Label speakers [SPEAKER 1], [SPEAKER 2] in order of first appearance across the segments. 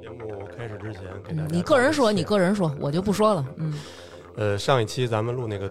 [SPEAKER 1] 节目开始之前，给大家
[SPEAKER 2] 嗯你个人说，
[SPEAKER 1] 道歉
[SPEAKER 2] 你个人说，我就不说了。嗯
[SPEAKER 1] 呃，上一期咱们录那个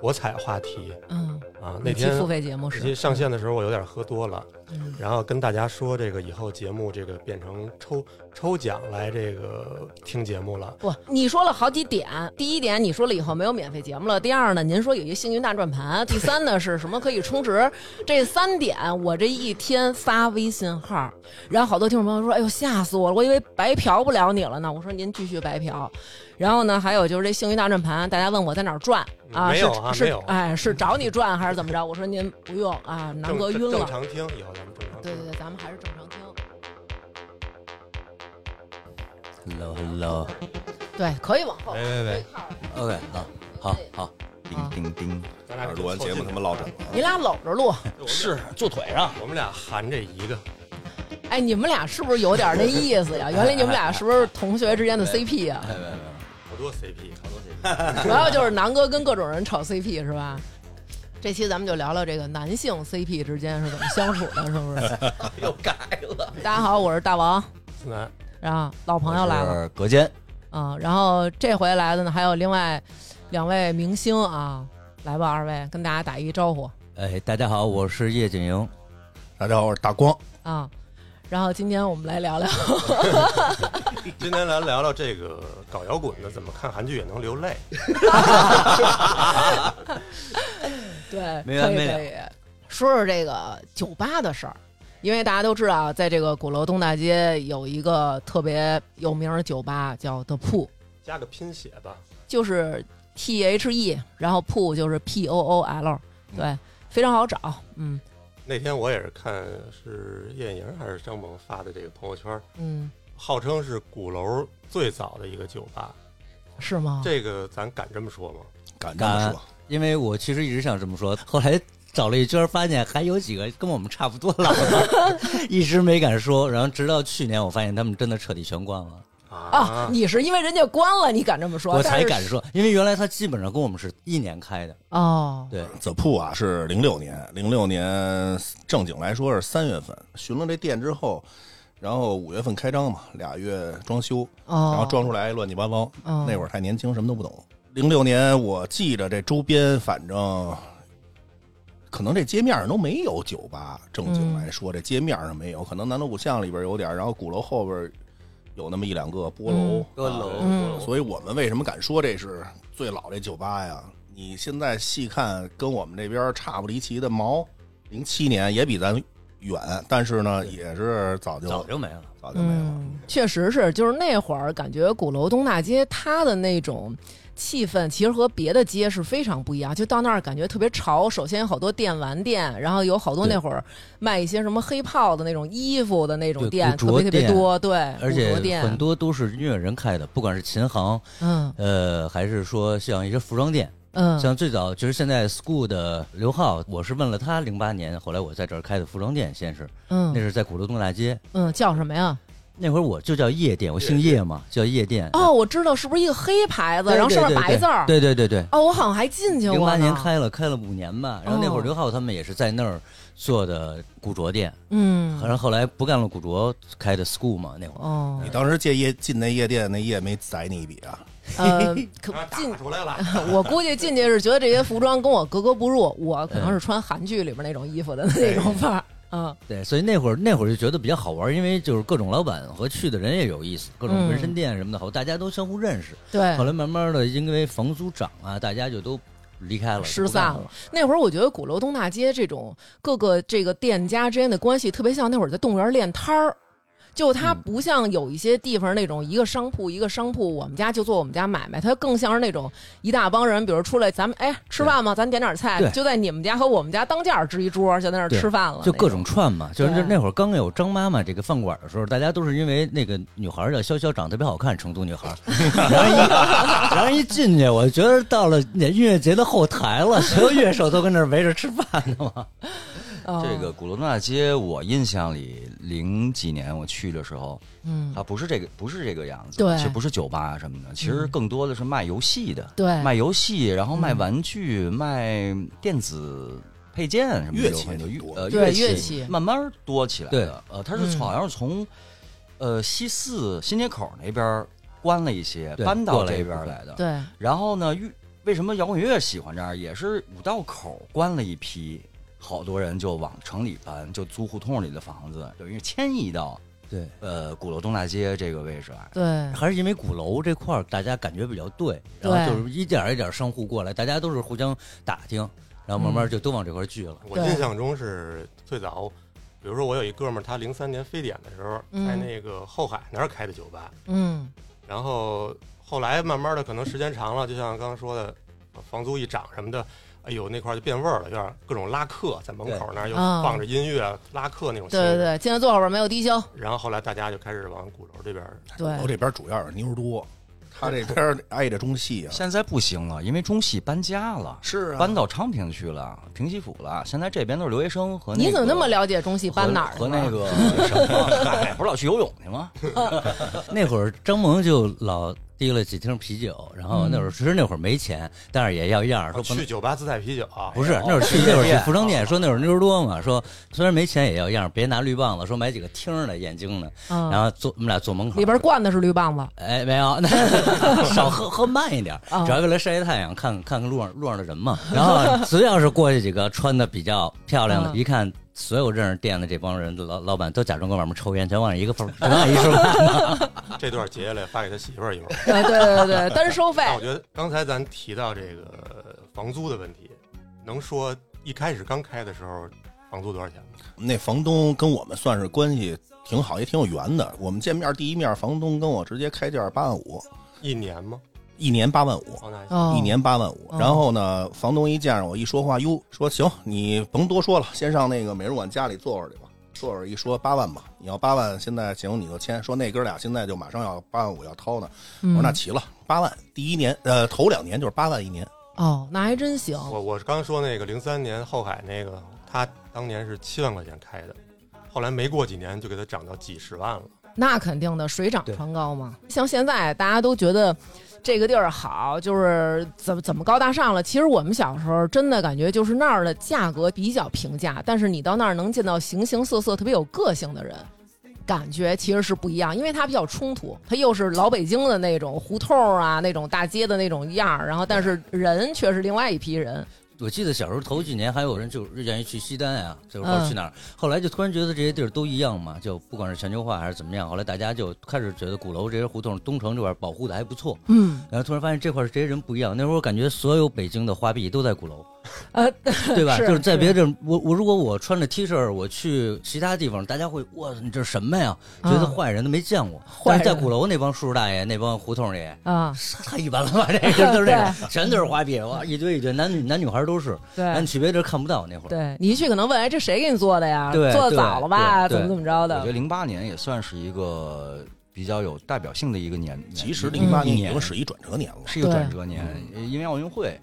[SPEAKER 1] 博彩话题
[SPEAKER 2] 嗯，
[SPEAKER 1] 啊，那
[SPEAKER 2] 每期
[SPEAKER 1] 天
[SPEAKER 2] 付费节目
[SPEAKER 1] 那
[SPEAKER 2] 是
[SPEAKER 1] 期上线的时候我有点喝多了，
[SPEAKER 2] 嗯
[SPEAKER 1] 然后跟大家说这个以后节目这个变成抽抽奖来这个听节目了。
[SPEAKER 2] 不，你说了好几点。第一点，你说了以后没有免费节目了。第二呢，您说有一幸运大转盘。第三呢，是什么可以充值？ 这三点，我这一天发微信号，然后好多听众朋友说：“哎呦，吓死我了，我以为白嫖不了你了呢。”我说：“您继续白嫖。”然后呢，还有就是这幸运大转盘，大家问我在哪儿转啊？
[SPEAKER 1] 没有啊
[SPEAKER 2] 是
[SPEAKER 1] 没
[SPEAKER 2] 是
[SPEAKER 1] 有
[SPEAKER 2] 哎，是找你转还是怎么着？我说您不用啊，南
[SPEAKER 1] 正
[SPEAKER 2] 哥晕
[SPEAKER 1] 正
[SPEAKER 2] 了。
[SPEAKER 1] 常听，以后咱们正常听。
[SPEAKER 2] 对对对，咱们还是正常听。
[SPEAKER 3] Hello Hello，
[SPEAKER 2] 对，可以往后。
[SPEAKER 1] 哎
[SPEAKER 4] 喂喂喂
[SPEAKER 3] ，OK 啊，好好，叮叮叮，
[SPEAKER 1] 咱俩
[SPEAKER 4] 录完节目他妈落枕了。
[SPEAKER 2] 你俩搂着录，
[SPEAKER 3] 是坐腿上，
[SPEAKER 1] 啊我们俩含这一个，
[SPEAKER 2] 哎，你们俩是不是有点那意思呀？原来你们俩是不是同学之间的 CP 呀、
[SPEAKER 3] 没没没，
[SPEAKER 1] 好多 CP，好多 CP。
[SPEAKER 2] 主要就是南哥跟各种人炒 CP 是吧？这期咱们就聊聊这个男性 CP 之间是怎么相处的，是不是？
[SPEAKER 3] 又改了。
[SPEAKER 2] 大家好，我是大王，
[SPEAKER 1] 思南，
[SPEAKER 2] 然后老朋友来了，
[SPEAKER 3] 隔间，
[SPEAKER 2] 啊、然后这回来的呢还有另外两位明星啊，来吧，二位跟大家打一招呼
[SPEAKER 3] 哎，大家好，我是叶景莹，
[SPEAKER 4] 大家好，我是大光。
[SPEAKER 2] 啊。然后今天我们来聊聊，
[SPEAKER 1] 今天来聊聊这个搞摇滚的怎么看韩剧也能流泪。
[SPEAKER 2] 对，
[SPEAKER 3] 没完
[SPEAKER 2] 可以
[SPEAKER 3] 没了
[SPEAKER 2] 可以说说这个酒吧的事儿，因为大家都知道，在这个鼓楼东大街有一个特别有名儿的酒吧叫 The Pool，
[SPEAKER 1] 加个拼写吧，
[SPEAKER 2] 就是 T H E，然后 Pool 就是 P O O L，对，
[SPEAKER 4] 嗯
[SPEAKER 2] 非常好找，嗯
[SPEAKER 1] 那天我也是看是叶莹还是张萌发的这个朋友圈，
[SPEAKER 2] 嗯，
[SPEAKER 1] 号称是鼓楼最早的一个酒吧，
[SPEAKER 2] 是吗？
[SPEAKER 1] 这个咱敢这么说吗？
[SPEAKER 4] 敢这么说，
[SPEAKER 3] 因为我其实一直想这么说，后来找了一圈，发现还有几个跟我们差不多老的， 一直没敢说。然后直到去年，我发现他们真的彻底全关了，
[SPEAKER 2] 啊，你是因为人家关了，你敢这么说？
[SPEAKER 3] 我
[SPEAKER 2] 但
[SPEAKER 3] 才
[SPEAKER 2] 是
[SPEAKER 3] 敢说，因为原来他基本上跟我们是一年开的，
[SPEAKER 2] 哦，
[SPEAKER 3] 对，
[SPEAKER 4] The Pool 啊是零六年，零六年正经来说是三月份巡了这店之后，然后五月份开张嘛，俩月装修，
[SPEAKER 2] 哦，
[SPEAKER 4] 然后装出来乱七八糟。
[SPEAKER 2] 哦
[SPEAKER 4] 那会儿太年轻，什么都不懂。零六年我记着这周边，反正可能这街面上都没有酒吧，正经来说、这街面上没有，可能南锣鼓巷里边有点儿，然后鼓楼后边有那么一两个波楼。啊
[SPEAKER 3] 歌楼
[SPEAKER 2] 嗯
[SPEAKER 4] 所以我们为什么敢说这是最老这酒吧呀？你现在细看，跟我们这边差不离奇的毛，零七年也比咱远，但是呢，也是早就
[SPEAKER 3] 早就没了。
[SPEAKER 4] 早就没了。
[SPEAKER 2] 嗯，确实是，就是那会儿感觉鼓楼东大街它的那种气氛，其实和别的街是非常不一样。就到那儿感觉特别潮，首先有好多电玩店，然后有好多
[SPEAKER 3] 对
[SPEAKER 2] 那会儿卖一些什么黑炮的那种衣服的那种
[SPEAKER 3] 对
[SPEAKER 2] 店，
[SPEAKER 3] 古
[SPEAKER 2] 特别特
[SPEAKER 3] 着
[SPEAKER 2] 别
[SPEAKER 3] 店
[SPEAKER 2] 多。对，
[SPEAKER 3] 而
[SPEAKER 2] 古
[SPEAKER 3] 且
[SPEAKER 2] 着店
[SPEAKER 3] 很多都是音乐人开的，不管是琴行，
[SPEAKER 2] 嗯
[SPEAKER 3] 呃，还是说像一些服装店，
[SPEAKER 2] 嗯
[SPEAKER 3] 像最早就是现在 school 的刘浩，我是问了他零八年，后来我在这儿开的服装店，先是那
[SPEAKER 2] 嗯
[SPEAKER 3] 是在鼓楼东大街，
[SPEAKER 2] 嗯，叫什么呀？
[SPEAKER 3] 那会儿我就叫夜店，我姓叶嘛，叫夜店。
[SPEAKER 2] 哦，我知道，是不是一个黑牌子，然后上面白字儿？
[SPEAKER 3] 对对对对。
[SPEAKER 2] 哦，我好像还进去过
[SPEAKER 3] 零
[SPEAKER 2] 呢。
[SPEAKER 3] 八年开了，开了五年吧。然后那会
[SPEAKER 2] 哦
[SPEAKER 3] 儿刘浩他们也是在那儿做的古着店，
[SPEAKER 2] 嗯
[SPEAKER 3] 然后后来不干了古着，开的 school 嘛。那会儿
[SPEAKER 2] 哦
[SPEAKER 4] 你，当时借夜进那夜店，那夜没宰你一笔啊？
[SPEAKER 2] 呃，可
[SPEAKER 1] 啊，
[SPEAKER 2] 进
[SPEAKER 1] 打出来了，
[SPEAKER 2] 我估计进去是觉得这些服装跟我格格不入，我可能是穿韩剧里边那种衣服的那种范儿。嗯
[SPEAKER 3] 对，所以那会儿那会儿就觉得比较好玩，因为就是各种老板和去的人也有意思，各
[SPEAKER 2] 嗯
[SPEAKER 3] 种纹身店什么的，好，大家都相互认识。，
[SPEAKER 2] 对
[SPEAKER 3] 后，来慢慢的，因为房租涨啊，大家就都离开了，
[SPEAKER 2] 失
[SPEAKER 3] 就不干
[SPEAKER 2] 散了。。那会儿我觉得鼓楼东大街这种各个这个店家之间的关系，特别像那会儿在动物园练摊儿。就它
[SPEAKER 3] 嗯
[SPEAKER 2] 不像有一些地方那种一个商铺一个商铺，我们家就做我们家买卖，它更像是那种一大帮人，比如出来咱们哎吃饭吗？咱点点菜
[SPEAKER 3] 对，
[SPEAKER 2] 就在你们家和我们家当间儿支一桌，就在那儿
[SPEAKER 3] 对
[SPEAKER 2] 吃饭了，
[SPEAKER 3] 就各
[SPEAKER 2] 那
[SPEAKER 3] 种串嘛，就是
[SPEAKER 2] 对
[SPEAKER 3] 那那会儿刚有张妈妈这个饭馆的时候，大家都是因为那个女孩儿叫潇潇长得特别好看，成都女孩儿， 然后一然后一进去，我觉得到了那音乐节的后台 了，所有乐手都跟那儿围着吃饭呢嘛。
[SPEAKER 2] 哦
[SPEAKER 5] 这个鼓楼东大街，我印象里零几年我去的时候，
[SPEAKER 2] 嗯
[SPEAKER 5] 它不是这个，不是这个样子，
[SPEAKER 2] 对
[SPEAKER 5] 其实不是酒吧什么
[SPEAKER 3] 嗯
[SPEAKER 5] 的，其实更多的是卖游戏的，
[SPEAKER 2] 对
[SPEAKER 5] 卖游戏，然后卖玩具，卖电子。配件什么
[SPEAKER 4] 乐
[SPEAKER 5] 的
[SPEAKER 4] 器
[SPEAKER 5] 有很多
[SPEAKER 4] 也挺多
[SPEAKER 5] 呃
[SPEAKER 2] 对
[SPEAKER 5] 乐
[SPEAKER 2] 乐器
[SPEAKER 5] 慢慢多起来
[SPEAKER 3] 对
[SPEAKER 5] 的。呃，它是从好像是从呃西四新街口那边儿关了一些，
[SPEAKER 3] 对
[SPEAKER 5] 搬到
[SPEAKER 3] 过来一
[SPEAKER 5] 这
[SPEAKER 3] 部
[SPEAKER 5] 边儿
[SPEAKER 3] 分
[SPEAKER 5] 来的。
[SPEAKER 2] 对，
[SPEAKER 5] 然后呢，乐为什么摇滚乐喜欢这样？也是五道口关了一批，好多人就往城里搬，就租胡同里的房子，等于迁移到
[SPEAKER 3] 对，
[SPEAKER 5] 呃鼓楼东大街这个位置啊来。
[SPEAKER 2] 对，
[SPEAKER 3] 还是因为鼓楼这块儿大家感觉比较对，
[SPEAKER 2] 对
[SPEAKER 3] 然后就是一点儿一点儿商户过来，大家都是互相打听，然后慢
[SPEAKER 2] 嗯
[SPEAKER 3] 慢就都往这块儿聚了。
[SPEAKER 1] 我
[SPEAKER 2] 对
[SPEAKER 1] 印象中是最早，比如说我有一哥们儿，他零三年非典的时候，
[SPEAKER 2] 嗯
[SPEAKER 1] 在那个后海那儿开的酒吧，
[SPEAKER 2] 嗯，
[SPEAKER 1] 然后后来慢慢的可能时间长了，就像刚刚说的，房租一涨什么的。哎呦，那块儿就变味儿了，有点各种拉客，在门口那儿又
[SPEAKER 2] 啊
[SPEAKER 1] 放着音乐、拉客那种。
[SPEAKER 2] 对对。对，今天坐会儿没有低消，
[SPEAKER 1] 然后后来大家就开始往鼓楼这边儿
[SPEAKER 2] 对
[SPEAKER 4] 我这边主要是妞儿多，他这边儿挨着中戏啊，
[SPEAKER 5] 现在不行了，因为中戏搬家了，
[SPEAKER 4] 是
[SPEAKER 5] 搬到昌平去了，平西府了。现在这边都是留学生和、那个、
[SPEAKER 2] 你怎么那么了解中戏
[SPEAKER 5] 和
[SPEAKER 2] 搬哪儿去
[SPEAKER 5] 和
[SPEAKER 2] 了？
[SPEAKER 5] 那 个什么，嗨不是老去游泳去 吗？
[SPEAKER 3] 那会儿张萌就老提了几听啤酒，然后
[SPEAKER 2] 嗯哦
[SPEAKER 3] 那会儿其实那会儿没钱，但是也要样儿，说哦不能
[SPEAKER 1] 去酒吧自带啤酒啊。
[SPEAKER 3] 不是，那会儿去那会儿去服装店，说那会儿妞儿多嘛，说虽然没钱也要样儿，别拿绿棒子，说买几个听儿的眼睛的，
[SPEAKER 2] 嗯，
[SPEAKER 3] 然后坐我们俩坐门口
[SPEAKER 2] 里边灌的是绿棒 子，
[SPEAKER 3] 哎，没有， 那少喝喝慢一点儿
[SPEAKER 2] 啊，
[SPEAKER 3] 主要为了晒晒太阳，看看看路上路上的人嘛。然后只要是过去几个穿的比较漂亮的，
[SPEAKER 2] 嗯
[SPEAKER 3] 一看所有认识店的这帮人老老板都假装跟外面抽烟，全往一个方全往一说
[SPEAKER 1] 这段截下来发给他媳妇儿一会儿。
[SPEAKER 2] 呃对对对对，单收 费
[SPEAKER 1] 那我觉得刚才咱提到这个房租的问题，能说一开始刚开的时候房租多少钱吗？
[SPEAKER 4] 那房东跟我们算是关系挺好，也挺有缘的。我们见面第一面，房东跟我直接开价八万五，
[SPEAKER 1] 一年吗？
[SPEAKER 4] 一年八万五，
[SPEAKER 1] 哦，那还行
[SPEAKER 2] 哦
[SPEAKER 4] 一年八万五。
[SPEAKER 2] 哦
[SPEAKER 4] 然后呢，房东一见着我一说话，哟，说行，你甭多说了，先上那个美术馆家里坐会儿去吧。坐会儿一说八万吧，你要八万，现在行你就签。说那哥俩现在就马上要八万五要掏呢。我说那
[SPEAKER 2] 嗯
[SPEAKER 4] 齐了，八万第一年，呃，头两年就是八万一年。
[SPEAKER 2] 哦，那还真行，
[SPEAKER 1] 我我刚说那个零三年后海那个，他当年是七万块钱开的，后来没过几年就给他涨到几十万了。
[SPEAKER 2] 那肯定的，水涨
[SPEAKER 3] 对
[SPEAKER 2] 船高嘛。像现在大家都觉得这个地儿好，就是怎么怎么高大上了。其实我们小时候真的感觉就是那儿的价格比较平价，但是你到那儿能见到形形色色、特别有个性的人。感觉其实是不一样，因为它比较冲突，它又是老北京的那种胡同啊，那种大街的那种样儿，然后但是人却是另外一批人，
[SPEAKER 3] 我记得小时候头几年还有人就愿意去西单啊，
[SPEAKER 2] 嗯
[SPEAKER 3] 就是或者去哪儿，后来就突然觉得这些地儿都一样嘛，就不管是全球化还是怎么样，后来大家就开始觉得鼓楼这些胡同东城这块儿保护的还不错，
[SPEAKER 2] 嗯，
[SPEAKER 3] 然后突然发现这块儿这些人不一样，那会儿我感觉所有北京的花臂都在 鼓楼，
[SPEAKER 2] 呃，
[SPEAKER 3] 对吧？
[SPEAKER 2] 是
[SPEAKER 3] 就是在别的地儿我我如果我穿着 T 恤儿我去其他地方，大家会哇你这是什么呀？觉得
[SPEAKER 2] 啊
[SPEAKER 3] 坏人都没见过，
[SPEAKER 2] 坏
[SPEAKER 3] 但是在
[SPEAKER 2] 人
[SPEAKER 3] 鼓楼那帮叔叔大爷那帮胡同里。
[SPEAKER 2] 啊，
[SPEAKER 3] 太一般了 吧，这个都是这个，全都是花臂，哇，一堆一堆，男女男女孩儿都是，但
[SPEAKER 2] 对
[SPEAKER 3] 去别地儿看不到那会儿。
[SPEAKER 2] 嗯对，你一去可能问，哎，这谁给你做的呀？
[SPEAKER 3] 对
[SPEAKER 2] 做的早
[SPEAKER 3] 对
[SPEAKER 2] 了吧？
[SPEAKER 3] 对
[SPEAKER 2] 怎么怎么着
[SPEAKER 5] 我觉得
[SPEAKER 2] 的？
[SPEAKER 5] 零八年也算是一个比较有代表性的一个年，年
[SPEAKER 4] 其实
[SPEAKER 5] 一
[SPEAKER 4] 零八
[SPEAKER 5] 一
[SPEAKER 4] 年已经是一转折年了。
[SPEAKER 5] 是一个
[SPEAKER 2] 对
[SPEAKER 5] 转折年，呃
[SPEAKER 1] 嗯
[SPEAKER 5] 因为奥运会，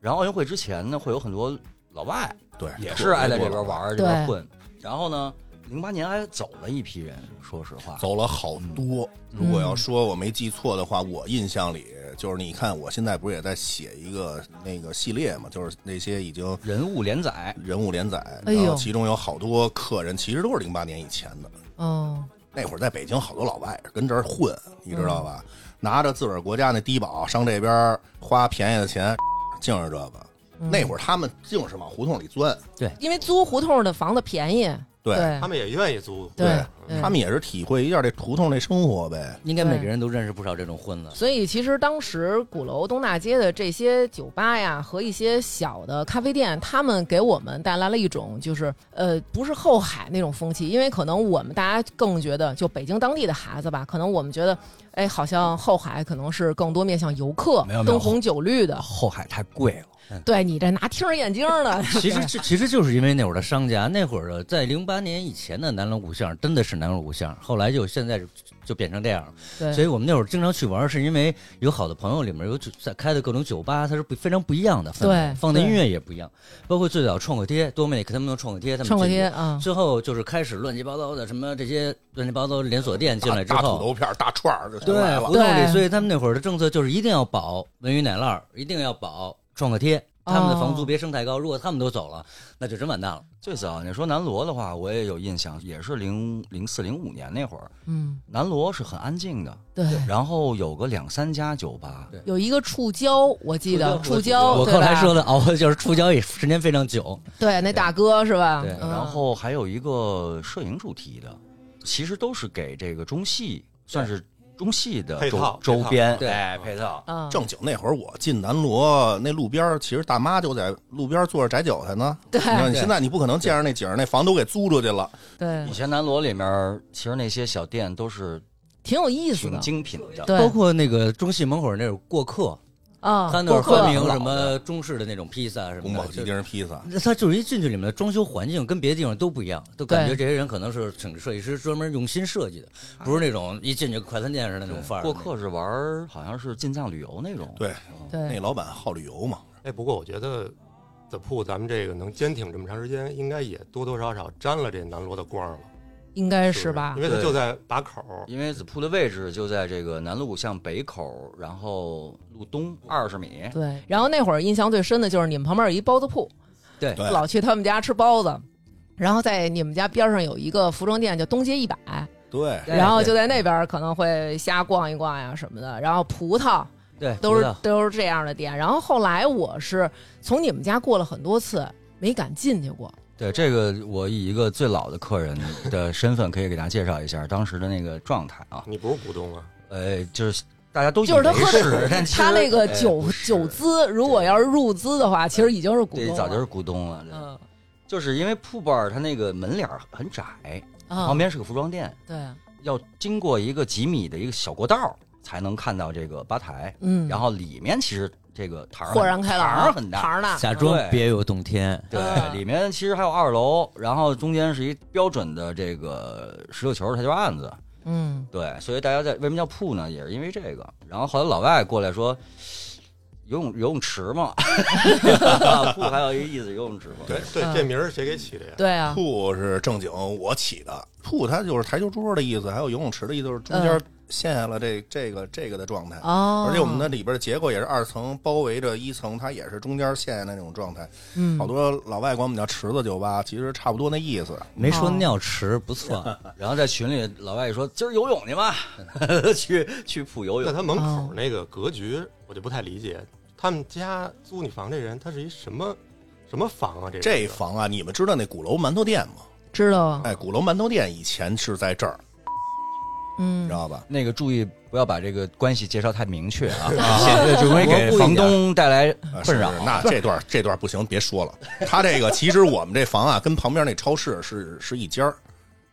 [SPEAKER 5] 然后奥运会之前呢，会有很多老外
[SPEAKER 2] 嗯
[SPEAKER 4] 对，
[SPEAKER 1] 啊
[SPEAKER 5] 也是爱在这边玩儿，这边
[SPEAKER 2] 对
[SPEAKER 5] 混。然后呢，零八年还走了一批人，说实话，
[SPEAKER 4] 走了好多。
[SPEAKER 2] 嗯
[SPEAKER 4] 如果要说我没记错的话，我印象里就是你看，我现在不是也在写一个那个系列嘛，就是那些已经
[SPEAKER 5] 人物连载，
[SPEAKER 4] 人物连载，
[SPEAKER 2] 哎呦
[SPEAKER 4] 然后其中有好多客人其实都是零八年以前的。
[SPEAKER 2] 嗯。
[SPEAKER 4] 那会儿在北京，好多老外跟这儿混，你知道吧？拿着自个儿国家那低保上这边花便宜的钱，净是这个。
[SPEAKER 2] 嗯
[SPEAKER 4] 那会儿他们净是往胡同里钻，
[SPEAKER 2] 因为租胡同的房子便宜，
[SPEAKER 4] 对
[SPEAKER 1] 他们也愿意租，
[SPEAKER 2] 对
[SPEAKER 1] 嗯
[SPEAKER 2] 对
[SPEAKER 4] 他们也是体会一下这胡同那生活呗。
[SPEAKER 3] 应该每个人都认识不少这种混 子。
[SPEAKER 2] 所以其实当时鼓楼东大街的这些酒吧呀和一些小的咖啡店，他们给我们带来了一种就是呃不是后海那种风气，因为可能我们大家更觉得就北呃京当地的孩子吧，可能我们觉得哎好像后海可能是更多面向游客
[SPEAKER 5] 没有，没有
[SPEAKER 2] 灯红酒绿的。
[SPEAKER 5] 后海太贵了，嗯
[SPEAKER 2] 对你这拿听着眼镜 的，
[SPEAKER 3] 其实这其实就是因为那会儿的商家，那会儿的在零八年以前的南锣鼓巷真的是南锣鼓巷，后来就现在就就变成这样了。
[SPEAKER 2] 对
[SPEAKER 3] 所以我们那会儿经常去玩儿，是因为有好的朋友里面有酒在开的各种酒吧，它是不非常不一样的氛围，
[SPEAKER 2] 对
[SPEAKER 3] 放的
[SPEAKER 2] 对
[SPEAKER 3] 音乐也不一样，包括最早创可贴，多美克他们用创可贴，他们
[SPEAKER 2] 创可
[SPEAKER 3] 进去
[SPEAKER 2] 贴。啊，
[SPEAKER 3] 最后就是开始乱七八糟的什么这些乱七八糟连锁店进来之
[SPEAKER 4] 大大土
[SPEAKER 3] 后，
[SPEAKER 4] 豆片儿、大串儿就全
[SPEAKER 3] 对
[SPEAKER 2] 嗯
[SPEAKER 4] 来了
[SPEAKER 3] 胡。同里，
[SPEAKER 2] 对
[SPEAKER 3] 所以他们那会儿的政策就是一定要保文娱奶酪，一定要保创可贴，他们的房
[SPEAKER 2] 哦
[SPEAKER 3] 租别升太高，如果他们都走了，那就真完蛋了。
[SPEAKER 5] 最早你说南锣的话，我也有印象，也是零零四零五年那会儿，
[SPEAKER 2] 嗯，
[SPEAKER 5] 南锣是很安静的，
[SPEAKER 2] 对，
[SPEAKER 5] 然后有个两三家酒吧，
[SPEAKER 3] 对
[SPEAKER 2] 有一个触礁，我记得触
[SPEAKER 3] 触
[SPEAKER 2] 礁，
[SPEAKER 3] 我
[SPEAKER 2] 哦对吧
[SPEAKER 3] 后来说的熬的就是触礁也时间非常久，
[SPEAKER 2] 对，那大哥是吧？
[SPEAKER 3] 对
[SPEAKER 2] 嗯
[SPEAKER 5] 然后还有一个摄影主题的，其实都是给这个中戏，算是中戏的
[SPEAKER 1] 配套
[SPEAKER 5] 周周边，
[SPEAKER 3] 对
[SPEAKER 5] 哎，配套。
[SPEAKER 2] 嗯，
[SPEAKER 4] 正经那会儿我进南锣那路边儿，其实大妈就在路边儿坐着摘韭 菜呢。
[SPEAKER 2] 对
[SPEAKER 4] 你看你现在你不可能见着那景儿，那房都给租出去了。
[SPEAKER 2] 对
[SPEAKER 5] 以，前南锣里面，其实那些小店都是
[SPEAKER 2] 挺有意思
[SPEAKER 5] 挺
[SPEAKER 2] 的，
[SPEAKER 5] 精品的，
[SPEAKER 2] 对
[SPEAKER 3] 包括那个中戏门口那种过客，
[SPEAKER 2] 啊，
[SPEAKER 3] 他那儿
[SPEAKER 2] 过客
[SPEAKER 3] 发明什么中式的那种披萨什
[SPEAKER 4] 宫
[SPEAKER 3] 么
[SPEAKER 4] 保
[SPEAKER 3] 的，
[SPEAKER 4] 鸡
[SPEAKER 3] 就是
[SPEAKER 4] 丁披萨，
[SPEAKER 3] 那他就是一进去里面的装修环境跟别的地方都不一样，都感觉这些人可能是请设计师专门用心设计的，不是那种一进去快餐店似的那种范儿。
[SPEAKER 5] 过客是玩儿好像是进藏旅游那种，
[SPEAKER 4] 对那
[SPEAKER 2] 对，
[SPEAKER 4] 老板好旅游嘛，
[SPEAKER 1] 哎，不过我觉得 The Pool 咱们这个能坚挺这么长时间，应该也多多少少沾了这南锣的光了，
[SPEAKER 2] 应该
[SPEAKER 1] 是
[SPEAKER 2] 是
[SPEAKER 1] 不
[SPEAKER 2] 吧
[SPEAKER 1] 因？为它
[SPEAKER 5] 对
[SPEAKER 1] 就在把口儿，
[SPEAKER 5] 因为子铺的位置就在这个南路向北口，然后路东二十米。
[SPEAKER 2] 对，然后那会儿印象最深的就是你们旁边有一包子铺，
[SPEAKER 3] 对
[SPEAKER 4] 对
[SPEAKER 2] 老去他们家吃包子，然后在你们家边上有一个服装店叫东街一百，
[SPEAKER 4] 对，
[SPEAKER 3] 对
[SPEAKER 2] 然后就在那边可能会瞎逛一逛呀什么的，然后葡萄
[SPEAKER 3] 对，
[SPEAKER 2] 都
[SPEAKER 3] 知
[SPEAKER 2] 是
[SPEAKER 3] 道
[SPEAKER 2] 都是这样的店。然后后来我是从你们家过了很多次，没敢进去过。
[SPEAKER 5] 对，这个我以一个最老的客人的身份，可以给大家介绍一下当时的那个状态啊。
[SPEAKER 1] 你不是股东啊？
[SPEAKER 5] 呃，就是大家都以
[SPEAKER 2] 就是他
[SPEAKER 5] 为
[SPEAKER 2] 喝的
[SPEAKER 5] 是但其实
[SPEAKER 2] 他那个
[SPEAKER 5] 哎
[SPEAKER 2] 酒、
[SPEAKER 5] 不是
[SPEAKER 2] 酒资，如果要是入资的话，其实已经是股东
[SPEAKER 5] 对
[SPEAKER 2] 了。
[SPEAKER 5] 早就是股东了。对
[SPEAKER 2] 啊嗯
[SPEAKER 5] 就是因为铺伴儿它那个门脸儿很窄，
[SPEAKER 2] 啊，
[SPEAKER 5] 旁边是个服装店，
[SPEAKER 2] 对，啊
[SPEAKER 5] 要经过一个几米的一个小过道儿才能看到这个吧台，
[SPEAKER 2] 嗯，
[SPEAKER 5] 然后里面其实这个堂儿
[SPEAKER 2] 豁然开朗，
[SPEAKER 5] 堂儿很大，
[SPEAKER 2] 堂儿大，
[SPEAKER 3] 假装
[SPEAKER 5] 对
[SPEAKER 3] 别有洞天，
[SPEAKER 2] 啊
[SPEAKER 5] 对，里面其实还有二楼，然后中间是一标准的这个石榴球，它叫案子。
[SPEAKER 2] 嗯，
[SPEAKER 5] 对，所以大家在为什么叫铺呢？也是因为这个。然后后来老外过来说，游泳游泳池嘛， 铺还有一个意思，游泳池嘛。
[SPEAKER 4] 对
[SPEAKER 1] 对
[SPEAKER 2] 嗯，
[SPEAKER 1] 这名儿谁给起的呀？
[SPEAKER 2] 对啊，
[SPEAKER 4] 铺是正经我起的，铺它就是台球桌的意思，还有游泳池的意思，就是中
[SPEAKER 2] 嗯
[SPEAKER 4] 间陷下了这这个这个的状态。
[SPEAKER 2] 哦，
[SPEAKER 4] 而且我们的里边的结构也是二层包围着一层，它也是中间陷下那种状态。
[SPEAKER 2] 嗯
[SPEAKER 4] 好多老外管我们叫池子酒吧，其实差不多那意思。
[SPEAKER 3] 没说
[SPEAKER 2] 哦
[SPEAKER 3] 尿池不 错。
[SPEAKER 5] 然后在群里，老外说今儿游泳去吧， 去去铺游
[SPEAKER 1] 那
[SPEAKER 5] 泳。
[SPEAKER 1] 他门
[SPEAKER 2] 哦
[SPEAKER 1] 口那个格局，我就不太理解。他们家租你房这人，他是一什么什么房啊？这这
[SPEAKER 4] 这房啊，你们知道那鼓楼馒头店吗？
[SPEAKER 2] 知道啊，
[SPEAKER 4] 哎，鼓楼馒头店以前是在这儿，你
[SPEAKER 2] 嗯
[SPEAKER 4] 知，道吧？
[SPEAKER 5] 那个注意不要把这个关系介绍太明确啊，
[SPEAKER 4] 啊
[SPEAKER 5] 显得容易给
[SPEAKER 3] 我故意
[SPEAKER 5] 房
[SPEAKER 3] 点
[SPEAKER 5] 东带来
[SPEAKER 4] 啊
[SPEAKER 5] 困扰
[SPEAKER 4] 是。那这段这段不行，别说了。他这个其实我们这房啊，跟旁边那超市是是一家儿，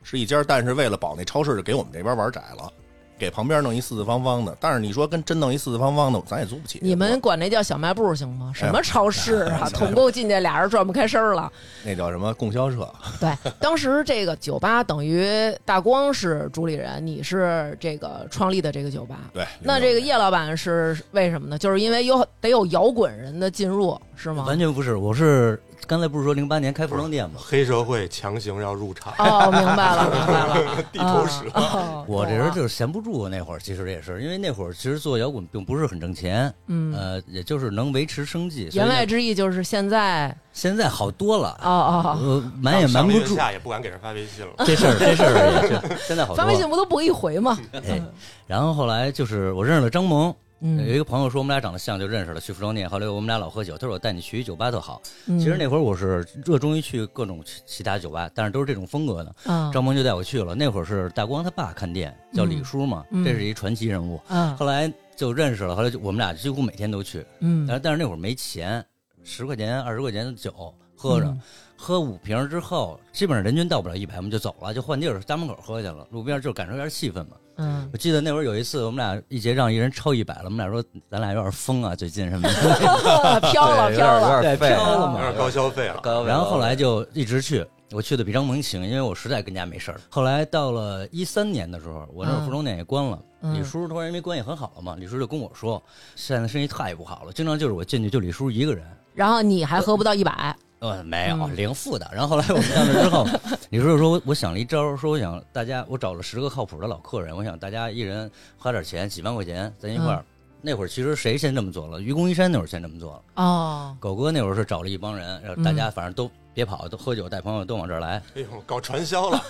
[SPEAKER 4] 是一家儿。但是为了保那超市，就给我们这边玩窄了，给旁边弄一四四方方的。但是你说跟真弄一四四方方的，咱也租不起。
[SPEAKER 2] 你们管那叫小卖部行吗？
[SPEAKER 5] 哎
[SPEAKER 2] 什么超市啊？统购进去俩人转不开身儿了。
[SPEAKER 4] 那叫什么供销社？
[SPEAKER 2] 对，当时这个酒吧等于大光是主理人，你是这个创立的这个酒吧。
[SPEAKER 4] 对，
[SPEAKER 2] 那这个叶老板是为什么呢？就是因为有得有摇滚人的进入，是吗？
[SPEAKER 3] 完全不是，我是刚才不是说零八年开服装店吗？
[SPEAKER 1] 黑社会强行要入场，
[SPEAKER 2] 哦，明白了，明白了，
[SPEAKER 1] 地头 蛇
[SPEAKER 2] 啊哦
[SPEAKER 3] 我这人
[SPEAKER 2] 懂了
[SPEAKER 3] 就是闲不住，啊那会儿其实也是，因为那会儿其实做摇滚并不是很挣钱，
[SPEAKER 2] 嗯，
[SPEAKER 3] 呃，也就是能维持生计。所以
[SPEAKER 2] 言外
[SPEAKER 3] 呢
[SPEAKER 2] 之意就是现在
[SPEAKER 3] 现在好多了，
[SPEAKER 2] 哦哦，
[SPEAKER 3] 呃，瞒也瞒
[SPEAKER 1] 上
[SPEAKER 3] 不
[SPEAKER 1] 上个月
[SPEAKER 3] 住
[SPEAKER 1] 下也不敢给人发微信了。
[SPEAKER 3] 这事儿，这事儿也是现在好多
[SPEAKER 2] 发微信
[SPEAKER 3] 了。
[SPEAKER 2] 不都不一回吗？
[SPEAKER 3] 哎，然后后来就是我认识了张萌，有一
[SPEAKER 2] 嗯嗯，
[SPEAKER 3] 个朋友说我们俩长得像，就认识了，去服装店。后来我们俩老喝酒，他说我带你去一酒吧特好。
[SPEAKER 2] 其
[SPEAKER 3] 其实那会儿我是热衷于去各种其其他酒吧，但是都是这种风格的。
[SPEAKER 2] 啊
[SPEAKER 3] 张萌就带我去了，那会儿是大光他爸看店，叫李叔嘛，
[SPEAKER 2] 嗯嗯
[SPEAKER 3] 这是一传奇人物。
[SPEAKER 2] 啊
[SPEAKER 3] 后来就认识了，后来就我们俩几乎每天都去，
[SPEAKER 2] 嗯
[SPEAKER 3] 但是但是那会儿没钱，十块钱、二十块钱的酒喝着，
[SPEAKER 2] 嗯
[SPEAKER 3] 喝五瓶之后，基本上人均到不了一百，我们就走了，就换地儿，家门口喝去了，路边就感受一下气氛嘛。
[SPEAKER 2] 嗯
[SPEAKER 3] 我记得那会儿有一次，我们俩一结账，一人超一百了，我们俩说咱俩有点疯啊，最 近什么 的，
[SPEAKER 2] 呃飘了
[SPEAKER 5] 对有点
[SPEAKER 2] 飘了，
[SPEAKER 5] 有点
[SPEAKER 3] 对
[SPEAKER 5] 废
[SPEAKER 3] 飘了
[SPEAKER 1] 有
[SPEAKER 3] 嘛
[SPEAKER 1] 点高消费了，
[SPEAKER 5] 高
[SPEAKER 3] 然后后来就一直去。我去的比张萌勤，因为我实在跟家没事儿。后来到了一三年的时候，我那会儿服装店也关了，
[SPEAKER 2] 嗯
[SPEAKER 3] 李叔突然因为关系很好了嘛，李叔就跟我说，现在生意太不好了，经常就是我进去就李叔一个人，
[SPEAKER 2] 然后你还喝不到一百，
[SPEAKER 3] 呃，没有
[SPEAKER 2] 嗯
[SPEAKER 3] 零负的。然后后来我们到那之后，李叔就说我我想了一招，说我想
[SPEAKER 4] 嗯
[SPEAKER 3] 大家，我找了十个靠谱的老客人，我想大家一人花点钱，几万块钱，咱一块儿那会儿其实谁先这么做了？愚公移山那会儿先这么做了，
[SPEAKER 2] 哦，
[SPEAKER 3] 狗哥那会儿是找了一帮人，然后大
[SPEAKER 4] 嗯
[SPEAKER 3] 家反正都别跑，都喝酒带朋友都往这儿来，
[SPEAKER 1] 哎呦，搞传销 了，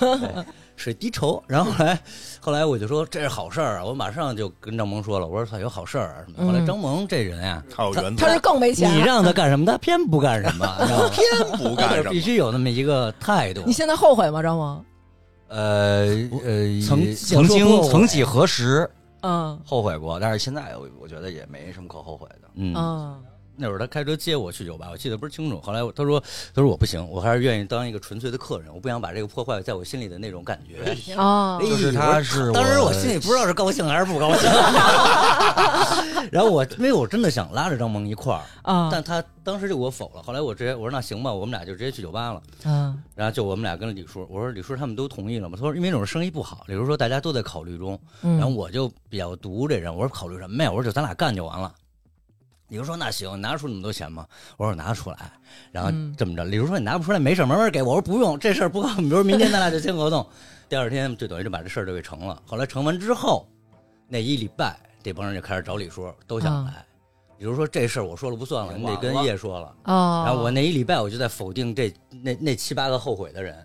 [SPEAKER 3] 水滴筹。然后后来，后来我就说这是好事儿啊，我马上就跟张萌说了，我说操有好事儿啊什么的。后
[SPEAKER 4] 嗯
[SPEAKER 3] 来张萌这人呀、
[SPEAKER 4] 他有原则
[SPEAKER 2] 他，是更没钱。
[SPEAKER 3] 你让他干什么，他偏不干什 么，你知道吗
[SPEAKER 4] 偏不干什
[SPEAKER 3] 必
[SPEAKER 4] 么。
[SPEAKER 3] 须有那么一个态度
[SPEAKER 2] 你。现在后悔吗，张萌？
[SPEAKER 5] 呃呃，
[SPEAKER 3] 曾
[SPEAKER 5] 曾
[SPEAKER 3] 有说
[SPEAKER 5] 经
[SPEAKER 3] 过
[SPEAKER 5] 曾几何时
[SPEAKER 2] 嗯
[SPEAKER 5] 后悔过，但是现在我我觉得也没什么可后悔的。
[SPEAKER 3] 嗯，
[SPEAKER 2] 嗯
[SPEAKER 3] 那会儿他开车接我去酒吧，我记得不是清楚。后来我他说他说我不行，我还是愿意当一个纯粹的客人，我不想把这个破坏在我心里的那种感觉。
[SPEAKER 2] 哦
[SPEAKER 3] 哎，
[SPEAKER 5] 就是他是
[SPEAKER 3] 当时我心里不知道是高兴还是不高兴。然后我因为我真的想拉着张萌一块儿，
[SPEAKER 2] 啊
[SPEAKER 3] 但他当时就给我否了。后来我直接我说那行吧，我们俩就直接去酒吧了。
[SPEAKER 2] 嗯
[SPEAKER 3] 然后就我们俩跟李叔，我说李叔他们都同意了吗？他说因为那会儿生意不好，李叔说大家都在考虑中。
[SPEAKER 2] 嗯，
[SPEAKER 3] 然后我就比较毒这人，我说考虑什么呀？我说就咱俩干就完了。李叔说那行，拿得出那么多钱吗？我说我拿得出来。然后
[SPEAKER 2] 嗯
[SPEAKER 3] 这么着，李叔说你拿不出来没事儿，慢慢给我。我说不用，这事儿不告诉 你，比如明天咱俩就签合同。第二天就等于就把这事儿就给成了。后来成完之后，那一礼拜这帮人就开始找李叔，都
[SPEAKER 2] 嗯
[SPEAKER 3] 想来。李叔说这事儿我说了不算了，
[SPEAKER 5] 挺
[SPEAKER 3] 你得
[SPEAKER 5] 晚
[SPEAKER 3] 跟
[SPEAKER 5] 了
[SPEAKER 3] 叶说了。
[SPEAKER 2] 哦，
[SPEAKER 3] 然后我那一礼拜我就在否定这那那七八个后悔的人，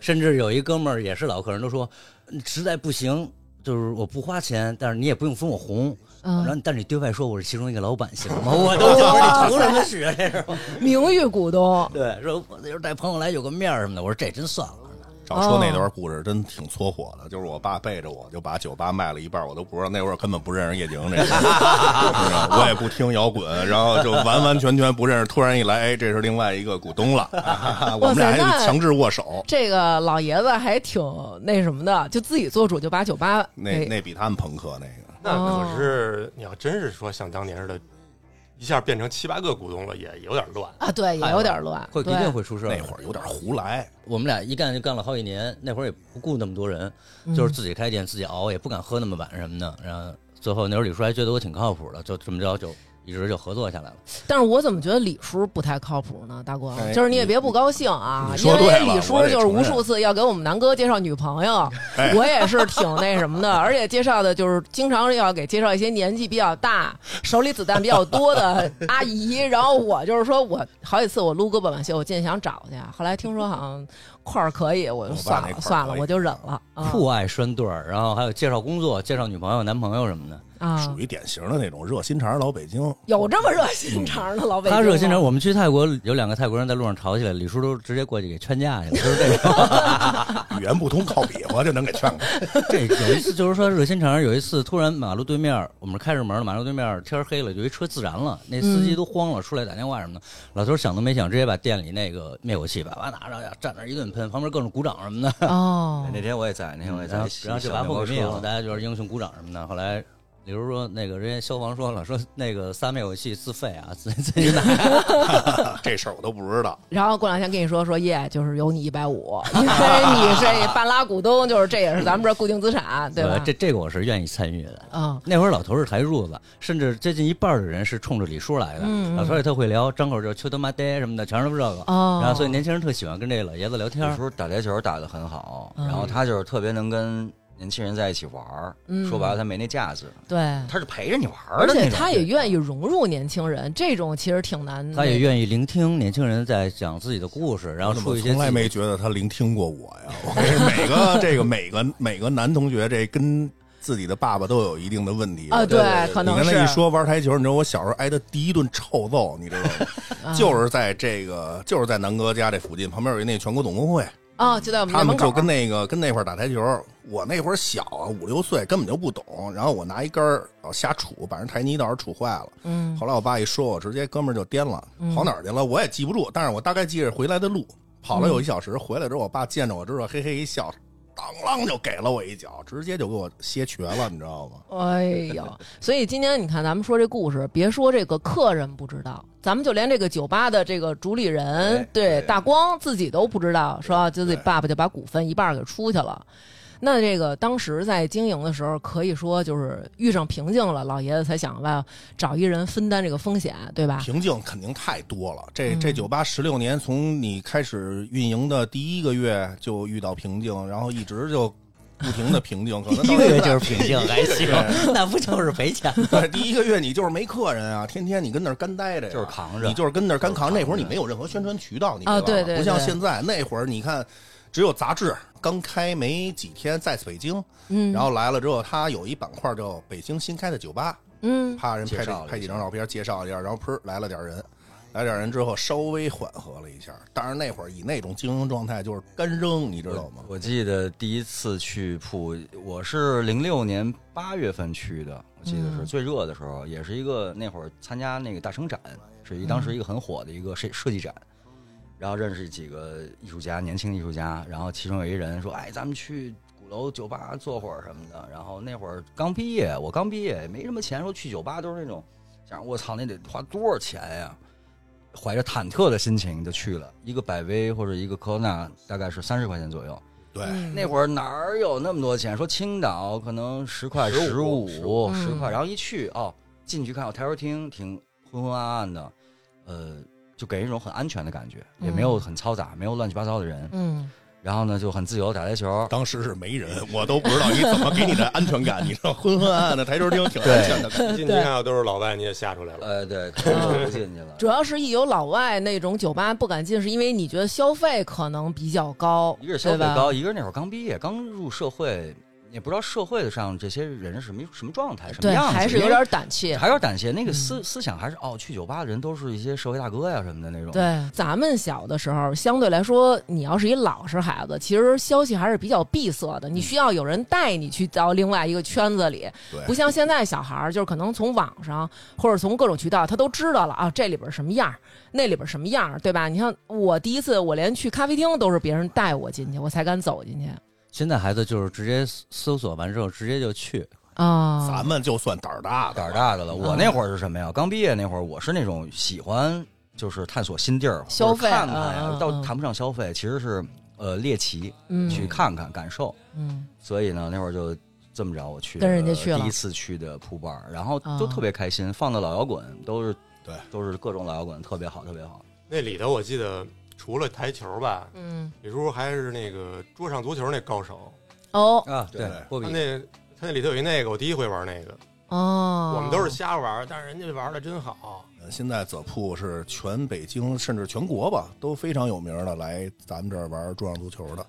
[SPEAKER 3] 甚至有一哥们儿也是老客人，都说嗯实在不行，就是我不花钱，但是你也不用分我红。然后
[SPEAKER 2] 嗯
[SPEAKER 3] 你但是你对外说我是其中一个老板行吗？我都 想说你图什么学这是？
[SPEAKER 2] 名誉股东，
[SPEAKER 3] 对，说我那时候带朋友来有个面儿什么的，我说这真算了。
[SPEAKER 4] 少说那段故事真挺搓火的，就是我爸背着我就把酒吧卖了一半，我都不知道那会儿根本不认识叶宁这个，我也不听摇滚，然后就完完全全不认识。突然一来，哎，这是另外一个股东了，我们俩还得强制握手。
[SPEAKER 2] 这个老爷子还挺那什么的，就自己做主就把酒吧
[SPEAKER 4] 那
[SPEAKER 2] 给
[SPEAKER 4] 那比他们朋克那个，
[SPEAKER 1] 那
[SPEAKER 2] 哦
[SPEAKER 1] 可是你要真是说像当年似的，一下变成七八个股东了，也有点 乱。
[SPEAKER 2] 啊，对，
[SPEAKER 4] 哎
[SPEAKER 2] 也有点乱，
[SPEAKER 3] 会一
[SPEAKER 2] 对
[SPEAKER 3] 定会出事儿的。
[SPEAKER 4] 那会儿有点胡来，
[SPEAKER 3] 我们俩一干就干了好几年，那会儿也不顾那么多人，
[SPEAKER 2] 嗯
[SPEAKER 3] 就是自己开店自己熬，也不敢喝那么晚什么的。然后最后那会儿李叔还觉得我挺靠谱的，就这么着就一直就合作下来了。
[SPEAKER 2] 但是我怎么觉得李叔不太靠谱呢，大哥？
[SPEAKER 4] 哎
[SPEAKER 2] 就是你也别不高兴啊，
[SPEAKER 4] 你
[SPEAKER 2] 因
[SPEAKER 4] 说对了
[SPEAKER 2] 为李叔
[SPEAKER 4] 我得
[SPEAKER 2] 就是
[SPEAKER 4] 承
[SPEAKER 2] 无
[SPEAKER 4] 认哎
[SPEAKER 2] 数次要给我们南哥介绍女朋 友，我也是挺那什么的，而且介绍的就是经常要给介绍一些年纪比较大、手里子弹比较多 的阿姨。然后我就是说我好几次我撸胳膊挽袖，我进去想找去，后来听说好像块儿可以，我就
[SPEAKER 4] 我爸
[SPEAKER 2] 算
[SPEAKER 4] 那
[SPEAKER 2] 了
[SPEAKER 4] 块儿
[SPEAKER 2] 算了，
[SPEAKER 4] 可以
[SPEAKER 2] 我就忍了啊
[SPEAKER 3] 酷爱拴对儿，然后还有介绍工作、介绍女朋友、男朋友什么的。
[SPEAKER 2] 啊
[SPEAKER 4] 属！于典型的那种热心肠老北京。
[SPEAKER 2] 有这么热心肠的老北京吗？
[SPEAKER 3] 他热心肠，我们去泰国有两个泰国人在路上吵起来，李叔都直接过去给劝架去了。就是这种，
[SPEAKER 4] 语言不通靠比划就能给劝开。
[SPEAKER 3] 这有一次就是说热心肠，有一次突然马路对面，我们开着门了，马路对面天黑了，有一车自燃了，那司机都慌了，出来打电话什么的。老头想都没想，直接把店里那个灭火器叭叭拿着呀，站那儿一顿喷，旁边各种鼓掌什么的。
[SPEAKER 2] 哦
[SPEAKER 5] 哎那天我也在，那天我也在
[SPEAKER 3] 嗯然后，然后就把火给灭了，
[SPEAKER 5] 了。
[SPEAKER 3] 大家就是英雄鼓掌什么的。后来李叔说，那个人家消防说了，说那个仨灭火器自费啊，自自己拿。
[SPEAKER 4] 啊这事儿我都不知道。
[SPEAKER 2] 然后过两天跟你说说耶，就是有你一百 五，因为你是半拉股东，就是这也是咱们这儿固定资产，对吧？
[SPEAKER 3] 呃这这个我是愿意参与的。
[SPEAKER 2] 啊，
[SPEAKER 3] 那会儿老头儿是台柱子，甚至接近一半儿的人是冲着李叔来的。
[SPEAKER 2] 嗯
[SPEAKER 3] 老头儿也特会聊，张口就是秋他妈呆什么的，全是这个。
[SPEAKER 2] 哦
[SPEAKER 3] 然后所以年轻人特喜欢跟这老爷子聊天
[SPEAKER 5] 有
[SPEAKER 3] 儿
[SPEAKER 5] 时。候打台球打得很好，
[SPEAKER 2] 嗯
[SPEAKER 5] 然后他就是特别能跟年轻人在一起玩儿。
[SPEAKER 2] 嗯
[SPEAKER 5] 说白了，他没那架子，
[SPEAKER 2] 对，
[SPEAKER 5] 他是陪着你玩儿
[SPEAKER 2] 而
[SPEAKER 5] 的那种。
[SPEAKER 2] 且他也愿意融入年轻人，这种其实挺难。
[SPEAKER 3] 他也愿意聆听年轻人在讲自己的故事，然后
[SPEAKER 4] 我怎
[SPEAKER 3] 出
[SPEAKER 4] 么
[SPEAKER 3] 啊一些
[SPEAKER 4] 从来
[SPEAKER 3] 自己
[SPEAKER 4] 没觉得他聆听过我呀。我这 每个这个每个每个男同学，这跟自己的爸爸都有一定的问题
[SPEAKER 2] 啊，
[SPEAKER 4] 对。
[SPEAKER 2] 对，可
[SPEAKER 4] 你
[SPEAKER 2] 能
[SPEAKER 4] 刚才一
[SPEAKER 2] 是
[SPEAKER 4] 说玩台球，你知道我小时候挨的第一顿臭揍，你知道
[SPEAKER 2] 啊
[SPEAKER 4] 吗？就是在这个，就是在南哥家这附近，旁边有一那全国总工会，
[SPEAKER 2] 啊，就在我们家
[SPEAKER 4] 他
[SPEAKER 2] 门
[SPEAKER 4] 们
[SPEAKER 2] 口
[SPEAKER 4] 就跟那个跟那块儿打台球。我那会儿小啊，五六岁根本就不懂，然后我拿一根儿然后瞎杵，把人台泥倒是杵坏了。
[SPEAKER 2] 嗯
[SPEAKER 4] 后来我爸一说，我直接哥们儿就颠了，
[SPEAKER 3] 嗯
[SPEAKER 4] 跑哪儿去了我也记不住，但是我大概记着回来的路，跑了有一小
[SPEAKER 3] 嗯
[SPEAKER 4] 时，回来之后我爸见着我之后嘿嘿一笑，当啷就给了我一脚，直接就给我歇瘸了，你知道吗？
[SPEAKER 2] 哎呦，所以今天你看，咱们说这故事，别说这个客人不知道，咱们就连这个酒吧的这个主理
[SPEAKER 5] 哎
[SPEAKER 2] 人，对大光自己都不知道，说啊就自己爸爸就把股份一半儿给出去了。那这个当时在经营的时候，可以说就是遇上瓶颈了，老爷子才想吧，找一人分担这个风险，对吧？
[SPEAKER 4] 瓶颈肯定太多了，这
[SPEAKER 3] 嗯
[SPEAKER 4] 这酒吧十六年，从你开始运营的第一个月就遇到瓶颈，然后一直就不停的平静，可能
[SPEAKER 3] 第一个
[SPEAKER 4] 到现
[SPEAKER 3] 月
[SPEAKER 4] 在
[SPEAKER 3] 就是平 静，还行
[SPEAKER 4] 对，
[SPEAKER 3] 那不就是赔钱？
[SPEAKER 4] 对，第一个月你就是没客人啊，天天你跟那儿干待着呀，
[SPEAKER 5] 就是扛着
[SPEAKER 4] 你就是跟那儿干扛。
[SPEAKER 5] 就是扛着
[SPEAKER 4] 那会儿你没有任何宣传渠道，你
[SPEAKER 2] 啊
[SPEAKER 4] 知道吧
[SPEAKER 2] 对对
[SPEAKER 4] 不像
[SPEAKER 2] 对
[SPEAKER 4] 现在那会儿，你看只有杂志刚开没几天，在北京，
[SPEAKER 2] 嗯，
[SPEAKER 4] 然后来了之后，他有一板块叫北京新开的酒吧，
[SPEAKER 2] 嗯
[SPEAKER 4] 怕人
[SPEAKER 5] 介
[SPEAKER 4] 拍
[SPEAKER 5] 绍
[SPEAKER 4] 这
[SPEAKER 5] 了
[SPEAKER 4] 拍
[SPEAKER 5] 一
[SPEAKER 4] 几
[SPEAKER 5] 下
[SPEAKER 4] 张照片介绍一下，然后噗来了点人。来点人之后，稍微缓和了一下，但是那会儿以那种经营状态就是干扔，你知道吗？
[SPEAKER 5] 我记得第一次去瀑，我是零六年八月份去的，我记得是
[SPEAKER 2] 嗯
[SPEAKER 5] 最热的时候，也是一个那会儿参加那个大成展，是一当时一个很火的一个设设计展，然后认识几个艺术家，年轻艺术家，然后其中有一人说：“哎，咱们去鼓楼酒吧坐会儿什么的。”然后那会儿刚毕业，我刚毕业也没什么钱，说去酒吧都是那种想我操，那得花多少钱呀、怀着忐忑的心情就去了，一个百威或者一个科罗娜，大概是三十块钱左右。
[SPEAKER 4] 对，
[SPEAKER 2] 嗯
[SPEAKER 5] 哎那会儿哪儿有那么多钱？说青岛可能十块、十
[SPEAKER 4] 15
[SPEAKER 5] 五、
[SPEAKER 2] 嗯
[SPEAKER 5] 十块，然后一去哦，进去看有台球厅，挺昏昏暗暗的，呃，就给人一种很安全的感觉，也没有很嘈杂，没有乱七八糟的人，
[SPEAKER 2] 嗯，
[SPEAKER 5] 然后呢就很自由地打台球，
[SPEAKER 4] 当时是没人，我都不知道你怎么给你的安全感，你知道，昏昏暗暗的台球厅挺安全的。
[SPEAKER 1] 一进去看到都是老外，你也吓出来了。
[SPEAKER 5] 呃，对，可能就不进去了。
[SPEAKER 2] 主要是一有老外那种酒吧不敢进，是因为你觉得消费可能比较高，
[SPEAKER 5] 一个是消费
[SPEAKER 2] 对吧
[SPEAKER 5] 高，，一个是那会儿刚毕业，刚入社会，也不知道社会上这些人是什么什么状态，什么
[SPEAKER 2] 对，
[SPEAKER 5] 样子，
[SPEAKER 2] 还是有
[SPEAKER 5] 因为
[SPEAKER 2] 点嗯胆怯。
[SPEAKER 5] 还有点胆怯。那个思、思想还是哦，去酒吧的人都是一些社会大哥呀什么的那种。
[SPEAKER 2] 对，咱们小的时候，相对来说，你要是一老实孩子，其实消息还是比较闭塞的，你需要有人带你去到另外一个圈子里，
[SPEAKER 4] 对，
[SPEAKER 2] 不像现在小孩儿，就是可能从网上或者从各种渠道，他都知道了啊，这里边儿什么样儿，那里边儿什么样儿，对吧？你像我第一次，我连去咖啡厅都是别人带我进去，我才敢走进去
[SPEAKER 3] 现在孩子就是直接搜索完之后直接就去，
[SPEAKER 2] 啊。
[SPEAKER 4] 咱们就算胆儿大的
[SPEAKER 5] 胆
[SPEAKER 4] 了，
[SPEAKER 5] 儿大的了。我
[SPEAKER 2] 嗯
[SPEAKER 5] 那会儿是什么呀？刚毕业那会儿，我是那种喜欢就是探索新地儿，
[SPEAKER 2] 消费
[SPEAKER 5] 或者看看呀，
[SPEAKER 2] 嗯嗯
[SPEAKER 5] 倒
[SPEAKER 2] 嗯
[SPEAKER 5] 谈不上消费，其实是呃猎奇，
[SPEAKER 2] 嗯
[SPEAKER 5] 去看看感受。
[SPEAKER 2] 嗯
[SPEAKER 5] 所以呢，那会儿就这么着，我去
[SPEAKER 2] 跟人家去了
[SPEAKER 5] 第一次去的铺伴儿，然后
[SPEAKER 2] 啊
[SPEAKER 5] 都特别开心，放的老摇滚都是
[SPEAKER 4] 对，
[SPEAKER 5] 都是各种老摇滚，特别好，特别好。
[SPEAKER 1] 那里头我记得除了台球吧，
[SPEAKER 2] 嗯
[SPEAKER 1] 李叔还是那个桌上足球那高手。
[SPEAKER 2] 哦
[SPEAKER 5] 啊，
[SPEAKER 4] 对对
[SPEAKER 5] 波
[SPEAKER 1] 他
[SPEAKER 5] 比
[SPEAKER 1] 那他那里头有一那个，我第一回玩那个，
[SPEAKER 2] 哦，
[SPEAKER 1] 我们都是瞎玩，但是人家玩的真好。
[SPEAKER 4] 呃现在泽铺是全北京甚至全国吧都非常有名的，来咱们这儿玩桌上足球的，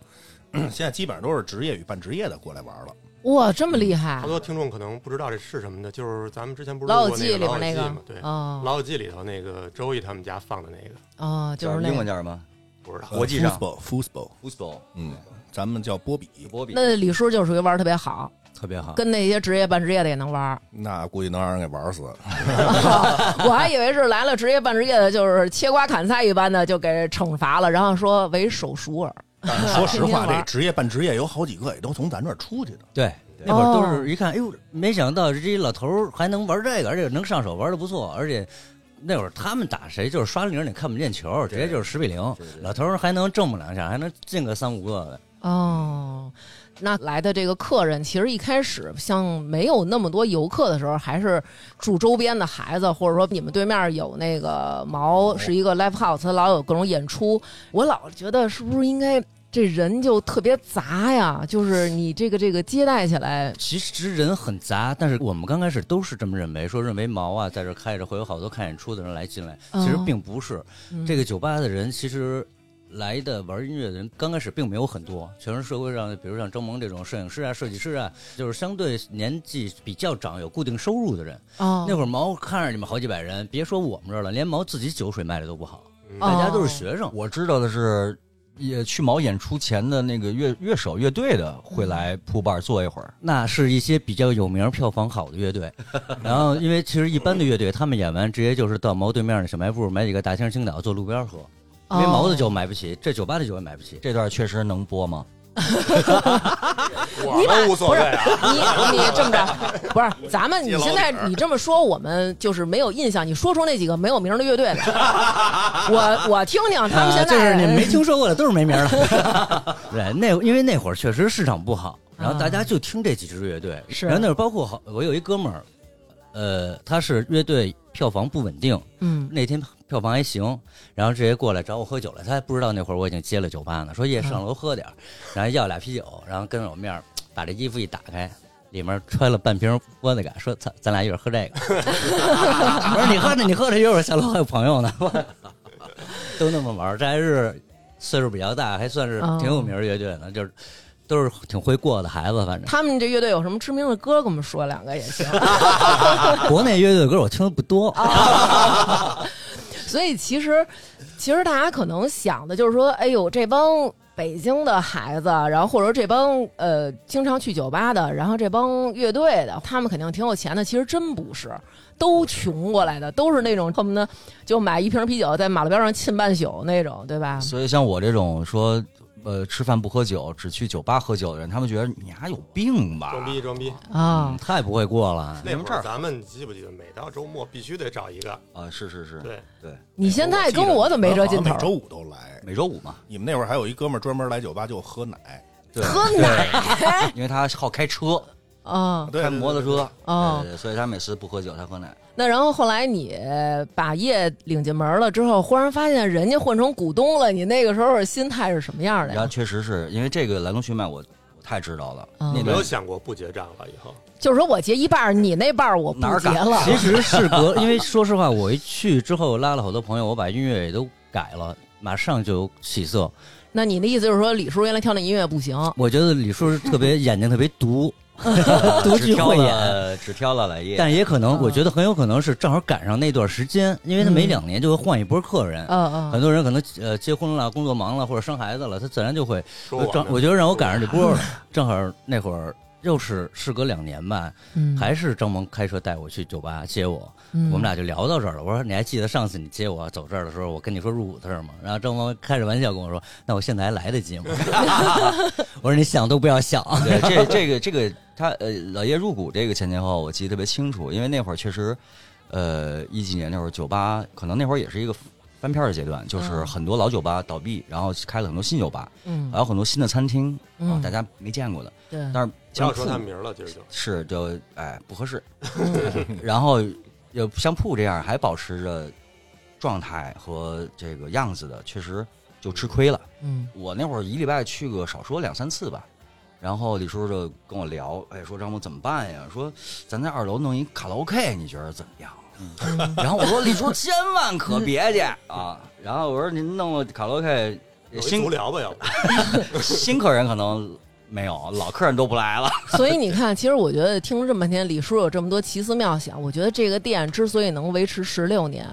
[SPEAKER 4] 现在基本上都是职业与半职业的过来玩了。
[SPEAKER 2] 哇，哦这么厉害
[SPEAKER 1] 好多听众可能嗯不知道这是什么的，就是咱们之前不
[SPEAKER 2] 《
[SPEAKER 1] 是
[SPEAKER 2] 啊老
[SPEAKER 1] 录
[SPEAKER 2] 友
[SPEAKER 1] 过
[SPEAKER 2] 记》
[SPEAKER 1] 那个老友
[SPEAKER 2] 里边那
[SPEAKER 1] 记
[SPEAKER 2] 个
[SPEAKER 1] 嘛？对，
[SPEAKER 2] 哦
[SPEAKER 1] 老友记里头那个周易他们家放的那个，
[SPEAKER 2] 哦，就是那
[SPEAKER 5] 英文
[SPEAKER 2] 个。
[SPEAKER 5] 叫什么
[SPEAKER 1] 不知道。
[SPEAKER 2] 哦
[SPEAKER 5] 国际上
[SPEAKER 4] football football，
[SPEAKER 5] ？Football，
[SPEAKER 4] 嗯，咱们叫波比，
[SPEAKER 5] 波比。
[SPEAKER 2] 那李叔就属于玩儿特别好，
[SPEAKER 3] 特别好。
[SPEAKER 2] 跟那些职业半职业的也能玩儿。
[SPEAKER 4] 那估计能让人给玩死。
[SPEAKER 2] 我还以为是来了职业半职业的，就是切瓜砍菜一般的就给惩罚了，然后说为手熟耳。
[SPEAKER 4] 但是说实
[SPEAKER 2] 天
[SPEAKER 4] 话，
[SPEAKER 2] 天玩
[SPEAKER 4] 这职业半职业有好几个也都从咱这儿出去的。
[SPEAKER 3] 对，那会儿都是一看，哎呦，没想到这一老头儿还能玩这个，而且能上手，玩的不错，而且。那会儿他们打谁就是刷零，你看不见球，直接就是十比零
[SPEAKER 5] 对对。对
[SPEAKER 3] 老头儿还能挣不两下，还能进个三五个的。
[SPEAKER 2] 哦，那来的这个客人，其实一开始像没有那么多游客的时候，还是住周边的孩子，或者说你们对面有那个毛是一个 live house，它老有各种演出，我老觉得是不是应该这人就特别杂呀？就是你这个这个接待起来，
[SPEAKER 3] 其实人很杂，但是我们刚开始都是这么认为，说认为毛啊在这儿开着会有好多看演出的人来进来，
[SPEAKER 2] 哦
[SPEAKER 3] 其实并不是。
[SPEAKER 2] 嗯
[SPEAKER 3] 这个酒吧的人其实来的玩音乐的人刚开始并没有很多，全是社会上的，比如像张萌这种摄影师啊、设计师啊，就是相对年纪比较长、有固定收入的人。
[SPEAKER 2] 哦
[SPEAKER 3] 那会儿毛看着你们好几百人，别说我们这儿了，连毛自己酒水卖的都不好，
[SPEAKER 1] 嗯
[SPEAKER 2] 哦
[SPEAKER 3] 大家都是学生。
[SPEAKER 5] 我知道的是，也去毛演出前的那个乐乐手乐队的会
[SPEAKER 2] 嗯
[SPEAKER 5] 来铺伴儿坐一会儿。
[SPEAKER 3] 那是一些比较有名、票房好的乐队。然后，因为其实一般的乐队，他们演完直接就是到毛对面的小卖部买几个大青青岛坐路边喝，
[SPEAKER 2] 哦
[SPEAKER 3] 因为毛的酒买不起，这酒吧的酒也买不起。
[SPEAKER 5] 这段确实能播吗？
[SPEAKER 1] 我们无所谓啊，
[SPEAKER 2] 你你这么着，不是咱们你
[SPEAKER 4] 接老
[SPEAKER 2] 现在
[SPEAKER 4] 底儿
[SPEAKER 2] 你这么说，我们就是没有印象。你说出那几个没有名儿的乐队来，我我听听他们现在。
[SPEAKER 3] 啊
[SPEAKER 2] 哎
[SPEAKER 3] 就是你们没听说过的，都是没名儿的。 对，那因为那会儿确实市场不好，然后大家就听这几支乐队。
[SPEAKER 2] 嗯是
[SPEAKER 3] 然后那会儿包括好，我有一哥们儿，呃，他是乐队票房不稳定，
[SPEAKER 2] 嗯
[SPEAKER 3] 那天票房还行，然后直接过来找我喝酒了。嗯他还不知道那会儿我已经接了酒吧呢，说夜上楼喝点儿，然后要俩啤酒，然后跟着我面儿把这衣服一打开，里面揣了半瓶窝子嘎，说咱咱俩一会儿喝这个。 我说你喝着你喝着，一会儿下楼还有朋友呢。 我操都那么玩儿，这还是岁数比较大，还算是
[SPEAKER 2] 哦
[SPEAKER 3] 挺有名儿乐队呢，就是都是挺会过的孩子，反正。
[SPEAKER 2] 他们这乐队有什么知名的歌，跟我们说两个也行。
[SPEAKER 3] 国内乐队的歌我听的不 多，
[SPEAKER 2] 所以其实，其实大家可能想的就是说，哎呦，这帮北京的孩子，然后或者说这帮呃经常去酒吧的，然后这帮乐队的，他们肯定挺有钱的。其实真不是，都穷过来的，都是那种恨不得就买一瓶啤酒在马路边上沁半宿那种，对吧？
[SPEAKER 5] 所以像我这种说，呃，吃饭不喝酒，只去酒吧喝酒的人，他们觉得你还有病吧？
[SPEAKER 1] 装逼装逼。
[SPEAKER 2] 啊、
[SPEAKER 3] 嗯太不会过了。
[SPEAKER 1] 那会
[SPEAKER 5] 这
[SPEAKER 1] 儿
[SPEAKER 5] 儿
[SPEAKER 1] 咱们记不记得，每到周末必须得找一个，
[SPEAKER 5] 啊！是是是，
[SPEAKER 1] 对，
[SPEAKER 5] 对，
[SPEAKER 2] 你现在跟我怎么没这劲头
[SPEAKER 4] 每？周五都来。
[SPEAKER 5] 每周五嘛，
[SPEAKER 4] 你们那会儿还有一哥们儿专门来酒吧就喝奶，
[SPEAKER 5] 对，
[SPEAKER 2] 喝奶
[SPEAKER 5] 因为他好开车，
[SPEAKER 2] 啊
[SPEAKER 4] 对
[SPEAKER 5] 开摩托车，
[SPEAKER 2] 哦
[SPEAKER 5] 对，所以他每次不喝酒，他喝奶。
[SPEAKER 2] 那然后后来你把业领进门了之后，忽然发现人家混成股东了，你那个时候心态是什么样的
[SPEAKER 5] 然后
[SPEAKER 2] 呀？
[SPEAKER 5] 确实是因为这个来龙去脉，我我太知道了。
[SPEAKER 2] 嗯
[SPEAKER 4] 哦
[SPEAKER 5] 那
[SPEAKER 1] 有没有
[SPEAKER 5] 个
[SPEAKER 1] 想过不结账了以后？
[SPEAKER 2] 就是说我结一半儿，你那半儿我不
[SPEAKER 5] 哪儿
[SPEAKER 2] 结
[SPEAKER 5] 敢
[SPEAKER 2] 了。
[SPEAKER 3] 其实是隔，因为说实话，我一去之后拉了好多朋友，我把音乐也都改了，马上就有起色。
[SPEAKER 2] 那你的意思就是说，李叔原来挑那音乐不行，
[SPEAKER 3] 我觉得李叔是特 别眼睛特别毒，独具
[SPEAKER 5] 只挑
[SPEAKER 3] 慧眼。
[SPEAKER 5] 了只挑了来夜，
[SPEAKER 3] 但也可
[SPEAKER 1] 啊
[SPEAKER 3] 能，
[SPEAKER 2] 嗯
[SPEAKER 3] 我觉得很有可能是正好赶上那段时间，因为他每
[SPEAKER 2] 嗯
[SPEAKER 3] 两年就会换一波客人，
[SPEAKER 1] 哦
[SPEAKER 2] 嗯
[SPEAKER 3] 很多人可能呃结婚了、工作忙了或者生孩子了，他自然就会
[SPEAKER 1] 说我
[SPEAKER 3] 正
[SPEAKER 1] 呢
[SPEAKER 3] 我觉得让我赶上这 波了，正好那会儿又是事隔两年吧，
[SPEAKER 2] 嗯，
[SPEAKER 3] 还是张萌开车带我去酒吧接我，
[SPEAKER 2] 嗯
[SPEAKER 3] 我们俩就聊到这儿了。我说你还记得上次你接我走这儿的时候，我跟你说入伍的事儿吗？然后张萌开着玩笑跟我说：“那我现在还来得及吗？” 我说：“你想都不要想。
[SPEAKER 5] 对，这这个这个他呃，老叶入股这个前前后后我记得特别清楚，因为那会儿确实，呃，一几年那会儿酒吧可能那会儿也是一个翻篇儿的阶段，就是
[SPEAKER 2] 嗯
[SPEAKER 5] 很多老酒吧倒闭，然后开了很多新酒吧，
[SPEAKER 2] 嗯
[SPEAKER 5] 还有很多新的餐厅，
[SPEAKER 2] 嗯
[SPEAKER 5] 啊，大家没见过的，
[SPEAKER 2] 对，
[SPEAKER 5] 但是
[SPEAKER 1] 不要
[SPEAKER 5] 像
[SPEAKER 1] 说
[SPEAKER 5] 铺
[SPEAKER 1] 他名儿了，今儿就是
[SPEAKER 5] 就哎不合适，
[SPEAKER 2] 嗯
[SPEAKER 5] 然后有像铺这样还保持着状态和这个样子的，确实就吃亏了。
[SPEAKER 2] 嗯
[SPEAKER 5] 我那会儿一礼拜去个少说两三次吧。然后李叔就跟我聊，哎，说张某怎么办呀？说咱在二楼弄一卡拉 OK，你觉得怎么样？然后我说李叔千万可别去啊！然后我说您弄个卡拉 OK，
[SPEAKER 3] 呃
[SPEAKER 1] 有一足
[SPEAKER 5] 新
[SPEAKER 1] 疗吧，要不
[SPEAKER 5] 新客人可能没有，老客人都不来了。
[SPEAKER 2] 所以你看，其实我觉得听了这么半天，李叔有这么多奇思妙想，我觉得这个店之所以能维持十六年。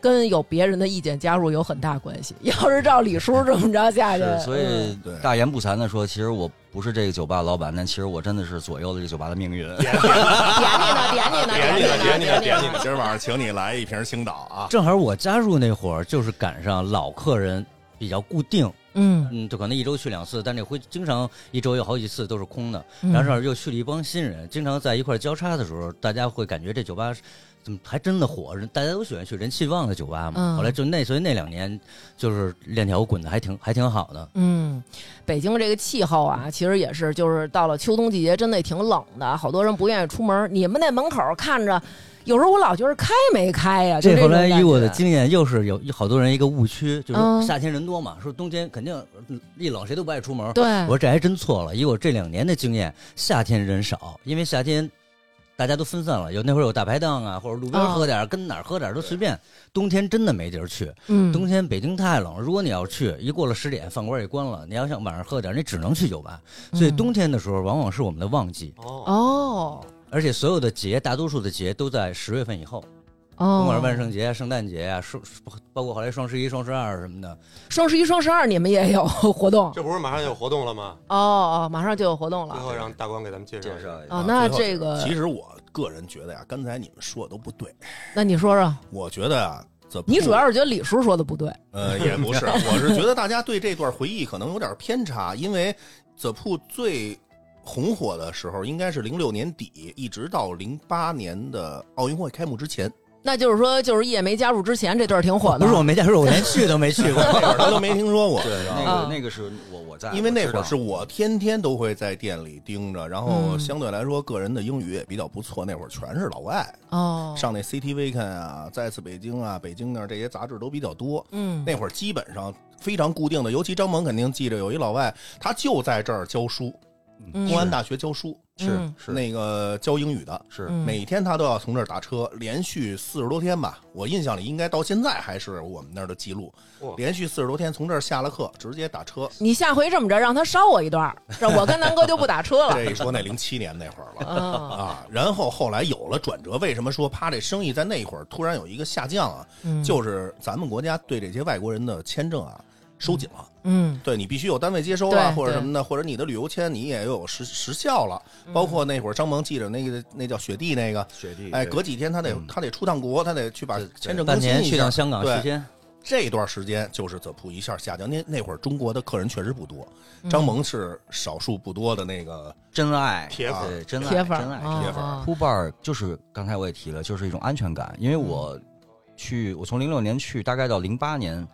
[SPEAKER 2] 跟有别人的意见加入有很大关系。 要是照李叔这么着下去，
[SPEAKER 5] 是，所以
[SPEAKER 3] 嗯
[SPEAKER 4] 对
[SPEAKER 5] 大言不惭的说，其实我不是这个酒吧老板，但其实我真的是左右了这酒吧的命运。
[SPEAKER 2] 嗯点你呢，点你呢，
[SPEAKER 1] 点你呢点你呢
[SPEAKER 2] 呢，
[SPEAKER 1] 点你
[SPEAKER 2] 你
[SPEAKER 1] 呢
[SPEAKER 2] 呢。
[SPEAKER 4] 今儿晚上请你来一瓶青岛啊”！
[SPEAKER 3] 正好我加入那会儿，就是赶上老客人比较固定，
[SPEAKER 2] 嗯，
[SPEAKER 3] 嗯，就可能一周去两次，但这会经常一周有好几次都是空的。
[SPEAKER 2] 嗯
[SPEAKER 3] 然后这儿又去了一帮新人，经常在一块儿交叉的时候，大家会感觉这酒吧是怎么还真的火，人大家都喜欢去人气旺的酒吧嘛。
[SPEAKER 2] 嗯
[SPEAKER 3] 后来就那所以那两年就是链条滚的还挺还挺好的。
[SPEAKER 2] 嗯，北京这个气候
[SPEAKER 3] 嗯
[SPEAKER 2] 啊，其实也是，就是到了秋冬季节，真的也挺冷的，好多人不愿意出门。你们那门口看着，有时候我老觉得开没开呀、就
[SPEAKER 3] 这
[SPEAKER 2] 这
[SPEAKER 3] 后来
[SPEAKER 2] 种感
[SPEAKER 3] 以我的
[SPEAKER 2] 觉
[SPEAKER 3] 经验，又是有有好多人一个误区，就
[SPEAKER 2] 嗯
[SPEAKER 3] 是夏天人多嘛，说冬天肯定一冷谁都不爱出门。
[SPEAKER 2] 对，
[SPEAKER 3] 我说这还真错了，以我这两年的经验，夏天人少，因为夏天大家都分散了，有那会儿有大排档啊，或者路边
[SPEAKER 2] 哦
[SPEAKER 3] 喝点儿，跟哪儿喝点儿都随便。冬天真的没地儿去，
[SPEAKER 2] 嗯，
[SPEAKER 3] 冬天北京太冷，如果你要去，一过了十点，饭馆也关了，你要想晚上喝点儿，你只能去酒吧。所以
[SPEAKER 2] 嗯
[SPEAKER 3] 冬天的时候往往是我们的旺季，
[SPEAKER 1] 哦，
[SPEAKER 2] 哦
[SPEAKER 3] 而且所有的节，大多数的节都在十月份以后，甭管
[SPEAKER 2] 哦
[SPEAKER 3] 是，万圣节啊、圣诞节啊，双包括后来双十一、双十二什么的，
[SPEAKER 2] 双十一、双十二你们也 有活动
[SPEAKER 1] 这不是马上有活动了吗？
[SPEAKER 2] 哦哦，马上就有活动
[SPEAKER 1] 最后
[SPEAKER 2] 了
[SPEAKER 1] 让大光给咱们介绍
[SPEAKER 5] 介绍一下
[SPEAKER 2] 哦
[SPEAKER 4] 啊。
[SPEAKER 2] 那
[SPEAKER 4] 最
[SPEAKER 2] 这
[SPEAKER 4] 后
[SPEAKER 2] 个
[SPEAKER 4] 其，实我个人觉得呀，刚才你们说的都不对。
[SPEAKER 2] 那你说说，
[SPEAKER 4] 我觉得啊，怎么
[SPEAKER 2] 你主要是觉得李叔说的不对，
[SPEAKER 4] 呃，也 不是，我是觉得大家对这段回忆可能有点偏差，因为 The Pooh 最红火的时候应该是零六年底，一直到零八年的奥运会开幕之前，
[SPEAKER 2] 那就是说，就是叶没加入之前这段儿挺火的，
[SPEAKER 3] 不是我没在，是我连去都没去过。
[SPEAKER 4] 那会儿他都没听说过。
[SPEAKER 5] 对，那
[SPEAKER 2] 啊
[SPEAKER 5] 个那个是我我在，
[SPEAKER 4] 因为那会
[SPEAKER 5] 我
[SPEAKER 4] 儿
[SPEAKER 5] 知
[SPEAKER 4] 是
[SPEAKER 5] 道
[SPEAKER 4] 我天天都会在店里盯着，然后
[SPEAKER 2] 嗯
[SPEAKER 4] 相对来说个人的英语也比较不错。那会儿全是老外，
[SPEAKER 2] 哦，
[SPEAKER 4] 上那 CT Weekend 啊，再次北京啊，北京那儿这些杂志都比较多。
[SPEAKER 2] 嗯，
[SPEAKER 4] 那会儿基本上非常固定的，尤其张萌肯定记着有一老外，他就在这儿教书，
[SPEAKER 2] 嗯
[SPEAKER 4] 公安大学教书，
[SPEAKER 5] 是
[SPEAKER 2] 嗯
[SPEAKER 5] 是
[SPEAKER 4] 那个教英语的，
[SPEAKER 5] 是
[SPEAKER 2] 嗯
[SPEAKER 4] 每天他都要从这儿打车，连续四十多天吧。我印象里应该到现在还是我们那儿的记录
[SPEAKER 1] 哇，
[SPEAKER 4] 连续四十多天从这儿下了课，直接打车。
[SPEAKER 2] 你下回这么着，让他捎我一段儿，让我跟南哥就不打车了。
[SPEAKER 4] 这一说那零七年那会儿 了。
[SPEAKER 2] 啊，
[SPEAKER 4] 啊，然后后来有了转折，为什么说啪这生意在那会儿突然有一个下降啊？
[SPEAKER 2] 嗯
[SPEAKER 4] 就是咱们国家对这些外国人的签证啊收紧了，
[SPEAKER 2] 嗯
[SPEAKER 4] 对你必须有单位接收啊，
[SPEAKER 2] 对嗯
[SPEAKER 4] 或者什么的，或者你的旅游签你也有时时效了。包括那会儿张萌记着那个那叫雪地那个，
[SPEAKER 5] 雪地，
[SPEAKER 4] 哎，
[SPEAKER 5] 对
[SPEAKER 4] 隔几天他得
[SPEAKER 5] 嗯
[SPEAKER 4] 他得出趟国，他得去把
[SPEAKER 5] 对
[SPEAKER 4] 签证
[SPEAKER 3] 半
[SPEAKER 4] 更新
[SPEAKER 3] 年
[SPEAKER 4] 一
[SPEAKER 3] 去
[SPEAKER 4] 下
[SPEAKER 3] 趟香港时
[SPEAKER 4] 对，
[SPEAKER 3] 间，
[SPEAKER 4] 这段时间就是泽普一下下降。那那会儿中国的客人确实不多，
[SPEAKER 2] 嗯
[SPEAKER 4] 张萌是少数不多的那个，
[SPEAKER 5] 真爱
[SPEAKER 1] 铁粉
[SPEAKER 5] 对真爱
[SPEAKER 2] 铁粉儿
[SPEAKER 5] 真爱
[SPEAKER 2] 啊
[SPEAKER 4] 铁粉儿
[SPEAKER 2] 啊
[SPEAKER 5] 铺伴儿就是刚才我也提了，就是一种安全感。因为
[SPEAKER 2] 嗯
[SPEAKER 5] 我去，我从零六年去，大概到零八年，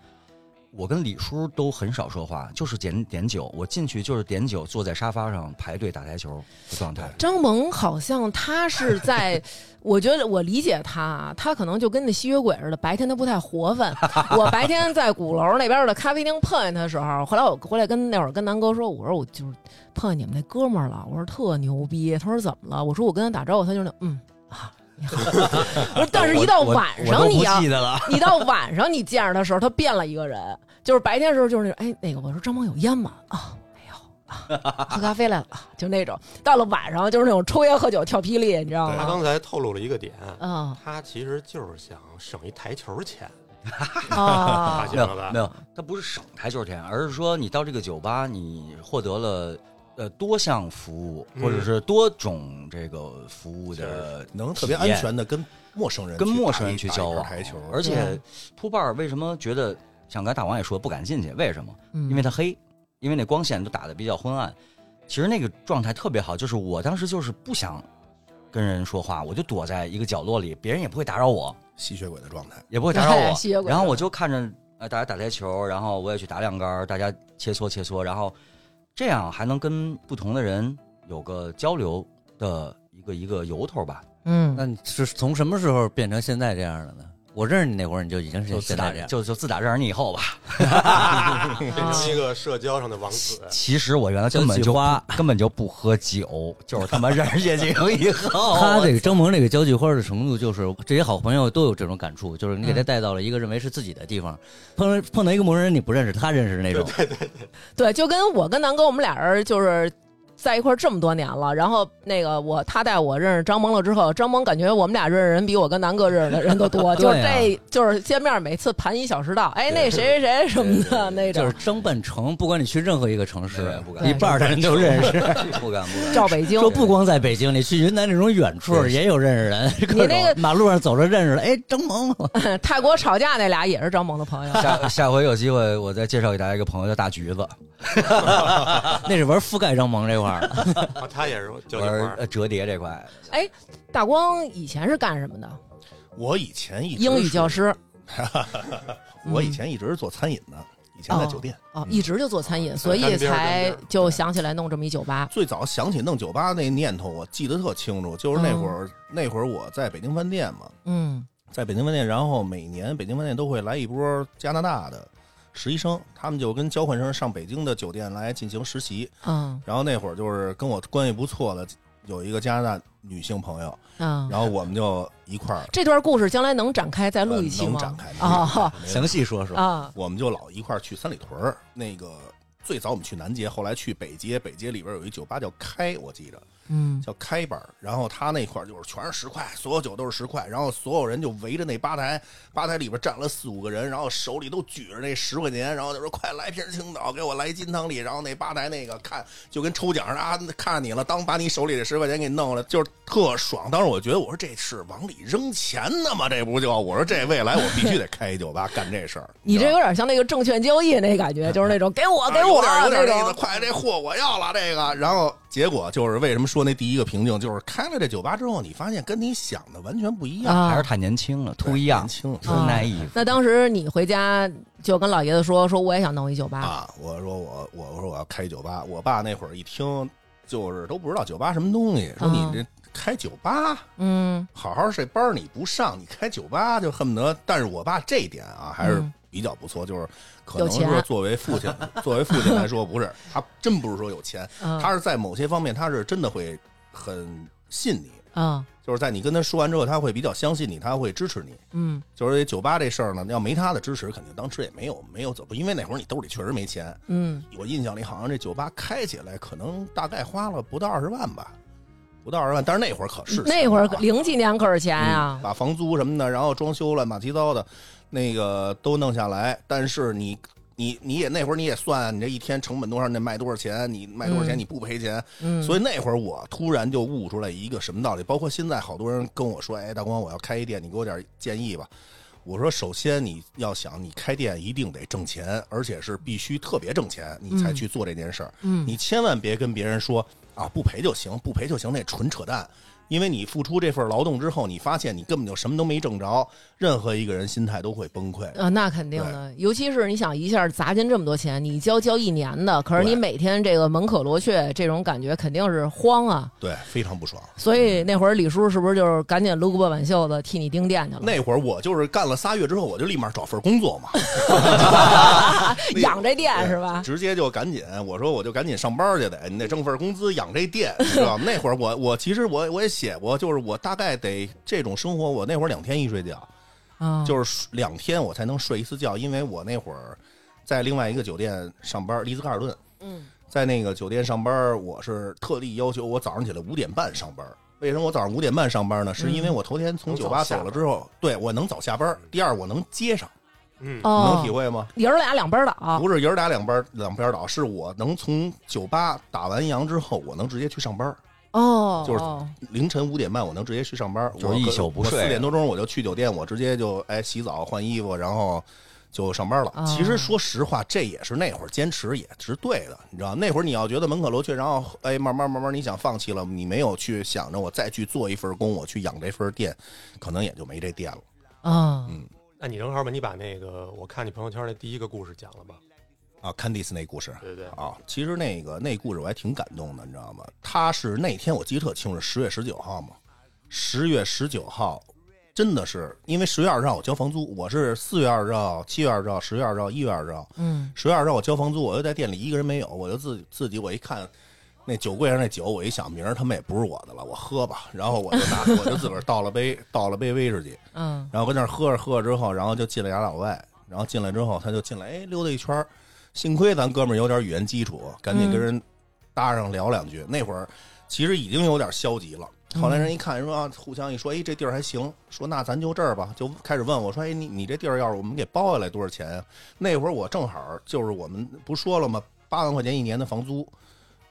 [SPEAKER 5] 我跟李叔都很少说话，就是点点酒。我进去就是点酒，坐在沙发上排队打台球的状态。
[SPEAKER 2] 张萌好像他是在，我觉得我理解他啊，他可能就跟那吸血鬼似的，白天他不太活泛。我白天在鼓楼那边的咖啡厅碰见他的时候，后来我回来跟那会儿跟南哥说，我说我就是碰见你们那哥们儿了，我说特牛逼。他说怎么了？我说我跟他打招呼，他就那嗯啊。你好 我说但是，一到
[SPEAKER 3] 我
[SPEAKER 2] 晚
[SPEAKER 3] 我
[SPEAKER 2] 上
[SPEAKER 3] 都
[SPEAKER 2] 你要
[SPEAKER 3] 不记得了，
[SPEAKER 2] 你到晚上你见着他的时候，他变了一个人，就是白天的时候就是那种，哎，那个我说张萌有烟吗？啊，没有啊，喝咖啡来了啊，就那种。到了晚上就是那种抽烟喝酒跳霹雳，你知道
[SPEAKER 1] 他
[SPEAKER 2] 吗？
[SPEAKER 1] 刚才透露了一个点，
[SPEAKER 2] 嗯
[SPEAKER 1] 他其实就是想省一台球钱，发
[SPEAKER 2] 啊，
[SPEAKER 1] 现
[SPEAKER 5] 没有
[SPEAKER 1] 了吧？
[SPEAKER 5] 没有，他不是省台球钱，而是说你到这个酒吧，你获得了呃多项服务，
[SPEAKER 1] 嗯
[SPEAKER 5] 或者是多种这个服务的
[SPEAKER 4] 能特别
[SPEAKER 5] 体
[SPEAKER 4] 安
[SPEAKER 5] 验
[SPEAKER 4] 全的跟陌生人
[SPEAKER 5] 跟
[SPEAKER 4] 去打
[SPEAKER 5] 陌生人
[SPEAKER 4] 一
[SPEAKER 5] 去
[SPEAKER 4] 打一
[SPEAKER 5] 交
[SPEAKER 4] 盘
[SPEAKER 5] 往，嗯
[SPEAKER 4] 台球，
[SPEAKER 5] 而且
[SPEAKER 2] 对
[SPEAKER 5] 扑伴儿为什么觉得像刚才大王也说不敢进去？为什么？
[SPEAKER 2] 嗯
[SPEAKER 5] 因为它黑，因为那光线都打的比较昏暗。其实那个状态特别好，就是我当时就是不想跟人说话，我就躲在一个角落里，别人也不会打扰我，
[SPEAKER 4] 吸血鬼的状态。
[SPEAKER 5] 也不会打扰
[SPEAKER 2] 吸血
[SPEAKER 5] 我。
[SPEAKER 2] 鬼
[SPEAKER 5] 然后我就看着呃大家打台球，然后我也去打两杆儿，大家切磋切磋，然后这样还能跟不同的人有个交流的一个一个由头吧。
[SPEAKER 2] 嗯
[SPEAKER 3] 那你是从什么时候变成现在这样的呢？我认识你那会儿，你就已经
[SPEAKER 5] 就是自
[SPEAKER 3] 现
[SPEAKER 5] 打
[SPEAKER 3] 在这样。
[SPEAKER 5] 就就自打认识你以后吧，
[SPEAKER 1] 变成一个社交上的王子。
[SPEAKER 5] 其实我原来根本
[SPEAKER 3] 交
[SPEAKER 5] 就
[SPEAKER 3] 际花
[SPEAKER 5] 根本就不喝酒，就是他妈认识叶景以 后，
[SPEAKER 3] 他这个张萌这个交际花的程度，就是这些好朋友都有这种感触，就是你给他带到了一个认为是自己的地方，碰碰到一个陌生人你不认识，他认识的那种，
[SPEAKER 2] 对，就跟我跟南哥我们俩人就是。在一块儿这么多年了，然后那个我他带我认识张萌了之后，张萌感觉我们俩认识人比我跟南哥认识的人都 多，就是
[SPEAKER 3] 对啊
[SPEAKER 2] 这就是见面每次盘一小时到，哎，那谁谁谁什么的那
[SPEAKER 3] 就
[SPEAKER 2] 种
[SPEAKER 3] 是，张半城，不管你去任何一个城市
[SPEAKER 5] 对不，敢
[SPEAKER 3] 一半的人都认识。
[SPEAKER 5] 不敢不敢。
[SPEAKER 2] 照北京
[SPEAKER 3] 说不光在北京，你去云南这种远处
[SPEAKER 5] 对。
[SPEAKER 3] 也有认识人，各种
[SPEAKER 2] 那个
[SPEAKER 3] 马路上走着认识了，哎，张萌，
[SPEAKER 2] 泰国吵架那俩也是张萌的朋友
[SPEAKER 5] 下下回有机会，我再介绍给大家一个朋友叫大橘子，
[SPEAKER 3] 那是玩覆盖张萌这块儿的。
[SPEAKER 1] 啊，他也是交际
[SPEAKER 5] 玩
[SPEAKER 1] 花，
[SPEAKER 5] 呃折叠这块，
[SPEAKER 2] 哎，大光以前是干什么的？
[SPEAKER 4] 我以前一直
[SPEAKER 2] 英语
[SPEAKER 4] 是
[SPEAKER 2] 教，师
[SPEAKER 4] 我以前一直是做餐饮的，以前在
[SPEAKER 2] 哦
[SPEAKER 4] 酒店。嗯
[SPEAKER 2] 哦，一直就做餐饮，所
[SPEAKER 1] 干
[SPEAKER 2] 以
[SPEAKER 1] 边儿干
[SPEAKER 2] 才
[SPEAKER 1] 边儿
[SPEAKER 2] 就想起来弄这么一酒吧。
[SPEAKER 4] 最早想起弄酒吧那念头，我记得特清楚，就是那会儿、那会儿我在北京饭店嘛，
[SPEAKER 2] 嗯
[SPEAKER 4] 在北京饭店，然后每年北京饭店都会来一波加拿大的实习生，他们就跟交换生上北京的酒店来进行实习。
[SPEAKER 2] 嗯
[SPEAKER 4] 然后那会儿就是跟我关系不错的有一个加拿大女性朋友，
[SPEAKER 2] 嗯。
[SPEAKER 4] 然后我们就一块儿
[SPEAKER 2] 这段故事将来能展开再录一期
[SPEAKER 4] 呃能
[SPEAKER 2] 吗？
[SPEAKER 4] 展开
[SPEAKER 2] 啊
[SPEAKER 4] 没问题
[SPEAKER 3] 详细说说，
[SPEAKER 2] 啊
[SPEAKER 4] 我们就老一块儿去三里屯儿。那个最早我们去南街，后来去北街，北街里边有一酒吧叫开，我记着
[SPEAKER 2] 嗯
[SPEAKER 4] 叫开板儿。然后他那块儿就是全是十块，所有酒都是十块，然后所有人就围着那吧台，吧台里边站了四五个人，然后手里都举着那十块钱，然后就说快来瓶青岛，给我来一金汤力。然后那吧台那个看就跟抽奖似的啊，看你了，当把你手里这十块钱给弄了，就是特爽。当时我觉得我说这是往里扔钱呢吗？这不就我说这未来我必须得开一酒吧干这事儿。
[SPEAKER 2] 你
[SPEAKER 4] 知道
[SPEAKER 2] 这
[SPEAKER 4] 吧
[SPEAKER 2] 有点像那个证券交易那感觉，就是那种给我
[SPEAKER 4] 啊
[SPEAKER 2] 给
[SPEAKER 4] 有
[SPEAKER 2] 我
[SPEAKER 4] 点有
[SPEAKER 2] 那
[SPEAKER 4] 点意思，
[SPEAKER 2] 种。
[SPEAKER 4] 快这货我要了这个。然后结果就是为什么说那第一个瓶颈，就是开了这酒吧之后，你发现跟你想的完全不一样，
[SPEAKER 2] 啊
[SPEAKER 5] 还是太年轻了，
[SPEAKER 4] 对
[SPEAKER 5] 不一样啊
[SPEAKER 4] 年，轻了
[SPEAKER 5] 不耐衣
[SPEAKER 2] 那当时你回家就跟老爷子说，说我也想弄一酒吧。
[SPEAKER 4] 啊！我说我我我说我要开酒吧，我爸那会儿一听就是都不知道酒吧什么东西，说你
[SPEAKER 2] 啊
[SPEAKER 4] 这开酒吧。
[SPEAKER 2] 嗯
[SPEAKER 4] 好好这班儿你不上，你开酒吧就恨不得。但是我爸这一点啊，还是
[SPEAKER 2] 嗯
[SPEAKER 4] 比较不错，就是可
[SPEAKER 2] 有
[SPEAKER 4] 能
[SPEAKER 2] 钱啊
[SPEAKER 4] 说作为父亲， 作为父亲来说，不是他真不是说有钱，
[SPEAKER 2] 嗯
[SPEAKER 4] 他是在某些方面他是真的会很信你，
[SPEAKER 2] 啊
[SPEAKER 4] 就是在你跟他说完之后，他会比较相信你，他会支持你。
[SPEAKER 2] 嗯
[SPEAKER 4] 就是这酒吧这事儿呢，要没他的支持，肯定当时也没有没有走，因为那会儿你兜里确实没钱。
[SPEAKER 2] 嗯
[SPEAKER 4] 我印象里好像这酒吧开起来可能大概花了不到二十万吧，不到二十万，但是那会儿可是
[SPEAKER 2] 那会儿
[SPEAKER 4] 可
[SPEAKER 2] 零几年可是钱啊，
[SPEAKER 4] 把房租什么的，然后装修乱七八糟的，那个都弄下来。但是你你你也那会儿你也算你这一天成本多少，你得卖多少钱，你卖多少钱
[SPEAKER 2] 嗯
[SPEAKER 4] 你不赔钱。
[SPEAKER 2] 嗯，
[SPEAKER 4] 所以那会儿我突然就悟出来一个什么道理，包括现在好多人跟我说：“哎，大光，我要开一店，你给我点建议吧。”我说：“首先你要想，你开店一定得挣钱，而且是必须特别挣钱，你才去做这件事儿。
[SPEAKER 2] 嗯
[SPEAKER 4] 你千万别跟别人说啊，不赔就行，不赔就行，那纯扯淡。因为你付出这份劳动之后，你发现你根本就什么都没挣着，任何一个人心态都会崩溃。
[SPEAKER 2] 啊，那肯定的，尤其是你想一下砸进这么多钱，你交交一年的，可是你
[SPEAKER 4] 对
[SPEAKER 2] 每天这个门可罗雀，这种感觉肯定是慌啊。
[SPEAKER 4] 对，非常不爽。
[SPEAKER 2] 所以那会儿李叔是不是就是赶紧撸过挽袖子替你盯店去了？
[SPEAKER 4] 那会儿我就是干了仨月之后，我就立马找份工作嘛。
[SPEAKER 2] 养这店是吧？
[SPEAKER 4] 直接就赶紧，我说我就赶紧上班去得，你得挣份工资养 这店，你知道吗？那会儿我我其实我我也写过，就是我大概得这种生活，我那会儿两天一睡觉，
[SPEAKER 2] 啊，
[SPEAKER 4] 就是两天我才能睡一次觉，因为我那会儿在另外一个酒店上班，丽兹卡尔顿，
[SPEAKER 2] 嗯
[SPEAKER 4] 在那个酒店上班，我是特地要求我早上起来五点半上班。为什么我早上五点半上班呢？是因为
[SPEAKER 2] 嗯
[SPEAKER 4] 我头天从酒吧走了之后，对我能早下班。第二，我能接上，
[SPEAKER 1] 嗯，
[SPEAKER 4] 能
[SPEAKER 2] 哦
[SPEAKER 4] 体，会吗？
[SPEAKER 2] 爷儿俩两边儿倒，
[SPEAKER 4] 不是爷儿俩两边儿两边儿倒，是我能从酒吧打完烊之后，我能直接去上班儿。
[SPEAKER 2] 哦，
[SPEAKER 4] 就是
[SPEAKER 2] 哦
[SPEAKER 4] 凌晨五点半，我能直接去上班儿。
[SPEAKER 5] 就是
[SPEAKER 4] 我
[SPEAKER 5] 一宿哦不睡
[SPEAKER 4] 四点多钟我就去酒店，我直接就哎洗澡换衣服，然后就上班了。
[SPEAKER 2] 哦
[SPEAKER 4] 其实说实话，这也是那会儿坚持也是对的，你知道？那会儿你要觉得门可罗雀，然后哎慢慢慢慢你想放弃了，你没有去想着我再去做一份工，我去养这份店，可能也就没这店了。
[SPEAKER 2] 啊，
[SPEAKER 4] 嗯
[SPEAKER 1] 那你正好吧，你把那个我看你朋友圈那第一个故事讲了吧？
[SPEAKER 4] 啊，Candice 那故事，
[SPEAKER 1] 对对对，
[SPEAKER 4] 啊，其实那个那故事我还挺感动的，你知道吗？他是那天我记得特清楚，十月十九号嘛，十月十九号真的是因为十月二十号我交房租，我是四月二十号、七月二十号、十月二十号、一月二十号，
[SPEAKER 2] 嗯
[SPEAKER 4] 十月二十号我交房租，我又在店里一个人没有，我就自自己我一看。那酒柜上那酒，我一想，明儿他们也不是我的了，我喝吧。然后我就拿，我就自个儿倒了杯，倒了杯威士忌，
[SPEAKER 2] 嗯
[SPEAKER 4] 然后跟那儿喝着喝着之后，然后就进了俩老外，然后进来之后他就进来，哎，溜达一圈儿幸亏咱哥们儿有点语言基础，赶紧跟人搭上聊两句。
[SPEAKER 2] 嗯
[SPEAKER 4] 那会儿其实已经有点消极了，后来人一看说啊，互相一说，哎，这地儿还行，说那咱就这儿吧，就开始问我说，哎，你你这地儿要是我们给包下来多少钱呀、那会儿我正好就是我们不说了吗？八万块钱一年的房租，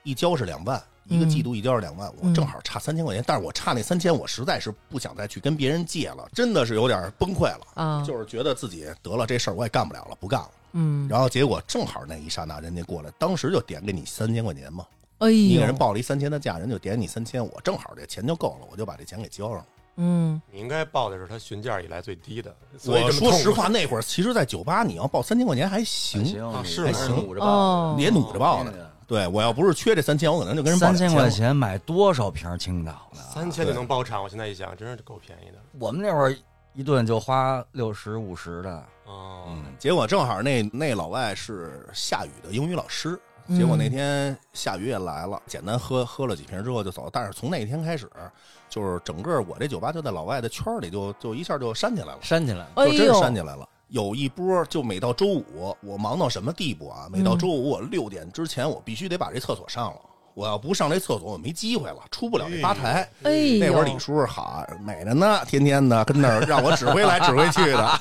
[SPEAKER 4] 一交是两万。一个
[SPEAKER 2] 嗯
[SPEAKER 4] 季度一交是两万，我正好差三千块钱，但是我差那三千，我实在是不想再去跟别人借了，真的是有点崩溃了，
[SPEAKER 2] 啊，
[SPEAKER 4] 就是觉得自己得了这事儿我也干不了了，不干了。
[SPEAKER 2] 嗯，
[SPEAKER 4] 然后结果正好那一刹那，人家过来，当时就点给你三千块钱嘛，
[SPEAKER 2] 哎
[SPEAKER 4] 你给
[SPEAKER 2] 呦
[SPEAKER 4] 人，报了一三千的价，人就点你三千，我正好这钱就够了，我就把这钱给交上了。
[SPEAKER 2] 嗯
[SPEAKER 1] 你应该报的是他询价以来最低的。 所以
[SPEAKER 4] 我
[SPEAKER 1] 这么
[SPEAKER 4] 说
[SPEAKER 1] 痛
[SPEAKER 4] 实话，那会儿其实，在酒吧你要报三千块钱还行，
[SPEAKER 5] 行，
[SPEAKER 1] 啊是
[SPEAKER 5] 还
[SPEAKER 1] 吗
[SPEAKER 5] 行，嗯捂着吧。
[SPEAKER 2] 哦
[SPEAKER 4] 也努着报呢。
[SPEAKER 5] 的，
[SPEAKER 4] 对我要不是缺这三千，我可能就跟人报
[SPEAKER 5] 三千块
[SPEAKER 4] 2000了。
[SPEAKER 5] 钱买多少瓶青岛呢？
[SPEAKER 1] 三千就能包场，我现在一想，真是够便宜的。
[SPEAKER 5] 我们那会儿一顿就花六十五十的，
[SPEAKER 1] 哦，
[SPEAKER 4] 结果正好那那老外是夏雨的英语老师，
[SPEAKER 2] 嗯
[SPEAKER 4] 结果那天夏雨也来了，简单喝喝了几瓶之后就走。但是从那天开始，就是整个我这酒吧就在老外的圈里就就一下就煽起来了。
[SPEAKER 3] 扇起来了。
[SPEAKER 2] 哎
[SPEAKER 4] 就真
[SPEAKER 2] 呦
[SPEAKER 4] 是，删起来了。有一波，就每到周五，我忙到什么地步啊？每到周五，我六点之前，我必须得把这厕所上了。我要不上这厕所，我没机会了，出不了这吧台。
[SPEAKER 2] 哎呦，
[SPEAKER 4] 那会儿李叔好美着呢，天天的跟那儿让我指挥来指挥去的。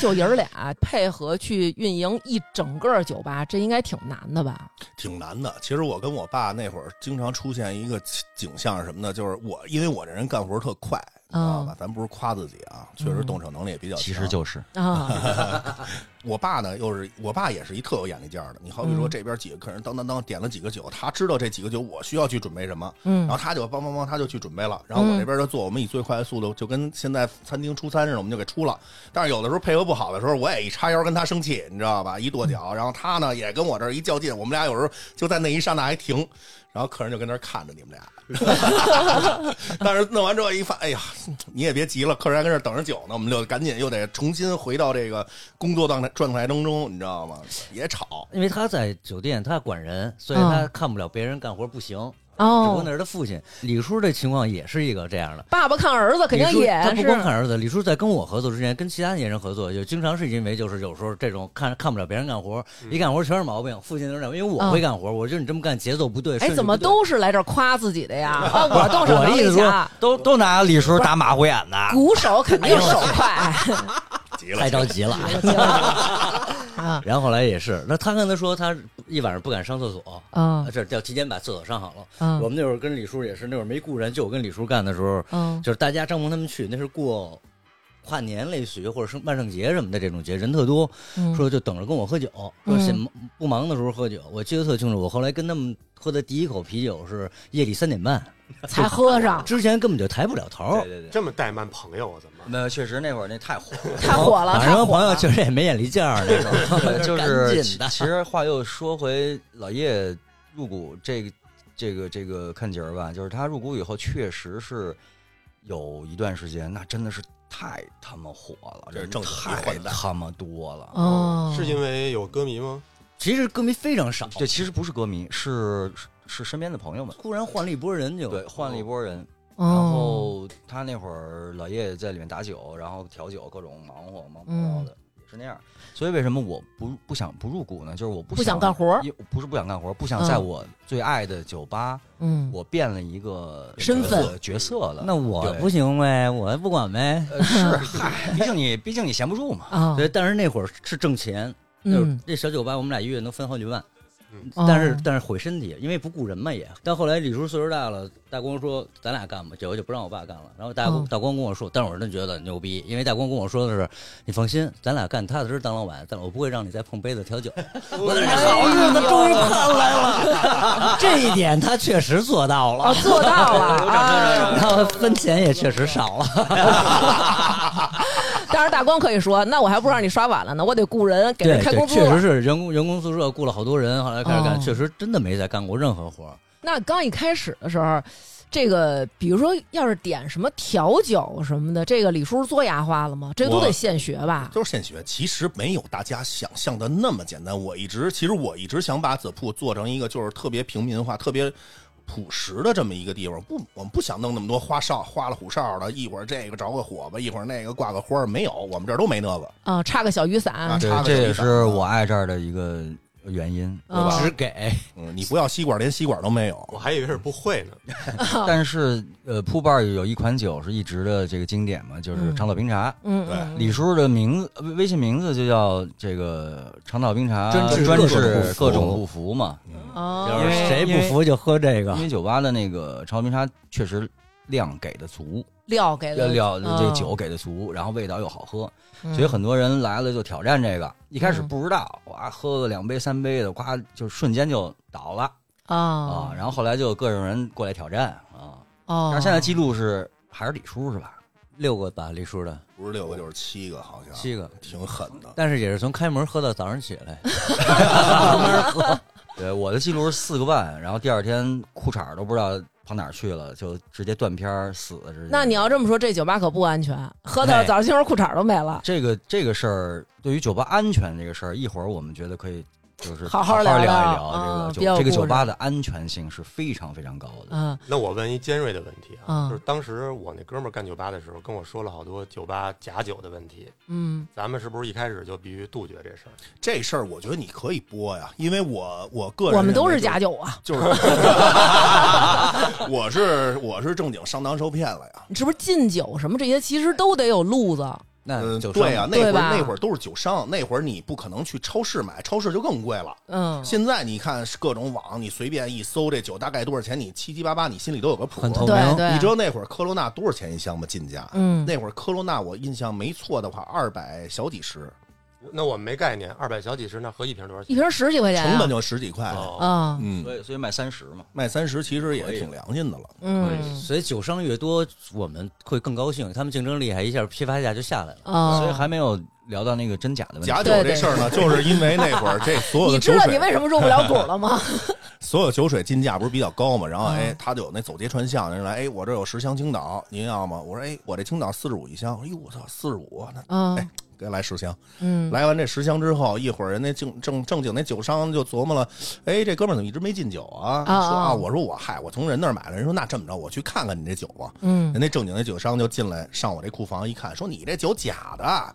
[SPEAKER 2] 就爷儿俩配合去运营一整个酒吧，这应该挺难的吧？
[SPEAKER 4] 挺难的。其实我跟我爸那会儿经常出现一个景象是什么呢？就是我，因为我这人干活特快，你知道吧？咱不是夸自己啊，确实动手能力也比较强。
[SPEAKER 5] 其实就是
[SPEAKER 2] 啊，
[SPEAKER 4] 我爸呢，又是我爸也是一特有眼力劲儿的。你好比说
[SPEAKER 2] 嗯
[SPEAKER 4] 这边几个客人当当当点了几个酒，他知道这几个酒我需要去准备什么，
[SPEAKER 2] 嗯
[SPEAKER 4] 然后他就帮帮帮他就去准备了。然后我这边就做，我们以最快的速度，就跟现在餐厅出餐似的，我们就给出了。但是有的时候配合不好的时候，我也一叉腰跟他生气，你知道吧？一跺
[SPEAKER 2] 嗯
[SPEAKER 4] 脚，然后他呢也跟我这儿一较劲，我们俩有时候就在那一刹那还 停。然后客人就跟那儿看着你们俩，但是弄完之后一发，哎呀，你也别急了，客人还跟这儿等着酒呢，我们就赶紧又得重新回到这个工作状态状态当中，你知道吗？也吵，
[SPEAKER 3] 因为他在酒店，他管人，所以
[SPEAKER 2] 嗯
[SPEAKER 3] 他看不了别人干活不行。只不过
[SPEAKER 2] 哦
[SPEAKER 3] 那，是他父亲李叔这情况也是一个这样的。
[SPEAKER 2] 爸爸看儿子肯定
[SPEAKER 3] 李叔
[SPEAKER 2] 也
[SPEAKER 3] 他不
[SPEAKER 2] 是
[SPEAKER 3] 光看儿子，李叔在跟我合作之前，跟其他年人合作，就经常是因为就是有时候这种看看不了别人干活，
[SPEAKER 4] 嗯
[SPEAKER 3] 一干活全是毛病。父亲都认为，因为我会干活，我觉得你这么干节奏不
[SPEAKER 2] 嗯
[SPEAKER 3] 对。
[SPEAKER 2] 哎，
[SPEAKER 3] 顺序
[SPEAKER 2] 怎么
[SPEAKER 3] 不对
[SPEAKER 2] 都是来这儿夸自己的呀？啊，我动手
[SPEAKER 5] 我的
[SPEAKER 2] 能
[SPEAKER 5] 意思
[SPEAKER 2] 力强
[SPEAKER 5] 说，，都都拿李叔打马虎眼的，
[SPEAKER 3] 哎
[SPEAKER 2] 鼓手肯定手 快。
[SPEAKER 4] 急了
[SPEAKER 3] 太。着急了？
[SPEAKER 2] 啊
[SPEAKER 3] 然后后来也是，那他跟他说他一晚上不敢上厕所，
[SPEAKER 2] 啊
[SPEAKER 3] 这要提前把厕所上好了。我
[SPEAKER 2] 嗯
[SPEAKER 3] 们那会儿跟李叔也是，那会儿没雇人，就我跟李叔干的时候，
[SPEAKER 2] 嗯
[SPEAKER 3] 就是大家张萌他们去，那是过跨年类似于或者是万圣节什么的这种节，人特多，
[SPEAKER 2] 嗯
[SPEAKER 3] 说就等着跟我喝酒，说
[SPEAKER 2] 嗯
[SPEAKER 3] 闲不忙的时候喝酒。我记得特清楚，我后来跟他们喝的第一口啤酒是夜里三点半，
[SPEAKER 2] 才喝上，
[SPEAKER 3] 之前根本就抬不了头
[SPEAKER 5] 对。对对，
[SPEAKER 1] 这么怠慢朋友啊，怎么？
[SPEAKER 5] 那确实那会儿那太火了。
[SPEAKER 2] 太火了，
[SPEAKER 3] 晚
[SPEAKER 2] 太
[SPEAKER 3] 上
[SPEAKER 2] 火
[SPEAKER 3] 朋友
[SPEAKER 2] 了。
[SPEAKER 3] 确实也没眼力见儿那
[SPEAKER 5] 对，
[SPEAKER 3] 种，
[SPEAKER 5] 就
[SPEAKER 3] 赶
[SPEAKER 5] 是
[SPEAKER 3] 紧
[SPEAKER 5] 其
[SPEAKER 3] 的。
[SPEAKER 5] 其实话又说回老叶入股这个这个这个看景儿吧，就是他入股以后，确实是有一段时间，那真的是太他妈火了，
[SPEAKER 4] 这是
[SPEAKER 5] 人
[SPEAKER 4] 正经一
[SPEAKER 5] 太
[SPEAKER 4] 混蛋
[SPEAKER 5] 他妈多了。
[SPEAKER 2] 哦，
[SPEAKER 1] 是因为有歌迷吗？
[SPEAKER 3] 其实歌迷非常少，
[SPEAKER 5] 这其实不是歌迷，是是是身边的朋友们，
[SPEAKER 3] 突然换了一波人就
[SPEAKER 5] 对，换了一波人。
[SPEAKER 2] 哦，
[SPEAKER 5] 然后他那会儿老叶在里面打酒，然后调酒，各种忙活忙活
[SPEAKER 2] 嗯
[SPEAKER 5] 的，也是那样。所以为什么我不不想不入股呢？就是我不
[SPEAKER 2] 不想
[SPEAKER 5] 想
[SPEAKER 2] 干活儿
[SPEAKER 5] 因不是不想干活儿，不想在
[SPEAKER 2] 嗯
[SPEAKER 5] 我最爱的酒吧，
[SPEAKER 2] 嗯，
[SPEAKER 5] 我变了一个
[SPEAKER 2] 身份
[SPEAKER 5] 角色角色了。
[SPEAKER 3] 那我
[SPEAKER 5] 对
[SPEAKER 3] 不行呗，我不管呗。
[SPEAKER 5] 呃是嗨，毕竟你毕竟你闲不住嘛。
[SPEAKER 2] 啊，
[SPEAKER 3] 对，但是那会儿是挣钱，那会儿
[SPEAKER 2] 嗯，
[SPEAKER 3] 那小酒吧我们俩一月能分好几万，
[SPEAKER 2] 哦
[SPEAKER 3] 但是但是毁身体，因为不雇人嘛也。但后来李叔岁数大了，大光说咱俩干吧，酒就不让我爸干了。然后大光、
[SPEAKER 2] 嗯
[SPEAKER 3] 大光跟我说，但是我真觉得牛逼，因为大光跟我说的是，你放心，咱俩干踏踏实实当老板，但我不会让你再碰杯子 调酒。我那好日子终于盼来 了，这一点他确实做到
[SPEAKER 2] 哦
[SPEAKER 3] 了。
[SPEAKER 2] 做到 了啊！
[SPEAKER 3] 然后分钱也确实少了，
[SPEAKER 2] 当然大光可以说，那我还不让你刷碗了呢，我得雇人给
[SPEAKER 3] 对
[SPEAKER 2] 人开
[SPEAKER 3] 对，
[SPEAKER 2] 工资
[SPEAKER 3] 确实
[SPEAKER 2] 了。
[SPEAKER 3] 是员工员工宿舍雇了好多人，后来开始干，
[SPEAKER 2] 哦
[SPEAKER 3] 确实真的没再干过任何活儿。
[SPEAKER 2] 那刚一开始的时候，这个比如说要是点什么调酒什么的，这个李叔做牙花了吗？这都
[SPEAKER 4] 我
[SPEAKER 2] 得现学吧？
[SPEAKER 4] 都是现学，其实没有大家想象的那么简单。我一直，其实我一直想把子铺做成一个就是特别平民化、特别朴实的这么一个地方。不，我们不想弄那么多花哨、花了虎哨的，一会儿这个着个火吧，一会儿那个挂个花儿，没有，我们这儿都没那个。
[SPEAKER 2] 啊， 差个小雨
[SPEAKER 4] 啊
[SPEAKER 2] 伞，
[SPEAKER 4] 对
[SPEAKER 5] 对
[SPEAKER 4] 插，个
[SPEAKER 5] 这也
[SPEAKER 4] 地方
[SPEAKER 5] 是我爱这儿的一个原因。
[SPEAKER 2] 啊
[SPEAKER 3] 只给
[SPEAKER 4] 嗯，你不要吸管，连吸管都没
[SPEAKER 1] 我
[SPEAKER 4] 有。
[SPEAKER 1] 还以为是不会呢。
[SPEAKER 5] 但是呃，铺伴儿有一款酒是一直的这个经典嘛，就是
[SPEAKER 2] 嗯
[SPEAKER 5] 长岛冰茶。
[SPEAKER 2] 嗯，
[SPEAKER 4] 对
[SPEAKER 2] 嗯
[SPEAKER 5] 李叔的名字呃微微信名字就叫这个长岛冰茶，
[SPEAKER 3] 专
[SPEAKER 5] 治
[SPEAKER 3] 治
[SPEAKER 5] 专
[SPEAKER 3] 各种不服
[SPEAKER 5] 各种不服嘛。
[SPEAKER 4] 嗯
[SPEAKER 2] 哦，
[SPEAKER 3] 就是谁不服就喝这个
[SPEAKER 5] 因。为酒吧的那个长岛冰茶确实量给的足，
[SPEAKER 2] 料给
[SPEAKER 5] 料
[SPEAKER 3] 呃
[SPEAKER 2] 了
[SPEAKER 5] 料
[SPEAKER 3] 啊
[SPEAKER 5] 这个
[SPEAKER 2] 嗯
[SPEAKER 5] 酒给的足，然后味道又好喝，
[SPEAKER 2] 嗯
[SPEAKER 5] 所以很多人来了就挑战这个。一开始
[SPEAKER 2] 嗯
[SPEAKER 5] 不知道，哇，喝个两杯三杯的，呱就瞬间就倒了
[SPEAKER 3] 哦
[SPEAKER 5] 啊
[SPEAKER 2] 啊。
[SPEAKER 5] 然后后来就有各种人过来挑战啊。
[SPEAKER 2] 哦，
[SPEAKER 5] 但是现在记录是还是李叔是吧？
[SPEAKER 3] 六个吧，李叔的
[SPEAKER 4] 不是六个就是七个，好像
[SPEAKER 3] 七个，
[SPEAKER 4] 挺狠的。
[SPEAKER 3] 但是也是从开门喝到早上起来。
[SPEAKER 5] 嗯对，我的记录是四个半，然后第二天裤衩儿都不知道跑哪儿去了，就直接断片儿死了直接。
[SPEAKER 2] 那你要这么说，这酒吧可不安全，喝到
[SPEAKER 5] 哎
[SPEAKER 2] 早上清晨裤衩都没了。
[SPEAKER 5] 这个这个事儿，对于酒吧安全这个事儿，一会儿我们觉得可以就是
[SPEAKER 2] 好好
[SPEAKER 5] 好
[SPEAKER 2] 聊
[SPEAKER 5] 聊一
[SPEAKER 2] 聊
[SPEAKER 5] 聊
[SPEAKER 2] 嗯
[SPEAKER 5] 这
[SPEAKER 2] 比
[SPEAKER 5] 个
[SPEAKER 2] 较
[SPEAKER 5] 酒这个
[SPEAKER 2] 有故
[SPEAKER 5] 酒
[SPEAKER 2] 事
[SPEAKER 5] 吧的安全性是非常非常高的。
[SPEAKER 2] 嗯
[SPEAKER 1] 那我问一尖锐的问题
[SPEAKER 2] 嗯
[SPEAKER 1] 啊，就是当时我那哥们儿干酒吧的时候，跟我说了好多酒吧假酒的问题，
[SPEAKER 2] 嗯
[SPEAKER 1] 咱们是不是一开始就必须杜绝这事儿？
[SPEAKER 4] 这事儿我觉得你可以播呀，因为我我个人
[SPEAKER 2] 我们都
[SPEAKER 4] 认
[SPEAKER 2] 是
[SPEAKER 4] 为就
[SPEAKER 2] 假酒啊，
[SPEAKER 4] 就是，我是我是正经上当受骗了呀。
[SPEAKER 2] 你是不是禁酒什么这些，其实都得有路子。
[SPEAKER 3] 那
[SPEAKER 4] 嗯，
[SPEAKER 3] 酒
[SPEAKER 4] 对呀、
[SPEAKER 3] 商
[SPEAKER 4] 那会
[SPEAKER 2] 对
[SPEAKER 4] 儿
[SPEAKER 2] 吧
[SPEAKER 4] 那会儿都是酒商，那会儿你不可能去超市买，超市就更贵了。
[SPEAKER 2] 嗯，
[SPEAKER 4] 现在你看是各种网，你随便一搜这酒大概多少钱，你七七八八，你心里都有个谱。
[SPEAKER 3] 很透
[SPEAKER 2] 对
[SPEAKER 3] 明。
[SPEAKER 2] 对，
[SPEAKER 4] 你知道那会儿科罗娜多少钱一箱吗？进价？
[SPEAKER 2] 嗯
[SPEAKER 4] 那会儿科罗娜我印象没错的话，二百小几十，
[SPEAKER 1] 那我们没概念，二百小几十，那合一瓶多少
[SPEAKER 2] 一
[SPEAKER 1] 钱？
[SPEAKER 2] 瓶十几块钱啊，
[SPEAKER 4] 成本就十几块了。
[SPEAKER 1] 哦，
[SPEAKER 2] 啊，
[SPEAKER 4] 嗯，
[SPEAKER 5] 所以所以卖三十嘛，
[SPEAKER 4] 卖三十其实
[SPEAKER 5] 可
[SPEAKER 4] 也
[SPEAKER 5] 以
[SPEAKER 4] 挺良心的了。
[SPEAKER 2] 嗯
[SPEAKER 3] 所以酒商越多，我们会更高兴，他们竞争厉害，一下批发价就下来了。
[SPEAKER 2] 啊，
[SPEAKER 5] 所以还没有聊到那个真假的问题。
[SPEAKER 4] 假酒
[SPEAKER 2] 对对
[SPEAKER 4] 这事儿呢，就是因为那会儿这所有
[SPEAKER 2] 你
[SPEAKER 4] 的
[SPEAKER 2] 知
[SPEAKER 4] 酒
[SPEAKER 2] 道
[SPEAKER 4] 水
[SPEAKER 2] 你为什么入不了股了吗？
[SPEAKER 4] 所有酒水进价不是比较高嘛，然后
[SPEAKER 2] 嗯
[SPEAKER 4] 哎，他就有那走街串巷的人来，哎，我这有十箱青岛，您要吗？我说哎，我这青岛四十五一箱，哎呦我操，四十五，那
[SPEAKER 2] 啊，
[SPEAKER 4] 给来十箱。
[SPEAKER 2] 嗯，
[SPEAKER 4] 来完这十箱之后，一会儿人家正正正经那酒商就琢磨了，哎，这哥们儿怎么一直没进酒啊？
[SPEAKER 2] 啊
[SPEAKER 4] 说
[SPEAKER 2] 啊
[SPEAKER 4] 啊，我说我嗨，我从人那儿买了。人说那这么着，我去看看你这酒吧。
[SPEAKER 2] 嗯
[SPEAKER 4] 人那正经那酒商就进来上我这库房一看，说你这酒假的。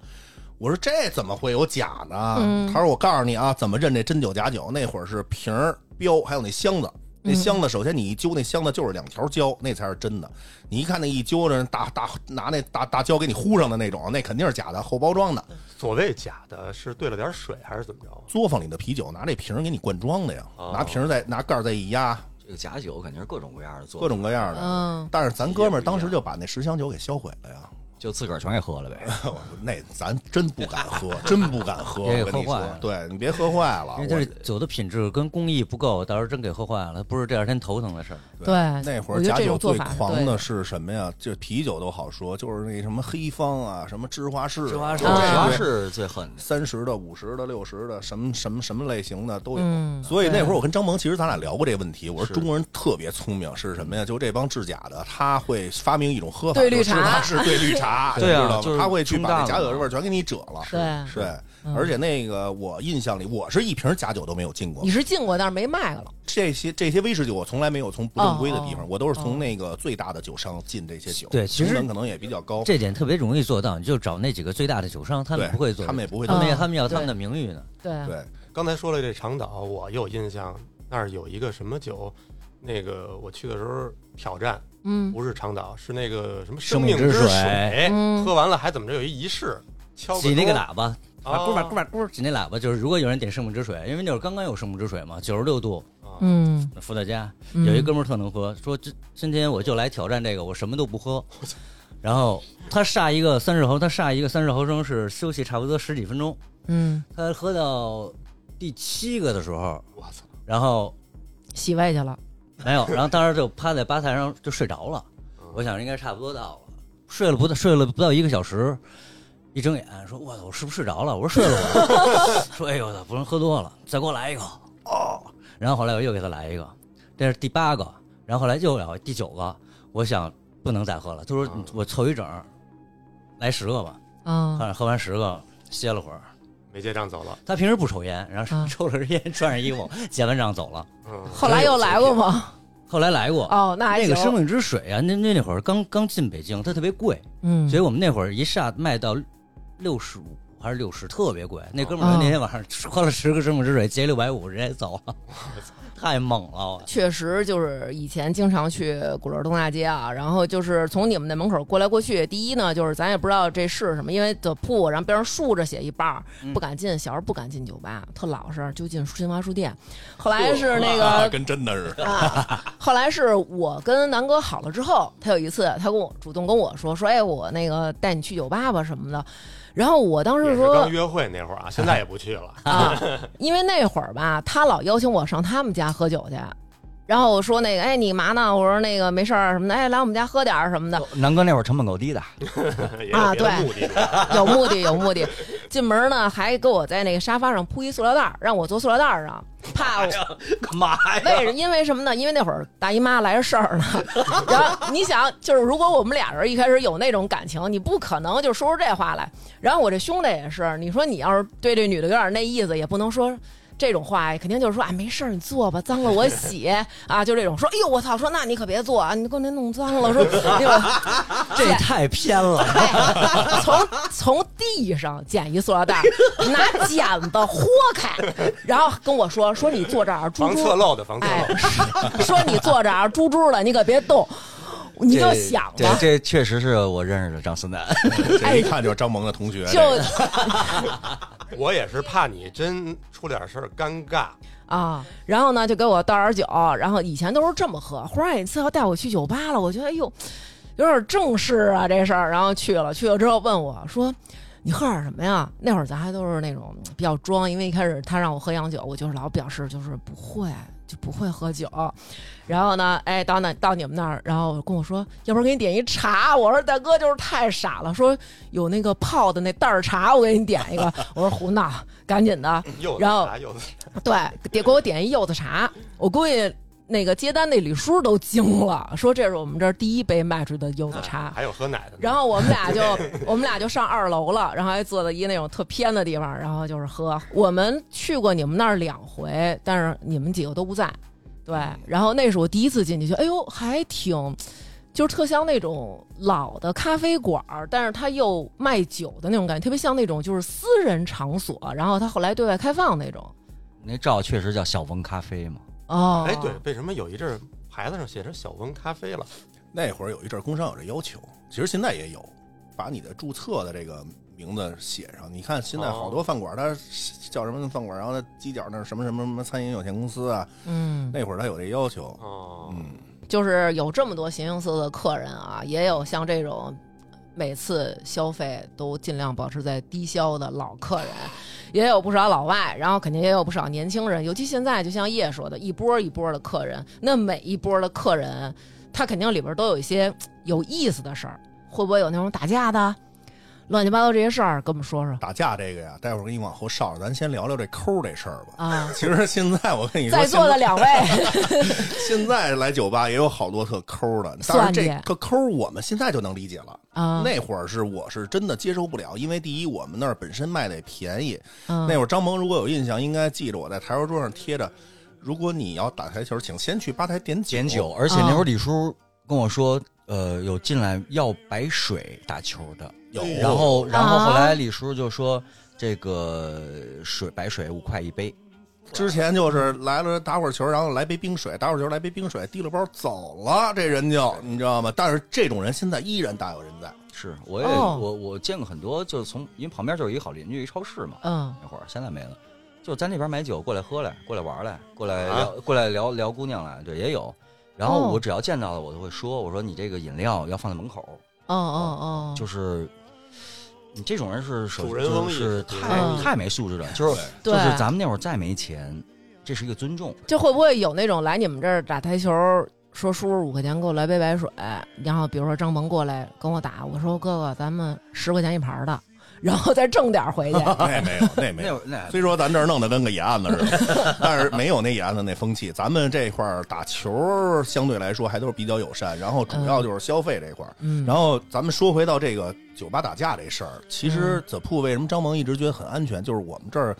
[SPEAKER 4] 我说这怎么会有假呢？
[SPEAKER 2] 嗯
[SPEAKER 4] 他说我告诉你啊，怎么认这真酒假酒？那会儿是瓶儿、标，还有那箱子。
[SPEAKER 2] 嗯
[SPEAKER 4] 那箱子，首先你一揪那箱子就是两条胶，那才是真的。你一看那一揪着大大拿那大大胶给你糊上的那种，那肯定是假的，后包装的。
[SPEAKER 1] 所谓假的是兑了点水还是怎么着啊？
[SPEAKER 4] 作坊里的啤酒，拿这瓶儿给你灌装的呀，
[SPEAKER 1] 哦
[SPEAKER 4] 拿瓶儿再拿盖儿再一压，
[SPEAKER 6] 这个假酒肯定是各种各样的做，
[SPEAKER 4] 各种各样的。
[SPEAKER 2] 嗯
[SPEAKER 4] 但是咱哥们儿当时就把那十箱酒给销毁了呀，
[SPEAKER 6] 就自个儿全给喝了呗。
[SPEAKER 4] 我那咱真不敢喝， 真不敢喝，
[SPEAKER 5] 别给
[SPEAKER 4] 我跟你
[SPEAKER 5] 喝坏
[SPEAKER 4] 说
[SPEAKER 5] 了，
[SPEAKER 4] 对你别喝坏了，
[SPEAKER 5] 因为这
[SPEAKER 4] 我
[SPEAKER 5] 是啊酒的品质跟工艺不够，到时候真给喝坏了，不是这两天头疼的事儿。
[SPEAKER 2] 对，
[SPEAKER 4] 那会
[SPEAKER 2] 我
[SPEAKER 4] 儿
[SPEAKER 2] 觉得
[SPEAKER 4] 假
[SPEAKER 2] 这
[SPEAKER 4] 酒
[SPEAKER 2] 种做
[SPEAKER 4] 最
[SPEAKER 2] 法是
[SPEAKER 4] 狂
[SPEAKER 2] 对
[SPEAKER 4] 的是什么呀？就啤酒都好说，就是那什么黑方啊，什么芝华士啊，
[SPEAKER 5] 芝华士
[SPEAKER 4] 就是
[SPEAKER 2] 啊
[SPEAKER 4] 这
[SPEAKER 6] 主
[SPEAKER 4] 种
[SPEAKER 6] 要是最狠的，
[SPEAKER 4] 三十的、五十的、六十的，什么什么什么类型的都有。
[SPEAKER 2] 嗯
[SPEAKER 4] 所以那会
[SPEAKER 2] 对
[SPEAKER 4] 儿我跟张萌其实咱俩聊过这个问题，我
[SPEAKER 6] 是
[SPEAKER 4] 说中国人特别聪明是什么呀？就这帮制假的，他会发明一种喝法，
[SPEAKER 2] 兑绿
[SPEAKER 4] 就是
[SPEAKER 2] 茶
[SPEAKER 4] 是兑 绿茶，
[SPEAKER 6] 对啊
[SPEAKER 4] 你知道吗
[SPEAKER 6] 就是
[SPEAKER 4] 他会去把
[SPEAKER 6] 冲
[SPEAKER 4] 那
[SPEAKER 6] 淡
[SPEAKER 4] 假酒
[SPEAKER 6] 了
[SPEAKER 4] 的味儿全给你褶了。
[SPEAKER 2] 对，
[SPEAKER 4] 对，
[SPEAKER 2] 嗯
[SPEAKER 4] 而且那个我印象里，我是一瓶假酒都没有进过
[SPEAKER 2] 你。是进过，但是没卖了，
[SPEAKER 4] 这些这些威士忌我从来没有从不正规的地
[SPEAKER 2] 哦
[SPEAKER 4] 方，我都是
[SPEAKER 2] 哦
[SPEAKER 4] 从那个最大的酒商进这些酒，
[SPEAKER 5] 对其实
[SPEAKER 4] 成本可能也比较高。
[SPEAKER 5] 这点特别容易做到，你就找那几个最大的酒商，他们
[SPEAKER 4] 对
[SPEAKER 5] 不会做，
[SPEAKER 4] 他们也不会
[SPEAKER 5] 他
[SPEAKER 4] 做
[SPEAKER 5] 们也
[SPEAKER 2] 嗯
[SPEAKER 5] 他们要他们
[SPEAKER 2] 对
[SPEAKER 5] 的名誉呢。
[SPEAKER 2] 对，
[SPEAKER 4] 对，
[SPEAKER 1] 刚才说了这长岛，我有印象，那儿有一个什么酒，那个我去的时候挑战，
[SPEAKER 2] 嗯
[SPEAKER 1] 不是长岛，是那个什么
[SPEAKER 5] 生
[SPEAKER 1] 命
[SPEAKER 5] 命之
[SPEAKER 1] 水，
[SPEAKER 5] 水
[SPEAKER 2] 嗯
[SPEAKER 1] 喝完了还怎么着有一仪式，敲
[SPEAKER 5] 挤那个
[SPEAKER 1] 钟哦
[SPEAKER 5] 喇叭，啊，咕吧咕吧咕，挤那喇叭，就是如果有人点圣母之水，因为那会儿刚刚有圣母之水嘛，九十六度，
[SPEAKER 1] 啊
[SPEAKER 2] 嗯，
[SPEAKER 5] 伏特加，
[SPEAKER 2] 嗯
[SPEAKER 5] 有一哥们儿特能喝，说今今天我就来挑战这个，我什么都不喝。然后他下一个三十毫，他下一个三十毫升是休息差不多十几分钟，
[SPEAKER 2] 嗯
[SPEAKER 5] 他喝到第七个的时候，
[SPEAKER 1] 我操，
[SPEAKER 5] 然后
[SPEAKER 2] 洗胃去了，
[SPEAKER 5] 没有，然后当时就趴在吧台上就睡着了。我想应该差不多到了，睡了不到睡了不到一个小时，一睁眼说：“我操，我是不是睡着了？”我说：“睡了。” 我说：“哎呦我操，不能喝多了，再给我来一口。”哦，然后后来我又给他来一个，这是第八个，然后后来又要第九个，我想不能再喝了，他说
[SPEAKER 1] 嗯：“
[SPEAKER 5] 我凑一整儿，来十个吧。”
[SPEAKER 2] 啊，
[SPEAKER 5] 后来喝完十个歇了会儿。
[SPEAKER 1] 没结账走了，
[SPEAKER 5] 他平时不抽烟，然后
[SPEAKER 2] 啊
[SPEAKER 5] 抽了根烟，穿上衣服，结完账走了。
[SPEAKER 1] 嗯，
[SPEAKER 2] 后来又来过吗？
[SPEAKER 5] 后来来过，
[SPEAKER 2] 哦，那还
[SPEAKER 5] 那个生
[SPEAKER 2] 行，
[SPEAKER 5] 命之水啊，那那那会儿刚刚进北京，它特别贵，
[SPEAKER 2] 嗯，
[SPEAKER 5] 所以我们那会儿一下卖到六十五还是六十，特别贵。那哥们儿
[SPEAKER 2] 哦
[SPEAKER 5] 那天晚上喝了十个生命之水，结六百五，人家走了，太猛了！我
[SPEAKER 2] 确实就是以前经常去鼓楼东大街啊，然后就是从你们那门口过来过去。第一呢，就是咱也不知道这是什么，因为的铺，然后边上竖着写一半儿，不敢进。小时候不敢进酒吧，特老实，就进新华书店。后来是那
[SPEAKER 4] 啊
[SPEAKER 2] 个
[SPEAKER 4] 跟真的 是
[SPEAKER 2] 啊，后来是我跟南哥好了之后，他有一次他跟我主动跟我说说，哎，我那个带你去酒吧吧什么的。然后我
[SPEAKER 1] 也
[SPEAKER 2] 当时
[SPEAKER 1] 是
[SPEAKER 2] 说，
[SPEAKER 1] 刚约会那会儿啊，现在也不去 了，
[SPEAKER 2] 啊，因为那会儿吧，他老邀请我上他们家喝酒去，然后我说那个，哎，你嘛呢？我说那个没事儿什么的，哎，来我们家喝点儿什么的，
[SPEAKER 6] 南哥那会儿成本够低的，
[SPEAKER 1] 也有别的
[SPEAKER 2] 啊对
[SPEAKER 1] 目的。
[SPEAKER 2] 有目的有目的。进门呢，还给我在那个沙发上铺一塑料袋儿，让我坐塑料袋儿上，怕我。
[SPEAKER 6] 干嘛
[SPEAKER 2] 为什？ 因为什么呢？因为那会儿大姨妈来着事儿呢。然后你想，就是如果我们俩人一开始有那种感情，你不可能就说出这话来。然后我这兄弟也是，你说你要是对这女的有点那意思，也不能说。这种话肯定就是说啊，没事儿，你坐吧，脏了我洗啊，就这种说，哎呦我操，说那你可别坐啊，你给我那弄脏了，说那个
[SPEAKER 5] 这也太偏了，
[SPEAKER 2] 哎从从地上捡一塑料袋儿，拿剪子豁开，然后跟我说说你坐这儿，猪
[SPEAKER 1] 防
[SPEAKER 2] 猪
[SPEAKER 1] 侧漏的，防侧
[SPEAKER 2] 哎
[SPEAKER 1] 漏，，
[SPEAKER 2] 说你坐这儿猪猪的，你可别动，你就想
[SPEAKER 6] 对，
[SPEAKER 2] 吧，
[SPEAKER 6] 这确实是我认识的张思南，
[SPEAKER 4] 这一看就是张萌的同学，
[SPEAKER 2] 哎就
[SPEAKER 4] 这个
[SPEAKER 1] 我也是怕你真出点事儿尴尬，
[SPEAKER 2] 啊，然后呢就给我倒点儿酒，然后以前都是这么喝，忽然有一次要带我去酒吧了，我觉得哎呦有点正式啊这事儿，然后去了，去了之后问我说。你喝点什么呀？那会儿咱还都是那种比较装，因为一开始他让我喝洋酒，我就是老表示就是不会，就不会喝酒。然后呢，哎，到那到你们那儿，然后跟我说，要不然给你点一茶。我说大哥就是太傻了，说有那个泡的那袋儿茶，我给你点一个。我说胡闹，赶紧的。
[SPEAKER 1] 柚子
[SPEAKER 2] 然后
[SPEAKER 1] 茶 柚子
[SPEAKER 2] 对，得给我点一柚子茶。我估计那个接单那李叔都惊了，说这是我们这儿第一杯卖出去的柚子茶。
[SPEAKER 1] 还有喝奶的呢。
[SPEAKER 2] 然后我们俩就我们俩就上二楼了，然后还坐在一那种特偏的地方，然后就是喝。我们去过你们那儿两回，但是你们几个都不在。对，然后那是我第一次进去，就哎呦，还挺，就是特像那种老的咖啡馆儿，但是它又卖酒的那种感觉，特别像那种就是私人场所，然后它后来对外开放那种。
[SPEAKER 5] 那照确实叫小翁咖啡嘛，
[SPEAKER 2] 哦，
[SPEAKER 1] 哎，对，，为什么有一阵儿牌子上写着小温咖啡了？
[SPEAKER 4] 那会儿有一阵儿工商有这要求，其实现在也有，把你的注册的这个名字写上。你看现在
[SPEAKER 2] 哦
[SPEAKER 4] 好多饭馆，它叫什么饭馆，然后它犄角那儿什么什么什么餐饮有限公司啊，
[SPEAKER 2] 嗯，
[SPEAKER 4] 那会儿它有这要求。
[SPEAKER 1] 哦，
[SPEAKER 4] 嗯，
[SPEAKER 2] 就是有这么多形形色色的客人啊，也有像这种每次消费都尽量保持在低消的老客人，也有不少老外，然后肯定也有不少年轻人，尤其现在就像叶说的，一波一波的客人，那每一波的客人，他肯定里边都有一些嘖有意思的事儿，会不会有那种打架的，乱七八糟这些事儿，跟我们说说
[SPEAKER 4] 打架这个呀，待会儿给你往后捎着，咱先聊聊这抠这事儿吧。。
[SPEAKER 2] 啊
[SPEAKER 4] 其实现在我跟你说，
[SPEAKER 2] 在座的两位，
[SPEAKER 4] 现在现在来酒吧也有好多特抠的，当
[SPEAKER 2] 算
[SPEAKER 4] 然
[SPEAKER 2] 计
[SPEAKER 4] 这个抠我们现在就能理解了。
[SPEAKER 2] 啊，
[SPEAKER 4] 那会儿是我是真的接受不了，因为第一我们那儿本身卖的也便宜，
[SPEAKER 2] 嗯
[SPEAKER 4] 那会儿张萌如果有印象，应该记着我在台球桌上贴着，如果你要打台球，请先去吧台点
[SPEAKER 5] 点酒。。而且那会儿李叔跟我说，呃，有进来要白水打球的，
[SPEAKER 4] 有，
[SPEAKER 5] 然后然后
[SPEAKER 2] 啊
[SPEAKER 5] 后来李叔就说这个水白水五块一杯，
[SPEAKER 4] 之前就是来了打会儿球，然后来杯冰水，打会儿球来杯冰水，提了包走了，这人就你知道吗？但是这种人现在依然大有人在。
[SPEAKER 5] 是我也、
[SPEAKER 2] 哦
[SPEAKER 5] 我我见过很多，就从因为旁边就是一个好邻居一超市嘛，
[SPEAKER 2] 嗯，
[SPEAKER 5] 那会儿现在没了，就在那边买酒过来喝来，过来玩来，过来
[SPEAKER 1] 啊
[SPEAKER 5] 聊、过来聊聊姑娘来，对也有。然后
[SPEAKER 2] 哦
[SPEAKER 5] 我只要见到了，我就会说，我说你这个饮料要放在门口，
[SPEAKER 2] 哦哦哦，
[SPEAKER 5] 就是你这种人是首
[SPEAKER 1] 主人翁
[SPEAKER 5] 就
[SPEAKER 1] 意识
[SPEAKER 5] 是太、
[SPEAKER 2] 嗯
[SPEAKER 5] 哎太没素质了，就是
[SPEAKER 2] 对
[SPEAKER 5] 就是咱们那会儿再没钱，这是一个尊重。
[SPEAKER 2] 就会不会有那种来你们这儿打台球，说叔叔五块钱给我来杯白水，然后比如说张萌过来跟我打，我说哥哥咱们十块钱一盘儿的，然后再挣点儿回去。
[SPEAKER 4] 那没有， 那没
[SPEAKER 5] 那
[SPEAKER 4] 有。
[SPEAKER 5] 会儿那
[SPEAKER 4] 虽说咱这儿弄得跟个野案子似的，但是没有那野案子那风气。咱们这块儿打球相对来说还都是比较友善，然后主要就是消费这块儿。
[SPEAKER 2] 嗯，
[SPEAKER 4] 然后咱们说回到这个酒吧打架这事儿，其实
[SPEAKER 2] 嗯
[SPEAKER 4] 子铺为什么张萌一直觉得很安全，就是我们这儿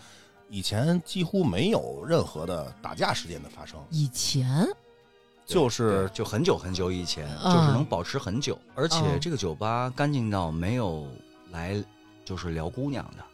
[SPEAKER 4] 以前几乎没有任何的打架事件的发生，
[SPEAKER 2] 以前
[SPEAKER 4] 就是
[SPEAKER 5] 就很久很久以前，
[SPEAKER 2] 嗯
[SPEAKER 5] 就是能保持很久，而且
[SPEAKER 2] 嗯
[SPEAKER 5] 这个酒吧干净到没有来就是聊姑娘的，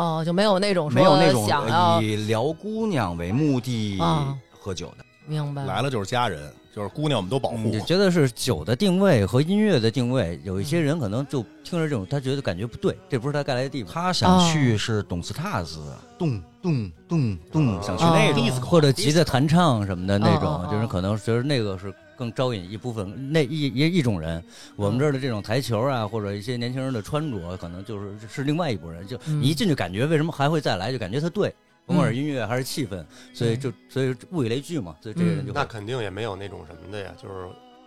[SPEAKER 2] 哦就没有那种说
[SPEAKER 5] 没有那种呃
[SPEAKER 2] 想要
[SPEAKER 5] 以聊姑娘为目的
[SPEAKER 2] 嗯
[SPEAKER 5] 喝酒的。
[SPEAKER 2] 明白
[SPEAKER 4] 来了就是家人，嗯就是姑娘我们都保护
[SPEAKER 3] 你。觉得是酒的定位和音乐的定位，有一些人可能就听着这种，他觉得感觉不对，这不是他该来的地方，
[SPEAKER 5] 他想
[SPEAKER 2] 嗯
[SPEAKER 5] 去是懂斯塔斯，咚咚咚咚，想去
[SPEAKER 2] 哦
[SPEAKER 5] 那
[SPEAKER 2] 哦
[SPEAKER 5] 种。
[SPEAKER 3] 或者吉他弹唱什么的那
[SPEAKER 2] 哦哦
[SPEAKER 3] 种
[SPEAKER 2] 哦，
[SPEAKER 3] 就是可能觉得那个是更招引一部分那一一一种人。我们这儿的这种台球啊，或者一些年轻人的穿着，可能就是是另外一拨人。就
[SPEAKER 2] 嗯
[SPEAKER 3] 你一进去，感觉为什么还会再来，就感觉他对，甭管是音乐还是气
[SPEAKER 2] 嗯
[SPEAKER 3] 氛，所以就所以物以类聚嘛，所以这些人就
[SPEAKER 1] 那肯定也没有那种什么的呀，就是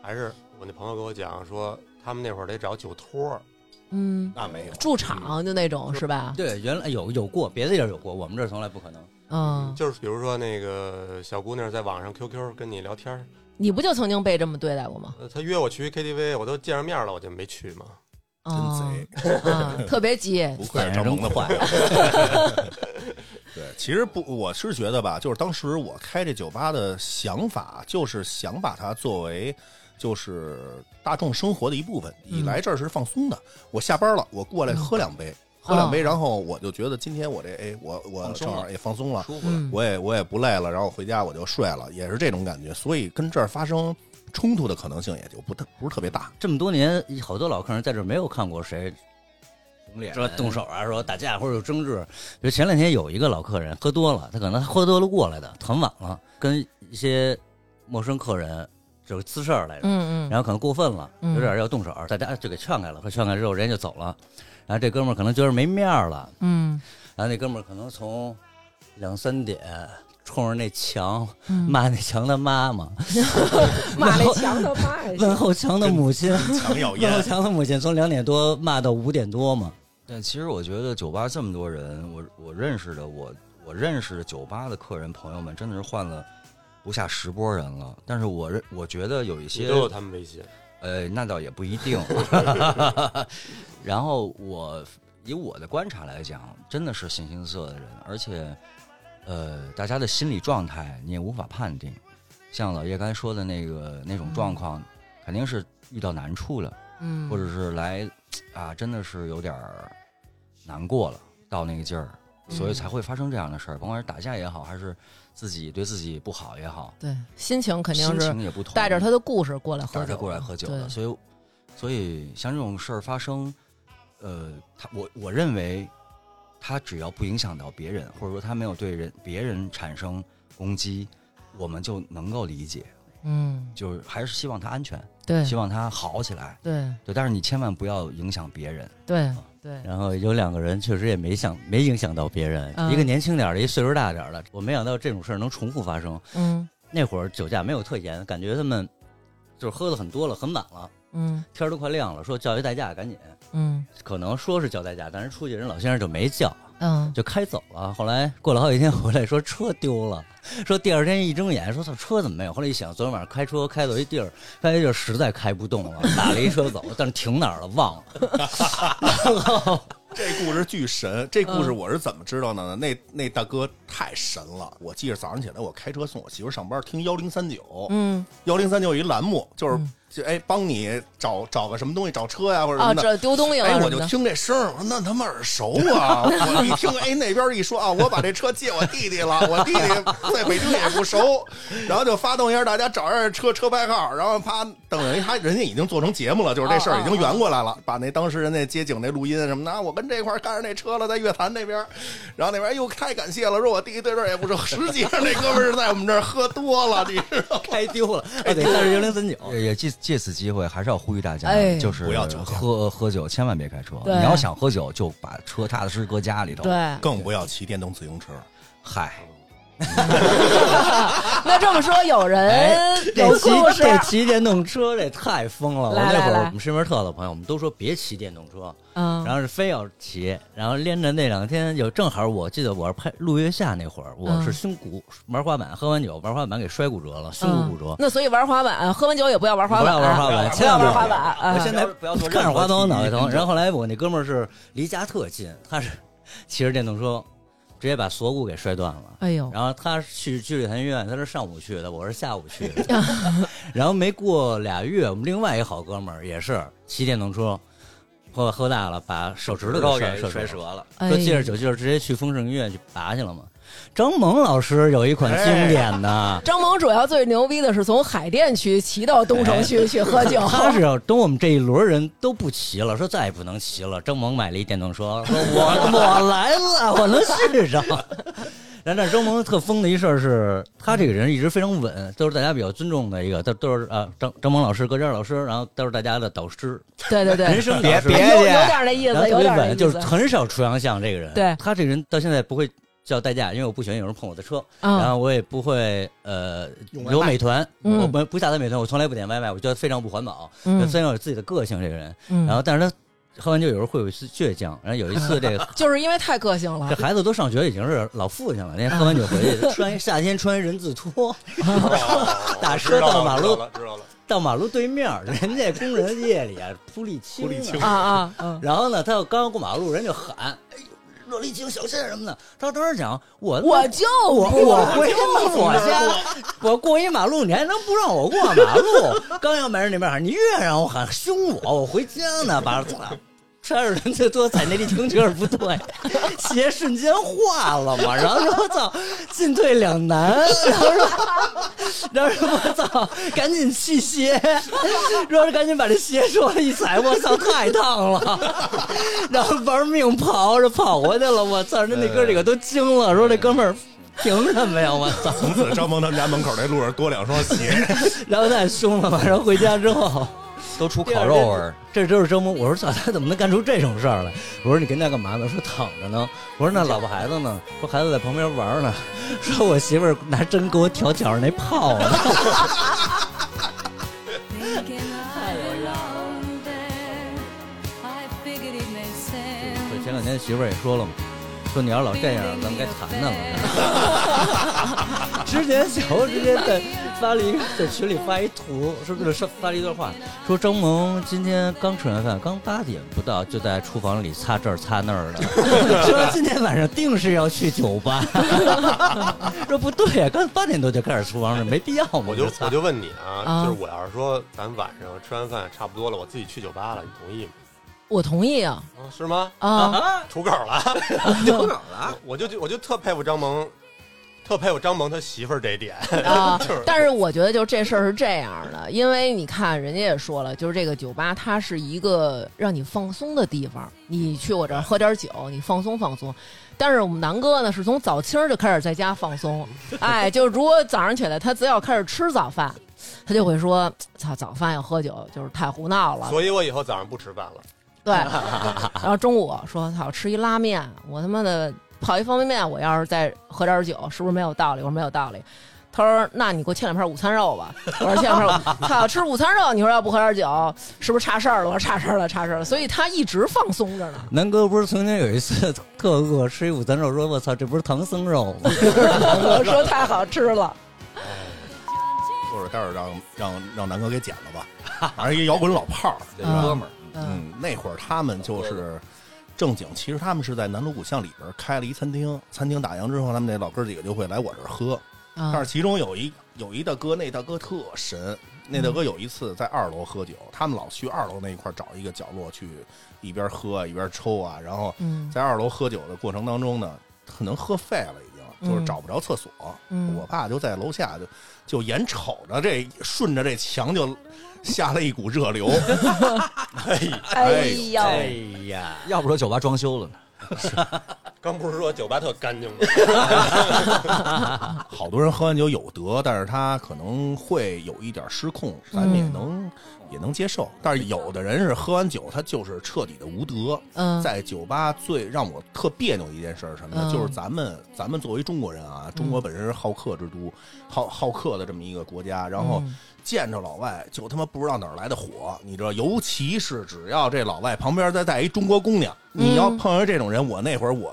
[SPEAKER 1] 还是我那朋友跟我讲说，他们那会儿得找酒托儿，
[SPEAKER 2] 嗯
[SPEAKER 4] 那没有，
[SPEAKER 2] 驻场就那种是吧？
[SPEAKER 3] 对原来哎有有过，别的地儿有过，我们这儿从来不可能。
[SPEAKER 2] 嗯，
[SPEAKER 1] 就是比如说那个小姑娘在网上 QQ 跟你聊天儿，
[SPEAKER 2] 你不就曾经被这么对待过吗？
[SPEAKER 1] 呃，她约我去 KTV，我都见着面了，我就没去嘛。
[SPEAKER 4] 真
[SPEAKER 2] 啊
[SPEAKER 4] 贼，
[SPEAKER 2] 啊，特别急。
[SPEAKER 4] 不愧是张萌的坏。对，其实不，我是觉得吧，就是当时我开这酒吧的想法，就是想把它作为就是大众生活的一部分。你来这儿是放松的，我下班了，我过来喝两杯，喝两杯，然后我就觉得今天我这哎，我我
[SPEAKER 5] 放松
[SPEAKER 4] 正
[SPEAKER 5] 了
[SPEAKER 4] 好也放松了，
[SPEAKER 5] 舒服了，
[SPEAKER 2] 嗯，
[SPEAKER 4] 我也我也不累了，然后回家我就睡了，也是这种感觉。所以跟这儿发生冲突的可能性也就不特不是特别大。
[SPEAKER 3] 这么多年，好多老客人在这儿没有看过谁
[SPEAKER 5] 红脸
[SPEAKER 3] 说动手啊，说打架或者有争执。就前两天有一个老客人喝多了，他可能喝多了过来的，很晚了，跟一些陌生客人就是滋事儿来着，
[SPEAKER 2] 嗯嗯，
[SPEAKER 3] 然后可能过分了，
[SPEAKER 2] 嗯
[SPEAKER 3] 有点要动手，大家就给劝开了，可劝开之后人家就走了。然后这哥们儿可能觉得没面儿了，
[SPEAKER 2] 嗯
[SPEAKER 3] 然后那哥们儿可能从两三点冲着那墙
[SPEAKER 2] 嗯
[SPEAKER 3] 骂那墙的妈妈，
[SPEAKER 7] 骂那墙他妈还
[SPEAKER 3] 问
[SPEAKER 7] 行，
[SPEAKER 3] 候墙的母亲，
[SPEAKER 4] 强咬
[SPEAKER 3] 问
[SPEAKER 4] 烟
[SPEAKER 3] 候，墙的母亲从两点多骂到五点多嘛。
[SPEAKER 5] 但其实我觉得酒吧这么多人，我我认识的我我认识的酒吧的客人朋友们，真的是换了不下十波人了。但是我认我觉得有一
[SPEAKER 1] 你
[SPEAKER 5] 些
[SPEAKER 1] 都有他们微信，
[SPEAKER 5] 呃，那倒也不一定。然后我以我的观察来讲，真的是形形色色的人，而且呃，大家的心理状态你也无法判定。像老叶刚才说的那个那种状况，肯定是遇到难处了，
[SPEAKER 2] 嗯，
[SPEAKER 5] 或者是来啊，真的是有点儿难过了，到那个劲儿，所以
[SPEAKER 2] 嗯
[SPEAKER 5] 才会发生这样的事儿。甭管是打架也好，还是自己对自己不好也好，
[SPEAKER 2] 对心情肯定
[SPEAKER 5] 心
[SPEAKER 2] 是
[SPEAKER 5] 情也不同，
[SPEAKER 2] 带着他的故事过来喝酒
[SPEAKER 5] 带着
[SPEAKER 2] 的，
[SPEAKER 5] 他过来喝酒的，
[SPEAKER 2] 对
[SPEAKER 5] 所以所以像这种事儿发生，呃，他我我认为他只要不影响到别人，或者说他没有对人别人产生攻击，我们就能够理解，
[SPEAKER 2] 嗯，
[SPEAKER 5] 就是还是希望他安全，
[SPEAKER 2] 对
[SPEAKER 5] 希望他好起来，
[SPEAKER 2] 对
[SPEAKER 5] 对，但是你千万不要影响别人，
[SPEAKER 2] 对
[SPEAKER 3] 嗯
[SPEAKER 2] 对，
[SPEAKER 3] 然后有两个人确实也没想没影响到别人，
[SPEAKER 2] 嗯
[SPEAKER 3] 一个年轻点儿的，一岁数大点儿的。我没想到这种事儿能重复发生。
[SPEAKER 2] 嗯
[SPEAKER 3] 那会儿酒驾没有特严，感觉他们就是喝的很多了，很晚了，
[SPEAKER 2] 嗯
[SPEAKER 3] 天儿都快亮了，说叫一代驾，赶紧。
[SPEAKER 2] 嗯
[SPEAKER 3] 可能说是叫代驾，但是出去人老先生就没叫，
[SPEAKER 2] 嗯，
[SPEAKER 3] 就开走了。后来过了好几天回来，说车丢了，说第二天一睁眼，说操车怎么没有？后来一想，昨天晚上开车开到一地儿，开到一地儿实在开不动了，打了一车走，但是停哪儿了忘了。然后
[SPEAKER 4] 这故事巨神，这故事
[SPEAKER 2] 嗯
[SPEAKER 4] 我是怎么知道的呢？那那大哥太神了！我记着早上起来，我开车送我媳妇上班，听幺零三九，
[SPEAKER 2] 嗯
[SPEAKER 4] 幺零三九有一栏目，就是
[SPEAKER 2] 嗯
[SPEAKER 4] 就哎帮你找找个什么东西，找车呀或者什
[SPEAKER 2] 啊，
[SPEAKER 4] 么的。
[SPEAKER 2] 这丢东西了
[SPEAKER 4] 哎，
[SPEAKER 2] 什
[SPEAKER 4] 我
[SPEAKER 2] 么
[SPEAKER 4] 就
[SPEAKER 2] 的，
[SPEAKER 4] 听这声儿，我说那他妈耳熟啊！我一听，哎，那边一说啊，我把这车借我弟弟了，我弟弟在北京也不熟，然后就发动一下大家找一下车车牌号，然后啪，等人他人家已经做成节目了，就是这事儿已经圆过来了，把那当时人那街景那录音什么的，啊我跟这块儿干着那车了，在乐坛那边儿，然后那边儿哎呦太感谢了，说我弟弟对这儿也不熟，实际上那哥们儿是在我们这儿喝多了，你知道吗？
[SPEAKER 3] 开丢了，
[SPEAKER 2] 哎
[SPEAKER 3] 哦对，但是幺零三九。
[SPEAKER 5] 也也借借此机会还是要呼吁大家，
[SPEAKER 2] 啊哎
[SPEAKER 5] 就是
[SPEAKER 4] 不要酒驾
[SPEAKER 5] 喝喝酒千万别开车，你
[SPEAKER 2] 对
[SPEAKER 5] 要想喝酒就把车踏踏实实搁家里头，
[SPEAKER 2] 对，
[SPEAKER 4] 更不要骑电动自行车。
[SPEAKER 5] 嗨。
[SPEAKER 2] 那这么说，有人有
[SPEAKER 3] 哎这骑
[SPEAKER 2] 故事，
[SPEAKER 3] 这骑电动车这太疯了！我
[SPEAKER 2] 来
[SPEAKER 3] 那
[SPEAKER 2] 来
[SPEAKER 3] 会儿
[SPEAKER 2] 来
[SPEAKER 3] 我们身边特好的朋友，我们都说别骑电动车，
[SPEAKER 2] 嗯
[SPEAKER 3] 然后是非要骑，然后连着那两天有正好我记得我是拍录月下那会儿，我
[SPEAKER 2] 嗯
[SPEAKER 3] 是胸骨玩滑板，喝完酒玩滑板给摔骨折了，胸骨骨折。
[SPEAKER 2] 那所以玩滑板，喝完酒也不要玩滑
[SPEAKER 3] 不
[SPEAKER 2] 板，
[SPEAKER 3] 要玩滑板，
[SPEAKER 2] 不
[SPEAKER 3] 千
[SPEAKER 2] 要
[SPEAKER 3] 万
[SPEAKER 2] 玩
[SPEAKER 3] 不要
[SPEAKER 2] 滑板。
[SPEAKER 3] 我
[SPEAKER 2] 啊！
[SPEAKER 3] 现在
[SPEAKER 5] 不要不要做任何
[SPEAKER 3] 看着滑板我脑袋
[SPEAKER 5] 体育
[SPEAKER 3] 疼。
[SPEAKER 5] 运动
[SPEAKER 3] 然后后来我那哥们儿是离家特近，他是 骑着电动车直接把锁骨给摔断了。
[SPEAKER 2] 哎呦，
[SPEAKER 3] 然后他去去了一趟医院，他是上午去的，我是下午去的。然后没过俩月，我们另外一好哥们儿也是骑电动车，喝喝大了，把手指头
[SPEAKER 5] 高
[SPEAKER 3] 给
[SPEAKER 5] 给
[SPEAKER 3] 摔
[SPEAKER 5] 摔
[SPEAKER 3] 折
[SPEAKER 5] 折
[SPEAKER 3] 了。
[SPEAKER 5] 了。
[SPEAKER 2] 哎
[SPEAKER 3] 说借着酒劲儿直接去丰盛医院去拔去了嘛。张萌老师有一款经典
[SPEAKER 5] 哎
[SPEAKER 3] 的，
[SPEAKER 2] 张萌主要最牛逼的是从海淀区骑到东城区去喝酒，
[SPEAKER 3] 哎他是要等我们这一轮人都不骑了，说再也不能骑了。张萌买了一电动车，说我我来了，我能续上。然后 但张萌特疯的一事儿是，他这个人一直非常稳，都是大家比较尊重的一个，都都是啊张张萌老师、葛佳老师，然后都是大家的导师，
[SPEAKER 2] 对对对，
[SPEAKER 3] 人生导师，
[SPEAKER 2] 有
[SPEAKER 5] 别
[SPEAKER 2] 有
[SPEAKER 5] 介
[SPEAKER 2] 点那意
[SPEAKER 3] 然后
[SPEAKER 2] 思，
[SPEAKER 3] 特
[SPEAKER 2] 有
[SPEAKER 3] 别
[SPEAKER 2] 点那
[SPEAKER 3] 稳，
[SPEAKER 2] 意
[SPEAKER 3] 就是
[SPEAKER 2] 思。
[SPEAKER 3] 很少出洋相这个人。
[SPEAKER 2] 对
[SPEAKER 3] 他这个人到现在不会叫代驾，因为我不喜欢有人碰我的车。然
[SPEAKER 2] 嗯，
[SPEAKER 3] 后我也不会呃
[SPEAKER 4] 用外卖
[SPEAKER 3] 有美团，
[SPEAKER 2] 嗯
[SPEAKER 3] 我不不下载美团，我从来不点外卖，我觉得非常不环保。
[SPEAKER 2] 嗯
[SPEAKER 3] 虽然有自己的个性这个人，
[SPEAKER 2] 嗯
[SPEAKER 3] 然后但是他喝完酒有时候会有一次倔强，然后有一次这 个
[SPEAKER 2] 就是因为太个性了
[SPEAKER 3] 这，孩子都上学已经是老父亲了，
[SPEAKER 2] 嗯
[SPEAKER 3] 那天喝完酒回去穿一夏天穿一人字拖， 打车到马路
[SPEAKER 1] 哦知道了，知道了。
[SPEAKER 3] 到马路对面儿，人家工人夜里啊铺沥青啊，
[SPEAKER 4] 铺沥青
[SPEAKER 2] 啊啊啊！
[SPEAKER 3] 然后呢他要刚过马路，人就喊哎呦落沥青小心啊什么的，他当时讲我
[SPEAKER 2] 我就
[SPEAKER 3] 我
[SPEAKER 2] 不
[SPEAKER 3] 我回我家，我过一马路，你还能不让我过马路？刚要迈人那边喊，你越让我喊凶我，我回家呢，把穿着人最多踩那地停觉得不对，鞋瞬间化了嘛，然后说我操，进退两难，然后说，然后说我操，赶紧弃鞋，说是赶紧把这鞋说一踩，我操，太烫了，然后玩命跑着跑回去了，我操，人那哥几个都惊了，说这哥们儿凭什么呀，我操，
[SPEAKER 4] 从此，张萌他们家门口那路上多两双鞋。
[SPEAKER 3] 然后太凶了嘛，然后回家之后。
[SPEAKER 5] 都出烤肉味儿，
[SPEAKER 3] 这就是折磨。我说操，他怎么能干出这种事儿来？我说你跟那干嘛呢？说躺着呢。我说那老婆孩子呢？说孩子在旁边玩呢。说我媳妇儿拿针给我挑脚上那泡呢。
[SPEAKER 8] 哎
[SPEAKER 3] 对前两天媳妇儿也说了嘛，说你要老这样，咱们该谈谈了。之前小欧直接在发了一个在群里发一图，说不是发了一段话，说张萌今天刚吃完饭，刚八点不到就在厨房里擦这儿擦那 儿的，说今天晚上定是要去酒吧。 说不对呀、刚八点多就开始厨房了，没必要嘛。
[SPEAKER 1] 我就
[SPEAKER 3] 擦
[SPEAKER 1] 我就问你
[SPEAKER 2] 啊
[SPEAKER 1] 啊，就是我要是说咱晚上吃完饭差不多了，我自己去酒吧了，你同意吗？
[SPEAKER 2] 我同意 啊
[SPEAKER 1] 啊，是吗？
[SPEAKER 2] 啊！
[SPEAKER 1] 土狗了，
[SPEAKER 9] 丢哪儿了？
[SPEAKER 1] 我就我就特佩服张萌，特佩服张萌他媳妇儿这一点。
[SPEAKER 2] 啊
[SPEAKER 1] 就是！
[SPEAKER 2] 但是我觉得就这事儿是这样的，因为你看人家也说了，就是这个酒吧它是一个让你放松的地方，你去我这儿喝点酒，你放松放松。但是我们南哥呢，是从早清儿就开始在家放 松，哎，就如果早上起来他只要开始吃早饭，他就会说：“操，早饭要喝酒，就是太胡闹 了。”
[SPEAKER 1] 所以我以后早上不吃饭了。
[SPEAKER 2] 对，然后中午说操吃一拉面，我他妈的泡一方便面，我要是再喝点酒，是不是没有道理？我说没有道理。他说：“那你给我切两片午餐肉吧。”我说：“切两片午， 操，吃午餐肉，你说要不喝点酒，是不是差事儿了？”我说：“差事儿了，差事儿了。”所以他一直放松着呢。
[SPEAKER 3] 南哥不是曾经有一次特饿吃一午餐肉，说我操，这不是唐僧肉吗？
[SPEAKER 2] 我说：“太好吃了。
[SPEAKER 4] 就是待会儿让让让南哥给剪了吧， 反正一摇滚老炮儿，
[SPEAKER 5] 这
[SPEAKER 2] 啊
[SPEAKER 5] 哥们儿，”
[SPEAKER 2] 嗯，
[SPEAKER 4] 嗯，那会儿他们就是正经，其实他们是在南锣鼓巷里边开了一餐厅，餐厅打烊之后，他们那老哥几个就会来我这儿喝。但
[SPEAKER 2] 啊
[SPEAKER 4] 是其中有一有一大哥，那大哥特神，那大哥有一次在二楼喝酒，他们老去二楼那一块儿找一个角落去一边喝啊一边抽啊，然后
[SPEAKER 2] 嗯
[SPEAKER 4] 在二楼喝酒的过程当中呢，可能喝废了已经，就是找不着厕所。
[SPEAKER 2] 嗯
[SPEAKER 4] 我爸就在楼下就就眼瞅着这顺着这墙就下了一股 热流，哎
[SPEAKER 7] 哎
[SPEAKER 4] 呦
[SPEAKER 7] 呦，
[SPEAKER 5] 哎呀，要不说酒吧装修了呢，
[SPEAKER 1] 刚不是说酒吧特干 净吗？
[SPEAKER 4] 好多人喝完酒有德，但是他可能会有一点失控，咱们也
[SPEAKER 2] 嗯
[SPEAKER 4] 能、也能接受。但是有的人是喝完酒，他就是彻底的无德。
[SPEAKER 2] 嗯
[SPEAKER 4] 在酒吧最让我特别扭的一件事是什么呢？
[SPEAKER 2] 嗯
[SPEAKER 4] 就是咱们咱们作为中国人啊，中国本身是好客之都，好好客的这么一个国家，然后
[SPEAKER 2] 嗯
[SPEAKER 4] 见着老外就他妈不知道哪儿来的火，你知道？尤其是只要这老外旁边再带一中国姑娘，你要
[SPEAKER 2] 嗯
[SPEAKER 4] 碰上这种人，我那会儿我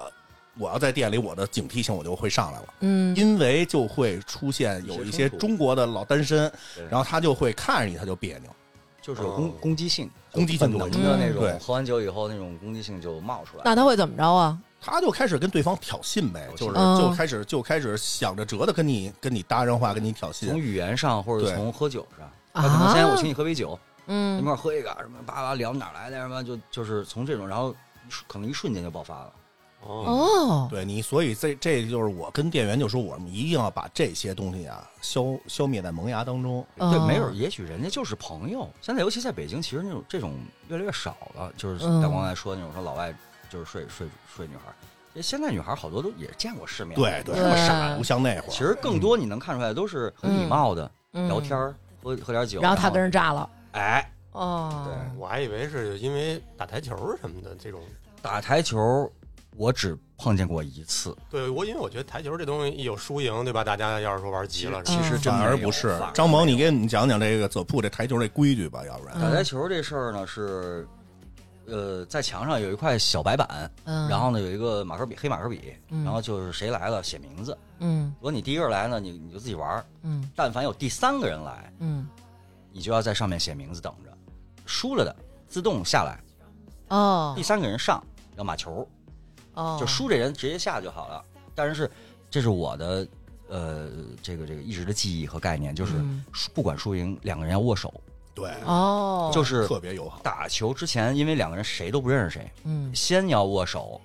[SPEAKER 4] 我要在店里，我的警惕性我就会上来了。
[SPEAKER 2] 嗯
[SPEAKER 4] 因为就会出现有一些中国的老单身
[SPEAKER 5] 对，
[SPEAKER 4] 然后他就会看着你他就别扭，
[SPEAKER 5] 就是有攻
[SPEAKER 1] 哦
[SPEAKER 5] 攻击性，
[SPEAKER 4] 嗯攻击性
[SPEAKER 5] 本能
[SPEAKER 4] 就
[SPEAKER 2] 会
[SPEAKER 5] 的那
[SPEAKER 4] 有对
[SPEAKER 5] 种，喝完酒以后那种攻击性就冒出
[SPEAKER 2] 嗯
[SPEAKER 5] 来了。
[SPEAKER 2] 那他会怎么着啊？
[SPEAKER 4] 他就开始跟对方挑衅呗，就是
[SPEAKER 2] 嗯
[SPEAKER 4] 就开始就开始想着辙的跟你跟你搭上话，跟你挑衅
[SPEAKER 5] 从。语言上或者
[SPEAKER 4] 对
[SPEAKER 5] 从喝酒上，哎
[SPEAKER 2] 啊
[SPEAKER 5] 他可能先我请你喝杯酒，一
[SPEAKER 2] 嗯
[SPEAKER 5] 块儿喝一个，什么叭叭聊哪儿来的，什么就就是从这种，然后一瞬可能一瞬间就爆发了。
[SPEAKER 1] 哦，
[SPEAKER 2] 哦，
[SPEAKER 4] 对你，所以这这就是我跟店员就说，我们一定要把这些东西啊消消灭在萌芽当中。
[SPEAKER 5] 对，
[SPEAKER 2] 哦
[SPEAKER 5] 没准儿也许人家就是朋友。现在尤其在北京，其实那种这种越来越少了。就是
[SPEAKER 2] 嗯
[SPEAKER 5] 大光才说那种说老外就是睡睡睡女孩儿，因为现在女孩儿好多都也见过世面。
[SPEAKER 4] 对对，
[SPEAKER 2] 对
[SPEAKER 4] 这么傻，不像那会儿。
[SPEAKER 5] 其实更多你能看出来都是很礼貌的、
[SPEAKER 2] 嗯
[SPEAKER 5] 聊天儿，喝喝点酒，
[SPEAKER 2] 然后他跟人炸了
[SPEAKER 5] 哎
[SPEAKER 2] 哦，
[SPEAKER 5] 对
[SPEAKER 1] 我还以为是因为打台球什么的这种。
[SPEAKER 5] 打台球，我只碰见过一次。
[SPEAKER 1] 对我，因为我觉得台球这东西一有输赢，对吧？大家要是说玩急了，
[SPEAKER 5] 其
[SPEAKER 2] 嗯
[SPEAKER 5] 实
[SPEAKER 4] 嗯
[SPEAKER 5] 真
[SPEAKER 4] 反而
[SPEAKER 5] 没有
[SPEAKER 4] 不是
[SPEAKER 5] 反而
[SPEAKER 4] 张萌，
[SPEAKER 5] 没
[SPEAKER 4] 你
[SPEAKER 5] 有
[SPEAKER 4] 给我们讲讲这个泽铺这台球这规矩吧，要不然
[SPEAKER 5] 打台球这事儿呢是，呃，在墙上有一块小白板，
[SPEAKER 2] 嗯，
[SPEAKER 5] 然后呢有一个马克笔，黑马克笔，
[SPEAKER 2] 嗯
[SPEAKER 5] 然后就是谁来了写名字。
[SPEAKER 2] 嗯
[SPEAKER 5] 如果你第一个人来呢，你你就自己玩儿；
[SPEAKER 2] 嗯
[SPEAKER 5] 但凡有第三个人来，
[SPEAKER 2] 嗯
[SPEAKER 5] 你就要在上面写名字等着。输了的自动下来，
[SPEAKER 2] 哦
[SPEAKER 5] 第三个人上要码球，
[SPEAKER 2] 哦，
[SPEAKER 5] 就输这人直接下就好了。但是是这是我的呃这个这个一直的记忆和概念，就是
[SPEAKER 2] 嗯
[SPEAKER 5] 输不管输赢，两个人要握手，
[SPEAKER 4] 对，
[SPEAKER 2] 哦，
[SPEAKER 5] 就是
[SPEAKER 4] 特别友好。
[SPEAKER 5] 打球之前，因为两个人谁都不认识谁，
[SPEAKER 2] 嗯
[SPEAKER 5] 先要握手，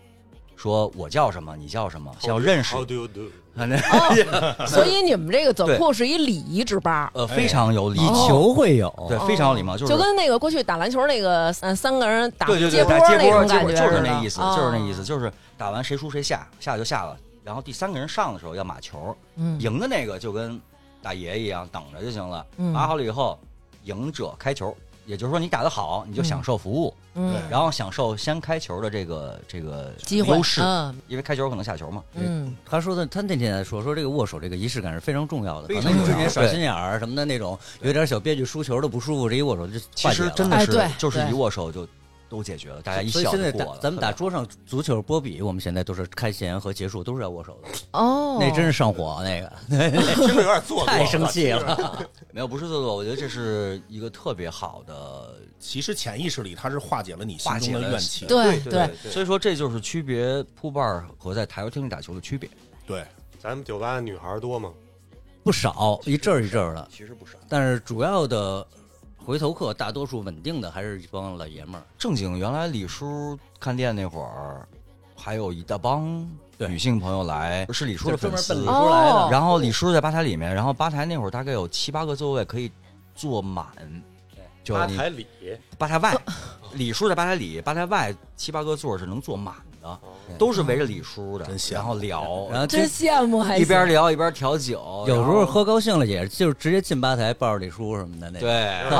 [SPEAKER 5] 说我叫什么，你叫什么，先
[SPEAKER 1] How
[SPEAKER 5] 要
[SPEAKER 1] do-
[SPEAKER 5] 认识。
[SPEAKER 1] How do you do？
[SPEAKER 5] 反正
[SPEAKER 2] 哦，所以你们这个走
[SPEAKER 5] 对
[SPEAKER 2] 库是一礼仪之班，
[SPEAKER 5] 呃，非常
[SPEAKER 2] 哎
[SPEAKER 5] 有礼
[SPEAKER 2] 哦
[SPEAKER 3] 以
[SPEAKER 5] 貌，
[SPEAKER 3] 球会友，
[SPEAKER 5] 对，非常有礼貌，就是
[SPEAKER 2] 就跟那个过去打篮球那个嗯三个人打
[SPEAKER 5] 对对对，
[SPEAKER 2] 波
[SPEAKER 5] 打
[SPEAKER 2] 那
[SPEAKER 5] 接波
[SPEAKER 2] 种
[SPEAKER 5] 接
[SPEAKER 2] 感
[SPEAKER 5] 波
[SPEAKER 2] 觉哦
[SPEAKER 5] 就是
[SPEAKER 2] 似的
[SPEAKER 5] 那意思，就是那意思，，就是打完谁输谁下，下就下了。然后第三个人上的时候要码球，
[SPEAKER 2] 嗯
[SPEAKER 5] 赢的那个就跟打爷一样等着就行了。
[SPEAKER 2] 嗯
[SPEAKER 5] 码好了以后，赢者开球，也就是说你打得好，你就享受服务，
[SPEAKER 2] 嗯，
[SPEAKER 4] 对
[SPEAKER 5] 然后享受先开球的这个这个
[SPEAKER 2] 机会
[SPEAKER 5] 优势，
[SPEAKER 2] 嗯
[SPEAKER 5] 因为开球可能下球嘛。
[SPEAKER 2] 嗯，
[SPEAKER 3] 他说的，他那天说说这个握手这个仪式感是非常重要的，
[SPEAKER 1] 非
[SPEAKER 3] 可
[SPEAKER 1] 常
[SPEAKER 3] 能你之
[SPEAKER 5] 重
[SPEAKER 3] 前
[SPEAKER 5] 要
[SPEAKER 3] 耍
[SPEAKER 5] 对
[SPEAKER 3] 心眼儿什么的那种，有点小憋屈、输球的不舒服，这一握手就
[SPEAKER 5] 其
[SPEAKER 3] 化解
[SPEAKER 5] 实
[SPEAKER 3] 了
[SPEAKER 5] 真
[SPEAKER 2] 哎
[SPEAKER 5] 的是
[SPEAKER 2] 对
[SPEAKER 5] 就是
[SPEAKER 2] 对
[SPEAKER 5] 一握手就都解决了，大家一
[SPEAKER 3] 所以
[SPEAKER 5] 笑
[SPEAKER 3] 现在
[SPEAKER 5] 就
[SPEAKER 3] 打
[SPEAKER 5] 过了。
[SPEAKER 3] 咱们打
[SPEAKER 5] 特
[SPEAKER 3] 桌
[SPEAKER 5] 别好
[SPEAKER 3] 上足球、波比，我们现在都是开弦和结束都是要握手的，
[SPEAKER 2] 哦，
[SPEAKER 3] 那真是上火，啊那个
[SPEAKER 1] 听 着有点做作，
[SPEAKER 3] 太生气了。
[SPEAKER 5] 没有不是做作，我觉得这是一个特别好的
[SPEAKER 4] 其实潜意识里它是化解了你心
[SPEAKER 5] 化解
[SPEAKER 4] 中的
[SPEAKER 5] 了
[SPEAKER 4] 怨气，
[SPEAKER 2] 对
[SPEAKER 5] 对，所以说这就是区别扑伴儿和在台球厅里打球的区别。
[SPEAKER 4] 对，
[SPEAKER 1] 咱们酒吧女孩儿多吗？
[SPEAKER 3] 不少，一阵儿一阵儿的，
[SPEAKER 5] 其实不少，
[SPEAKER 3] 但是主要的回头客大多数稳定的还是一帮老爷们儿。
[SPEAKER 5] 正经原来李叔看店那会儿，还有一大帮
[SPEAKER 3] 对
[SPEAKER 5] 女性朋友来，是李叔的粉丝
[SPEAKER 3] 就专门奔。李
[SPEAKER 2] 哦
[SPEAKER 3] 叔来的，
[SPEAKER 5] 然后李叔在吧台里面，然后吧台那会儿大概有七八个座位可以坐满，就
[SPEAKER 1] 吧
[SPEAKER 5] 你哎
[SPEAKER 1] 台里，
[SPEAKER 5] 吧台外，李叔在吧台里，吧台外七八个座儿是能坐满
[SPEAKER 3] 哦
[SPEAKER 5] 的，都是围着李叔的
[SPEAKER 4] 真，香
[SPEAKER 5] 然后聊，
[SPEAKER 3] 然后
[SPEAKER 2] 真
[SPEAKER 3] 这
[SPEAKER 2] 羡慕，还
[SPEAKER 5] 一边
[SPEAKER 2] 行
[SPEAKER 5] 聊一边调酒，
[SPEAKER 3] 有时
[SPEAKER 5] 然
[SPEAKER 3] 候
[SPEAKER 5] 后
[SPEAKER 3] 喝高兴了，也就是直接进吧台抱着李叔什么的那。，
[SPEAKER 5] 对
[SPEAKER 1] 有，点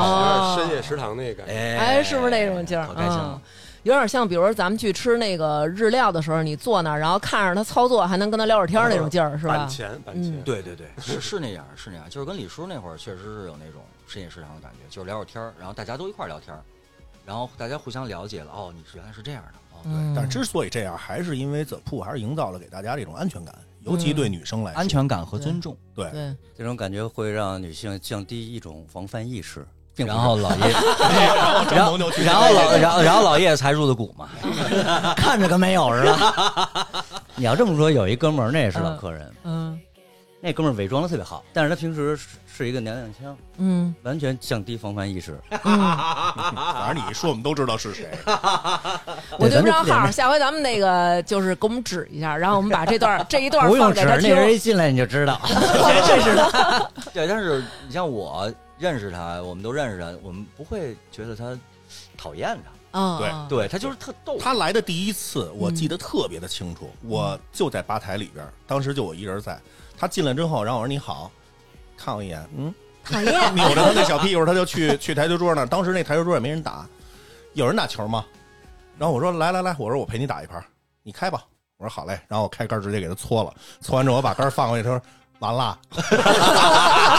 [SPEAKER 1] 有点
[SPEAKER 2] 哦
[SPEAKER 1] 深夜食堂那个，
[SPEAKER 5] 哎
[SPEAKER 2] 哎，是不是那种劲儿？
[SPEAKER 5] 可开心啊
[SPEAKER 2] 嗯
[SPEAKER 5] 了。，
[SPEAKER 2] 有点像，比如说咱们去吃那个日料的时候，你坐那儿，然后看着他操作，还能跟他聊会儿天儿那
[SPEAKER 5] 呃
[SPEAKER 2] 种劲儿，是吧
[SPEAKER 1] 板？前板
[SPEAKER 2] 嗯
[SPEAKER 1] 前，
[SPEAKER 5] 对对对，是是那样，是那样，就是跟李叔那会儿确实是有那种深夜食堂的感觉，就是聊会儿天儿，然后大家都一块儿聊天儿，然后大家互相了解了，哦，你是原来是这样的，哦，对，
[SPEAKER 2] 嗯
[SPEAKER 4] 但之所以这样，还是因为怎铺还是营造了给大家这种安全感，尤其对女生来说，
[SPEAKER 5] 嗯安全感和尊重，
[SPEAKER 4] 对
[SPEAKER 2] 对，
[SPEAKER 3] 这种感觉会让女性降低一种防范意识。并不
[SPEAKER 5] 然
[SPEAKER 3] 是
[SPEAKER 5] 后 老爷，
[SPEAKER 4] 然后
[SPEAKER 5] 然后
[SPEAKER 4] 就去
[SPEAKER 5] 然后老，然后然后老叶才入的股嘛，
[SPEAKER 3] 看着跟没有似的。 你要这么说，有一哥们儿，那也是老
[SPEAKER 2] 嗯
[SPEAKER 3] 客人，
[SPEAKER 2] 嗯
[SPEAKER 3] 那哥们儿伪装的特别好，但是他平时是是一个娘娘腔，
[SPEAKER 2] 嗯
[SPEAKER 3] 完全降低防范意识。
[SPEAKER 2] 嗯，
[SPEAKER 4] 反正你一说，我们都知道是谁。
[SPEAKER 2] 我就
[SPEAKER 3] 咱
[SPEAKER 2] 不
[SPEAKER 3] 就
[SPEAKER 2] 知道
[SPEAKER 3] 不
[SPEAKER 2] 号儿，下回咱们那个就是给我们指一下，然后我们把这段 儿这一段儿
[SPEAKER 3] 不
[SPEAKER 2] 放
[SPEAKER 3] 用
[SPEAKER 2] 给
[SPEAKER 3] 指，
[SPEAKER 2] 他
[SPEAKER 3] 那
[SPEAKER 2] 听。
[SPEAKER 3] 人一进来你就知 道，真是的。
[SPEAKER 5] 对，但是你像我认识他，我们都认识他，我们不会觉得他讨厌他，
[SPEAKER 2] 啊，
[SPEAKER 4] 对
[SPEAKER 2] 啊，
[SPEAKER 5] 对嗯他就是特逗，
[SPEAKER 4] 他来的第一次，我记得特别的清楚，我就在吧台里边，当时就我一人在。他进来之后，然后我说你好，看我一眼，嗯，
[SPEAKER 2] 讨厌
[SPEAKER 4] 扭着他那小屁股，他就去去台球桌那儿。当时那台球桌也没人打，有人打球吗？然后我说来来来，我说我陪你打一盘，你开吧。我说好嘞，然后我开杆直接给他搓了，搓完之后我把杆放回去，他说完了。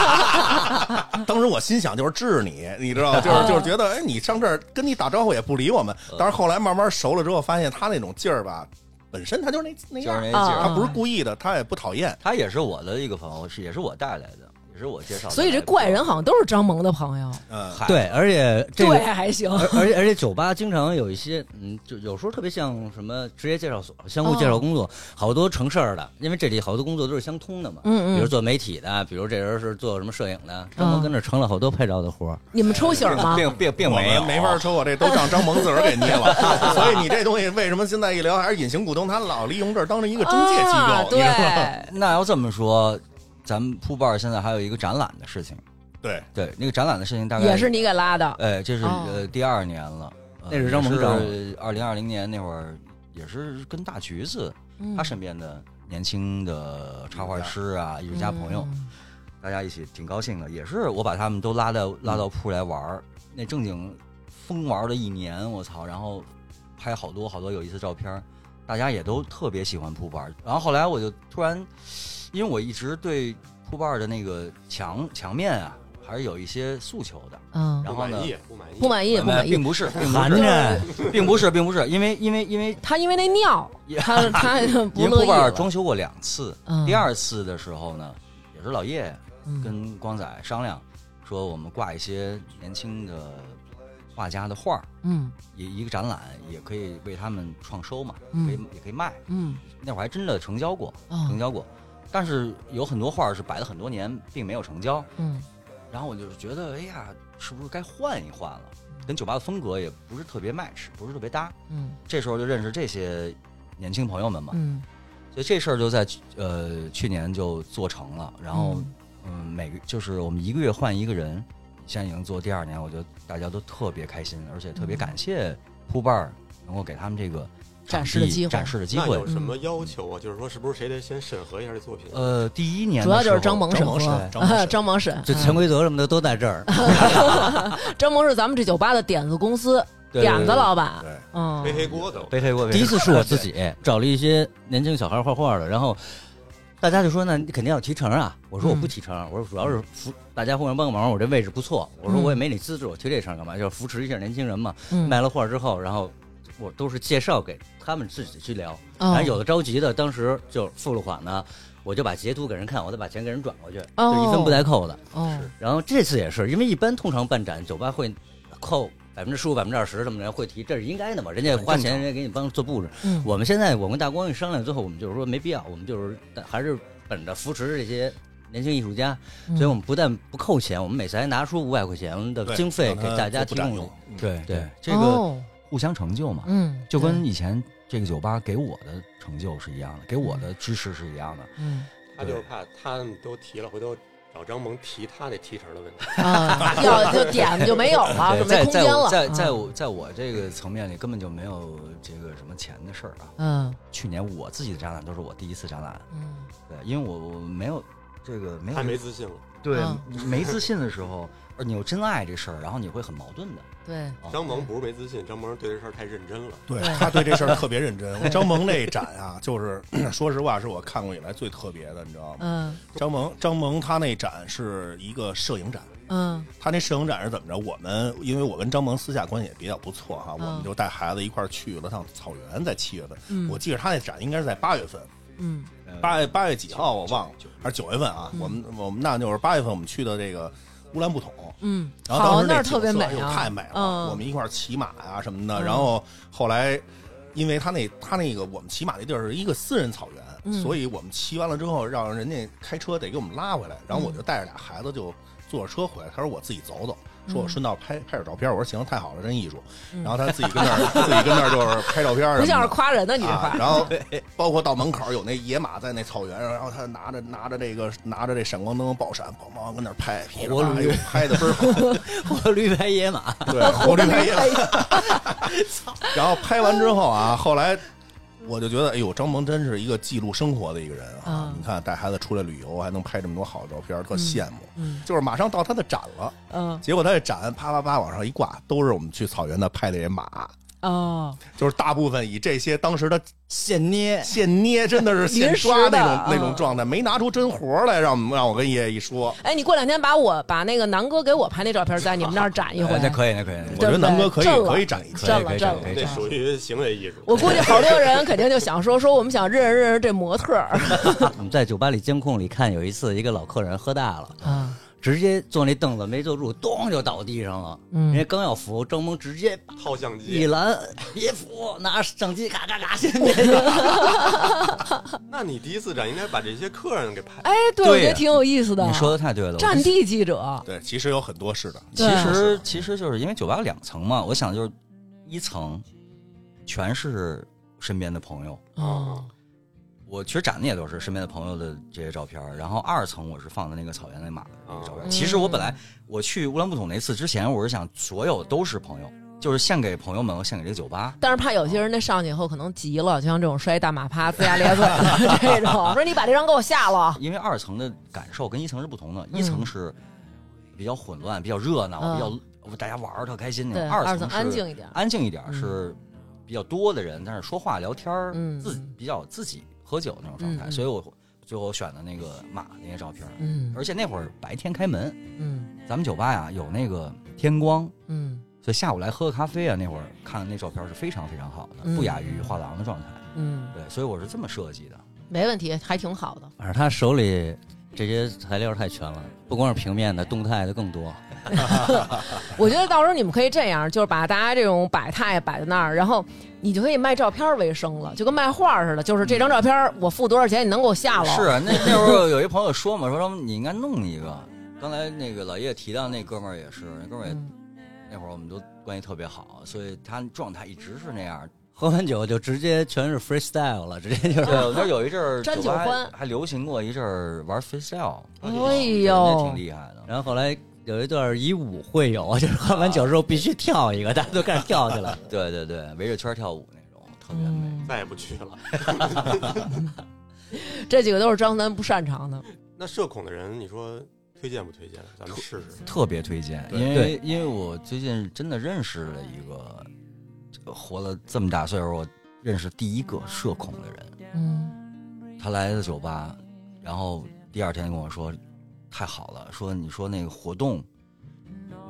[SPEAKER 4] 当时我心想就是治你，你知道，就是就是觉得哎，你上这儿跟你打招呼也不理我们。但是后来慢慢熟了之后，发现他那种劲儿吧，本身他就是那那
[SPEAKER 5] 就是
[SPEAKER 4] 样，
[SPEAKER 5] 那劲
[SPEAKER 2] 啊
[SPEAKER 5] 儿
[SPEAKER 4] 他。不是故意的，他也不讨厌。
[SPEAKER 5] 他也是我的一个朋友，是也是我带来的，也是我介绍 的。
[SPEAKER 2] 所以这怪人好像都是张萌的朋友，
[SPEAKER 4] 嗯，
[SPEAKER 5] 嗨，
[SPEAKER 3] 对，啊而且这
[SPEAKER 2] 对，
[SPEAKER 3] 个。
[SPEAKER 2] 还行。
[SPEAKER 3] 而而且而且酒吧经常有一些，嗯，就有时候特别像什么职业介绍所、相互介绍工作，好多成事儿的，因为这里好多工作都是相通的嘛。
[SPEAKER 2] 嗯嗯
[SPEAKER 3] 比如做媒体的，比如这人是做什么摄影的，
[SPEAKER 2] 嗯
[SPEAKER 3] 张萌跟这成了好多拍照的活儿。
[SPEAKER 2] 你们抽醒儿吗？
[SPEAKER 5] 并并并
[SPEAKER 4] 我
[SPEAKER 5] 没有，
[SPEAKER 4] 们没法抽，我这都让张萌自个儿给捏了。所以你这东西为什么现在一聊还是隐形股东，他老利用这儿当成一个中介机
[SPEAKER 2] 啊
[SPEAKER 4] 构，你知道吗？
[SPEAKER 2] 对，
[SPEAKER 5] 那要这么说，咱们铺伴儿现在还有一个展览的事情，
[SPEAKER 4] 对，
[SPEAKER 5] 对，那个展览的事 情大概
[SPEAKER 2] 也是，你给拉的。
[SPEAKER 5] 哎，这是、
[SPEAKER 2] 哦
[SPEAKER 5] 呃第二年了，呃
[SPEAKER 3] 那是张萌张
[SPEAKER 5] 二零二零年那会儿，也是跟大橘子、
[SPEAKER 2] 嗯
[SPEAKER 5] 他身边的年轻的插画师
[SPEAKER 2] 嗯
[SPEAKER 5] 啊、艺术家朋友，大家一起挺高兴的，也是我把他们都拉到拉到铺来玩儿，那正经疯玩了一年，我操，然后拍好多好多有意思的照片儿，大家也都特别喜欢铺伴儿。然后后来我就突然，因为我一直对铺伴儿的那个墙墙面啊，还是有一些诉求的。
[SPEAKER 2] 嗯，
[SPEAKER 5] 然
[SPEAKER 1] 不
[SPEAKER 5] 后
[SPEAKER 1] 满
[SPEAKER 5] 呢
[SPEAKER 1] 意不满意
[SPEAKER 2] 不满意，不满意
[SPEAKER 5] 并。 不是，并
[SPEAKER 3] 含
[SPEAKER 5] 不是，
[SPEAKER 3] 着，
[SPEAKER 5] 并不是，并不是，因为因为因为
[SPEAKER 2] 他因为那尿， 他他
[SPEAKER 5] 因
[SPEAKER 2] 不
[SPEAKER 5] 为
[SPEAKER 2] 乐
[SPEAKER 5] 铺
[SPEAKER 2] 意
[SPEAKER 5] 伴儿
[SPEAKER 2] 了。
[SPEAKER 5] 装修过两次，
[SPEAKER 2] 嗯
[SPEAKER 5] 第二次的时候呢，也是老叶
[SPEAKER 2] 嗯
[SPEAKER 5] 跟光仔商量，说我们挂一些年轻的画家的画儿，
[SPEAKER 2] 嗯
[SPEAKER 5] 一一个展览，也可以为他们创收嘛，
[SPEAKER 2] 嗯
[SPEAKER 5] 可以也可以卖。
[SPEAKER 2] 嗯
[SPEAKER 5] 那会儿还真的成交过，
[SPEAKER 2] 哦
[SPEAKER 5] 成交过，但是有很多画儿是摆了很多年，并没有成交。
[SPEAKER 2] 嗯
[SPEAKER 5] 然后我就觉得，哎呀，是不是该换一换了？跟酒吧的风格也不是特别 match，不是特别搭。
[SPEAKER 2] 嗯
[SPEAKER 5] 这时候就认识这些年轻朋友们嘛，
[SPEAKER 2] 嗯，
[SPEAKER 5] 所以这事儿就在呃去年就做成了。然后嗯，每个就是我们一个月换一个人，现在已经做第二年，我觉得大家都特别开心，而且特别感谢铺伴儿能够给他们这个
[SPEAKER 2] 展
[SPEAKER 5] 场地
[SPEAKER 2] 示的机会
[SPEAKER 5] 展示的机
[SPEAKER 1] 那
[SPEAKER 5] 会
[SPEAKER 1] 有。什么要求啊？就是说，是不是谁得先审核一下这作品？
[SPEAKER 5] 嗯呃，第呃一年的
[SPEAKER 2] 主要就是
[SPEAKER 5] 时候
[SPEAKER 2] 张萌审
[SPEAKER 4] 张萌
[SPEAKER 2] 核
[SPEAKER 4] 审张萌，审
[SPEAKER 2] 张萌审，
[SPEAKER 3] 这潜规则什么的都在这 儿。
[SPEAKER 2] 张萌是咱们这酒吧的点子公司
[SPEAKER 5] 对对
[SPEAKER 2] 点子
[SPEAKER 5] 对
[SPEAKER 2] 老板
[SPEAKER 4] 对，
[SPEAKER 2] 嗯
[SPEAKER 1] 背，黑锅都。
[SPEAKER 5] 背黑锅，背黑锅
[SPEAKER 3] 第一次是我自己找了一些年轻小孩画画的，然后大家就说：“那你肯定要提成啊！”我
[SPEAKER 2] 嗯
[SPEAKER 3] 说：“我不提成，我说主要是扶大家互相帮个忙，我这位置不错，我说
[SPEAKER 2] 嗯
[SPEAKER 3] 我也没你资质，我提这成干嘛？就是扶持一下年轻人嘛。
[SPEAKER 2] 嗯
[SPEAKER 3] 卖了画之后，然后我都是介绍给他们自己去聊，
[SPEAKER 2] 哦
[SPEAKER 3] 反正有的着急的，当时就付了款呢。我就把截图给人看，我再把钱给人转过去，
[SPEAKER 2] 哦
[SPEAKER 3] 就一分不带扣的。
[SPEAKER 2] 哦，
[SPEAKER 3] 然后这次也是，因为一般通常办展，酒吧会扣百分之十五、百分之二十这么着会提，这是应该的嘛，人家花钱，人家给你帮做布置。
[SPEAKER 2] 嗯
[SPEAKER 3] 我们现在我跟大光一商量，最后我们就是说没必要，我们就是还是本着扶持这些。年轻艺术家，
[SPEAKER 2] 嗯
[SPEAKER 3] 所以我们不但不扣钱，我们每次还拿出五百块钱的
[SPEAKER 4] 对
[SPEAKER 3] 经费
[SPEAKER 4] 让
[SPEAKER 3] 给
[SPEAKER 4] 他嗯
[SPEAKER 3] 大家
[SPEAKER 4] 不
[SPEAKER 3] 提
[SPEAKER 4] 占
[SPEAKER 3] 供
[SPEAKER 4] 用。
[SPEAKER 5] 对
[SPEAKER 3] 对
[SPEAKER 5] 对，这个
[SPEAKER 2] 哦
[SPEAKER 5] 互相成就嘛，
[SPEAKER 2] 嗯，
[SPEAKER 5] 就跟
[SPEAKER 2] 对
[SPEAKER 5] 以前这个酒吧给我的成就是一样的，给我的支持是一样的。
[SPEAKER 2] 嗯
[SPEAKER 1] 他就是怕他们都提了，回头找张萌提他那提成的问题。
[SPEAKER 2] 啊，要就点就没有了，
[SPEAKER 5] 对
[SPEAKER 2] 就没空间了，
[SPEAKER 5] 在在我
[SPEAKER 2] 啊
[SPEAKER 5] 在在我在我这个层面里根本就没有这个什么钱的事儿啊。
[SPEAKER 2] 嗯
[SPEAKER 5] 去年我自己的展览都是我第一次展览，
[SPEAKER 2] 嗯
[SPEAKER 5] 对，因为我我没有这个没有
[SPEAKER 1] 太没自信了。
[SPEAKER 5] 对
[SPEAKER 2] 嗯
[SPEAKER 5] 没自信的时候，而你又真爱这事儿，然后你会很矛盾的。
[SPEAKER 2] 对，
[SPEAKER 5] 啊
[SPEAKER 1] 张萌不是没自信，张萌对这事儿太认真了。
[SPEAKER 4] 对他对这事儿特别认真。张萌那展啊，就是 说实话，是我看过以来最特别的，你知道吗？
[SPEAKER 2] 嗯
[SPEAKER 4] 张萌，张萌他那展是一个摄影展，
[SPEAKER 2] 嗯
[SPEAKER 4] 他那摄影展是怎么着？我们因为我跟张萌私下关系也比较不错哈，我
[SPEAKER 2] 嗯
[SPEAKER 4] 们就带孩子一块儿去了趟草原，在七月份。
[SPEAKER 2] 嗯
[SPEAKER 4] 我记得他那展应该是在八月份，
[SPEAKER 2] 嗯
[SPEAKER 4] 八月八月几号我忘了，还是九月份啊？
[SPEAKER 2] 嗯
[SPEAKER 4] 我们我们那就是八月份，我们去的这个乌兰布统。
[SPEAKER 2] 嗯，
[SPEAKER 4] 然后当
[SPEAKER 2] 好，
[SPEAKER 4] 时
[SPEAKER 2] 那儿
[SPEAKER 4] 景
[SPEAKER 2] 特别
[SPEAKER 4] 色
[SPEAKER 2] 美
[SPEAKER 4] 哎呦
[SPEAKER 2] 啊，
[SPEAKER 4] 太美了。
[SPEAKER 2] 嗯
[SPEAKER 4] 我们一块儿骑马呀、什么的。
[SPEAKER 2] 嗯
[SPEAKER 4] 然后后来，因为他那他那个我们骑马那地儿是一个私人草原，
[SPEAKER 2] 嗯
[SPEAKER 4] 所以我们骑完了之后，让人家开车得给我们拉回来。然
[SPEAKER 2] 嗯
[SPEAKER 4] 后我就带着俩孩子就坐着车回来。他说我自己走走，说我顺道拍拍点照片。我说行，太好了，真艺术。
[SPEAKER 2] 嗯
[SPEAKER 4] 然后他自己跟那儿自己跟那儿就是拍照片什么 的，
[SPEAKER 2] 不像是夸人的你这
[SPEAKER 4] 啊
[SPEAKER 2] 话，，
[SPEAKER 4] 然后包括到门口有那野马在那草原上，然后他拿着拿着这个拿着这闪光灯爆闪，咣咣跟那儿拍，噼里啪啦又拍的倍儿好，
[SPEAKER 3] 我驴白野马，
[SPEAKER 4] 对，活驴拍野马。然后拍完之后啊，后来我就觉得，哎呦，张萌真是一个记录生活的一个人啊！
[SPEAKER 2] 嗯
[SPEAKER 4] 你看带孩子出来旅游，还能拍这么多好照片，特羡慕。
[SPEAKER 2] 嗯
[SPEAKER 4] 就是马上到他的展了，
[SPEAKER 2] 嗯
[SPEAKER 4] 结果他的展啪啪啪往上一挂，都是我们去草原的拍的这马，
[SPEAKER 2] 哦，
[SPEAKER 4] 就是大部分以这些当时的
[SPEAKER 3] 现捏。
[SPEAKER 4] 现捏 真的是现刷
[SPEAKER 2] 临时的
[SPEAKER 4] 那种那
[SPEAKER 2] 嗯
[SPEAKER 4] 种状态，没拿出真活儿来，让我们让我跟爷爷一说。
[SPEAKER 2] 哎，你过两天把我把那个南哥给我拍那照片在你们那儿展一回
[SPEAKER 5] 哎，那可以，那可以，那可以
[SPEAKER 4] 我觉得南哥可以
[SPEAKER 2] 震了
[SPEAKER 4] 可以展一
[SPEAKER 2] 震了
[SPEAKER 5] 可以可以
[SPEAKER 2] 震了
[SPEAKER 5] 可以
[SPEAKER 1] 这
[SPEAKER 2] 震了。
[SPEAKER 1] 属于行为艺术。
[SPEAKER 2] 我估计好多人肯定就想说说我们想认识认识这模特儿
[SPEAKER 3] 我们在酒吧里监控里看，有一次一个老客人喝大了，
[SPEAKER 2] 啊，
[SPEAKER 3] 直接坐那凳子没坐住，咚就倒地上了。人家
[SPEAKER 2] 嗯，
[SPEAKER 3] 刚要扶，张萌直接
[SPEAKER 1] 套相
[SPEAKER 3] 一
[SPEAKER 1] 机，
[SPEAKER 3] 拦，别扶，拿相机咔咔咔 先别打。
[SPEAKER 1] 那你第一次展应该把这些客人给拍。
[SPEAKER 2] 哎，对，我
[SPEAKER 5] 对啊
[SPEAKER 2] 觉得挺有意思的。
[SPEAKER 5] 你说的太对了。我
[SPEAKER 2] 战地记者，
[SPEAKER 4] 对，其实有很多是的，
[SPEAKER 5] 其
[SPEAKER 2] 对
[SPEAKER 5] 实其实就是因为酒吧有两层嘛，我想就是一层全是身边的朋友，
[SPEAKER 2] 哦，
[SPEAKER 5] 我其实展的也都是身边的朋友的这些照片儿，然后二层我是放的那个草原那马的那个照片儿。
[SPEAKER 2] 哦
[SPEAKER 5] 其实我本来我去乌兰布统那次之前，我是想所有都是朋友，就是献给朋友们，我献给这个酒吧。
[SPEAKER 2] 但是怕有些人那上去以后可能急了，就像这种摔大马趴、龇牙咧嘴的 这种，说你把这张给我下了。
[SPEAKER 5] 因为二层的感受跟一层是不同的，
[SPEAKER 2] 嗯
[SPEAKER 5] 一层是比较混乱、比较热闹、
[SPEAKER 2] 嗯
[SPEAKER 5] 比较大家玩儿特开心那
[SPEAKER 2] 对，
[SPEAKER 5] 种。
[SPEAKER 2] 二
[SPEAKER 5] 嗯层是
[SPEAKER 2] 安静一点。
[SPEAKER 5] 安静一点儿，
[SPEAKER 2] 嗯
[SPEAKER 5] 是比较多的人，但是说话聊天儿，
[SPEAKER 2] 嗯
[SPEAKER 5] 自比较自己喝酒那种状态，
[SPEAKER 2] 嗯嗯
[SPEAKER 5] 所以我最后选的那个马那些照片儿。
[SPEAKER 2] 嗯
[SPEAKER 5] 而且那会儿白天开门，
[SPEAKER 2] 嗯
[SPEAKER 5] 咱们酒吧呀有那个天光，
[SPEAKER 2] 嗯
[SPEAKER 5] 所以下午来喝个咖啡啊，那会儿看那照片是非常非常好的，
[SPEAKER 2] 嗯
[SPEAKER 5] 不亚于画廊的状态。
[SPEAKER 2] 嗯，
[SPEAKER 5] 对，所以我是这么设计的。
[SPEAKER 2] 没问题，还挺好的。
[SPEAKER 3] 反正他手里这些材料太全了，不光是平面的，动态的更多。
[SPEAKER 2] 我觉得到时候你们可以这样，就是把大家这种摆态摆在那儿，然后你就可以卖照片为生了，就跟卖画似的。就是这张照片我付多少钱，你能给我下了？
[SPEAKER 5] 是啊，那那会儿有一朋友说嘛，说说你应该弄一个。刚才那个老叶提到那哥们儿也是，那哥们儿也、
[SPEAKER 2] 嗯，
[SPEAKER 5] 那会儿我们都关系特别好，所以他状态一直是那样，
[SPEAKER 3] 喝完酒就直接全是 freestyle 了，直接就是
[SPEAKER 5] 对，我觉得有一阵儿
[SPEAKER 2] 沾
[SPEAKER 5] 酒吧
[SPEAKER 2] 酒欢
[SPEAKER 5] 还流行过一阵儿玩 freestyle，
[SPEAKER 2] 哎
[SPEAKER 5] 那
[SPEAKER 2] 呦
[SPEAKER 5] 挺，厉害的。
[SPEAKER 3] 然后后来有一段以舞会 友，就是喝完酒之后必须跳一个，大家都开始跳去了。
[SPEAKER 5] 对对对，围着圈儿跳舞那种，特特别美。
[SPEAKER 2] 嗯
[SPEAKER 1] 再也不去了。
[SPEAKER 2] 这几个都是张三不擅长的。
[SPEAKER 1] 那社恐的人，你说推荐不推荐？咱们试试。
[SPEAKER 3] 特别推荐
[SPEAKER 5] 因为因为我最近真的认识了一个，这个活了这么大岁数，我认识第一个社恐的人。
[SPEAKER 2] 嗯，
[SPEAKER 5] 他来的酒吧，然后第二天跟我说，太好了，说你说那个活动，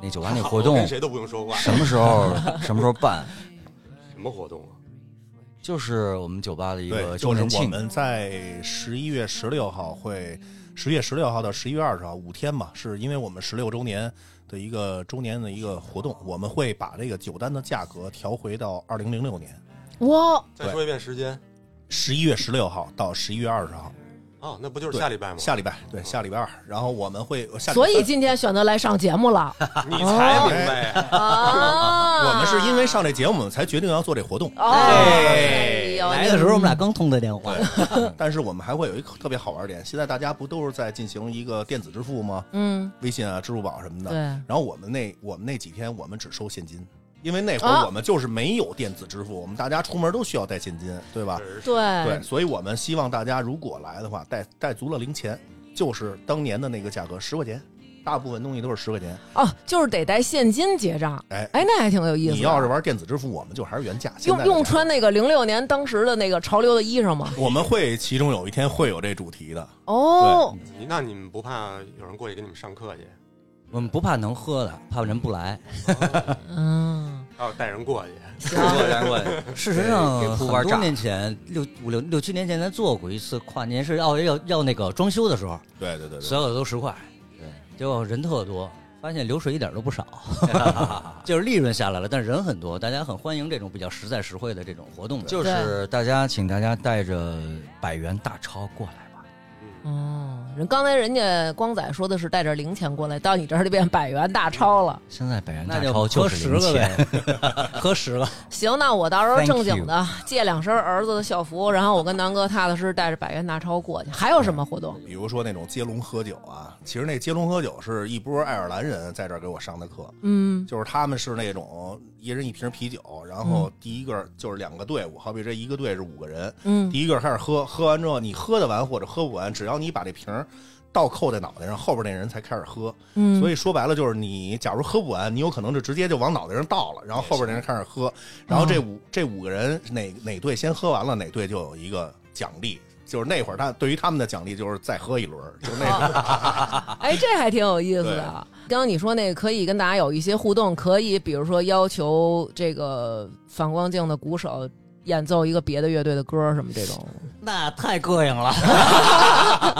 [SPEAKER 5] 那酒吧那活动
[SPEAKER 1] 跟谁都不用说话。
[SPEAKER 5] 什么时候什么时候办？
[SPEAKER 1] 什么活动啊？
[SPEAKER 5] 就是我们酒吧的一
[SPEAKER 4] 对，
[SPEAKER 5] 个
[SPEAKER 4] 就
[SPEAKER 5] 周
[SPEAKER 4] 是
[SPEAKER 5] 年
[SPEAKER 4] 我
[SPEAKER 5] 庆，
[SPEAKER 4] 们在十一月十六号会，十月十六号到十一月二十号五天吧，是因为我们十六周年的一个周年的一个活动，我们会把这个酒单的价格调回到二零零六年
[SPEAKER 2] 哇，
[SPEAKER 1] 再说一遍时间。
[SPEAKER 4] 十一月十六号到十一月二十号，
[SPEAKER 1] 哦，那不就是下礼拜吗？
[SPEAKER 4] 下礼拜对下礼拜二，然后我们会下礼拜
[SPEAKER 2] 所以
[SPEAKER 4] 三
[SPEAKER 2] 今天选择来上节目了
[SPEAKER 1] 你才明白呀。
[SPEAKER 2] 啊！
[SPEAKER 4] 我们是因为上这节目，我们才决定要做这活动。
[SPEAKER 2] 哦，
[SPEAKER 4] 哎
[SPEAKER 2] 呦
[SPEAKER 3] 来的时候我们俩刚通的电话，
[SPEAKER 4] 但是我们还会有一个特别好玩儿点，现在大家不都是在进行一个电子支付吗？
[SPEAKER 2] 嗯，
[SPEAKER 4] 微信啊、支付宝什么的。
[SPEAKER 2] 对，
[SPEAKER 4] 然后我们那我们那几天我们只收现金，因为那会
[SPEAKER 2] 啊
[SPEAKER 4] 儿我们就是没有电子支付，我们大家出门都需要带现金，对吧？对，
[SPEAKER 2] 对，
[SPEAKER 4] 所以我们希望大家如果来的话，带带足了零钱，就是当年的那个价格，十块钱，大部分东西都是十块钱。
[SPEAKER 2] 哦，就是得带现金结账。
[SPEAKER 4] 哎，
[SPEAKER 2] 哎，那还挺有意思的。
[SPEAKER 4] 你要是玩电子支付，我们就还是原价。现
[SPEAKER 2] 用
[SPEAKER 4] 在的
[SPEAKER 2] 用
[SPEAKER 4] 价格
[SPEAKER 2] 穿那个零六年当时的那个潮流的衣裳吗？
[SPEAKER 4] 我们会其中有一天会有这主题的，
[SPEAKER 2] 哦，
[SPEAKER 1] 你那你们不怕有人过去给你们上课去？
[SPEAKER 3] 我们不怕能喝的，怕人不来。
[SPEAKER 2] 嗯，
[SPEAKER 1] 还哦有带人过去？
[SPEAKER 3] 事实
[SPEAKER 5] 给
[SPEAKER 3] 上，
[SPEAKER 5] 给
[SPEAKER 3] 很
[SPEAKER 5] 铺盖
[SPEAKER 3] 多
[SPEAKER 5] 炸
[SPEAKER 3] 年前，六五六六七年前，咱做过一次跨年，是要要要那个装修的时候，
[SPEAKER 4] 对对对对，
[SPEAKER 3] 所有的都十块，
[SPEAKER 5] 对
[SPEAKER 3] 结果人特多，发现流水一点都不 少，就是利润下来了，但人很多，大家很欢迎这种比较实在实惠的这种活动的。
[SPEAKER 5] 就是大家请大家带着百元大钞过来吧。
[SPEAKER 2] 哦，人刚才人家光仔说的是带着零钱过来，到你这儿就变百元大钞了。
[SPEAKER 5] 现在百元
[SPEAKER 3] 那
[SPEAKER 5] 大
[SPEAKER 3] 就
[SPEAKER 5] 钞
[SPEAKER 3] 喝
[SPEAKER 5] 是
[SPEAKER 3] 十
[SPEAKER 5] 零
[SPEAKER 3] 个
[SPEAKER 5] 钱，
[SPEAKER 3] 呗， 喝十个。
[SPEAKER 2] 行，那我到时候
[SPEAKER 5] Thank
[SPEAKER 2] 正经的借两身儿子的校服，然后我跟南哥踏踏实实带着百元大钞过去。还有什么活动？
[SPEAKER 4] 比如说那种接龙喝酒啊，其实那接龙喝酒是一波爱尔兰人在这儿给我上的课，
[SPEAKER 2] 嗯
[SPEAKER 4] 就是他们是那种一人一瓶啤酒，然后第一个就是两个队伍，好比这一个队是五个人，
[SPEAKER 2] 嗯，
[SPEAKER 4] 第一个开始喝，喝完之后你喝得完或者喝不完，只要你把这瓶儿倒扣在脑袋上，后边那人才开始喝。
[SPEAKER 2] 嗯
[SPEAKER 4] 所以说白了就是你假如喝不完，你有可能就直接就往脑袋上倒了，然后后边那人开始喝，然后这
[SPEAKER 3] 嗯
[SPEAKER 4] 五、这五个人哪哪队先喝完了，哪队就有一个奖励。就是那会儿他对于他们的奖励就是再喝一轮儿， 就是那种
[SPEAKER 2] 哎，这还挺有意思的。啊刚刚你说那个可以跟大家有一些互动，可以比如说要求这个反光镜的鼓手演奏一个别的乐队的歌儿什么这种。
[SPEAKER 3] 那太膈应了。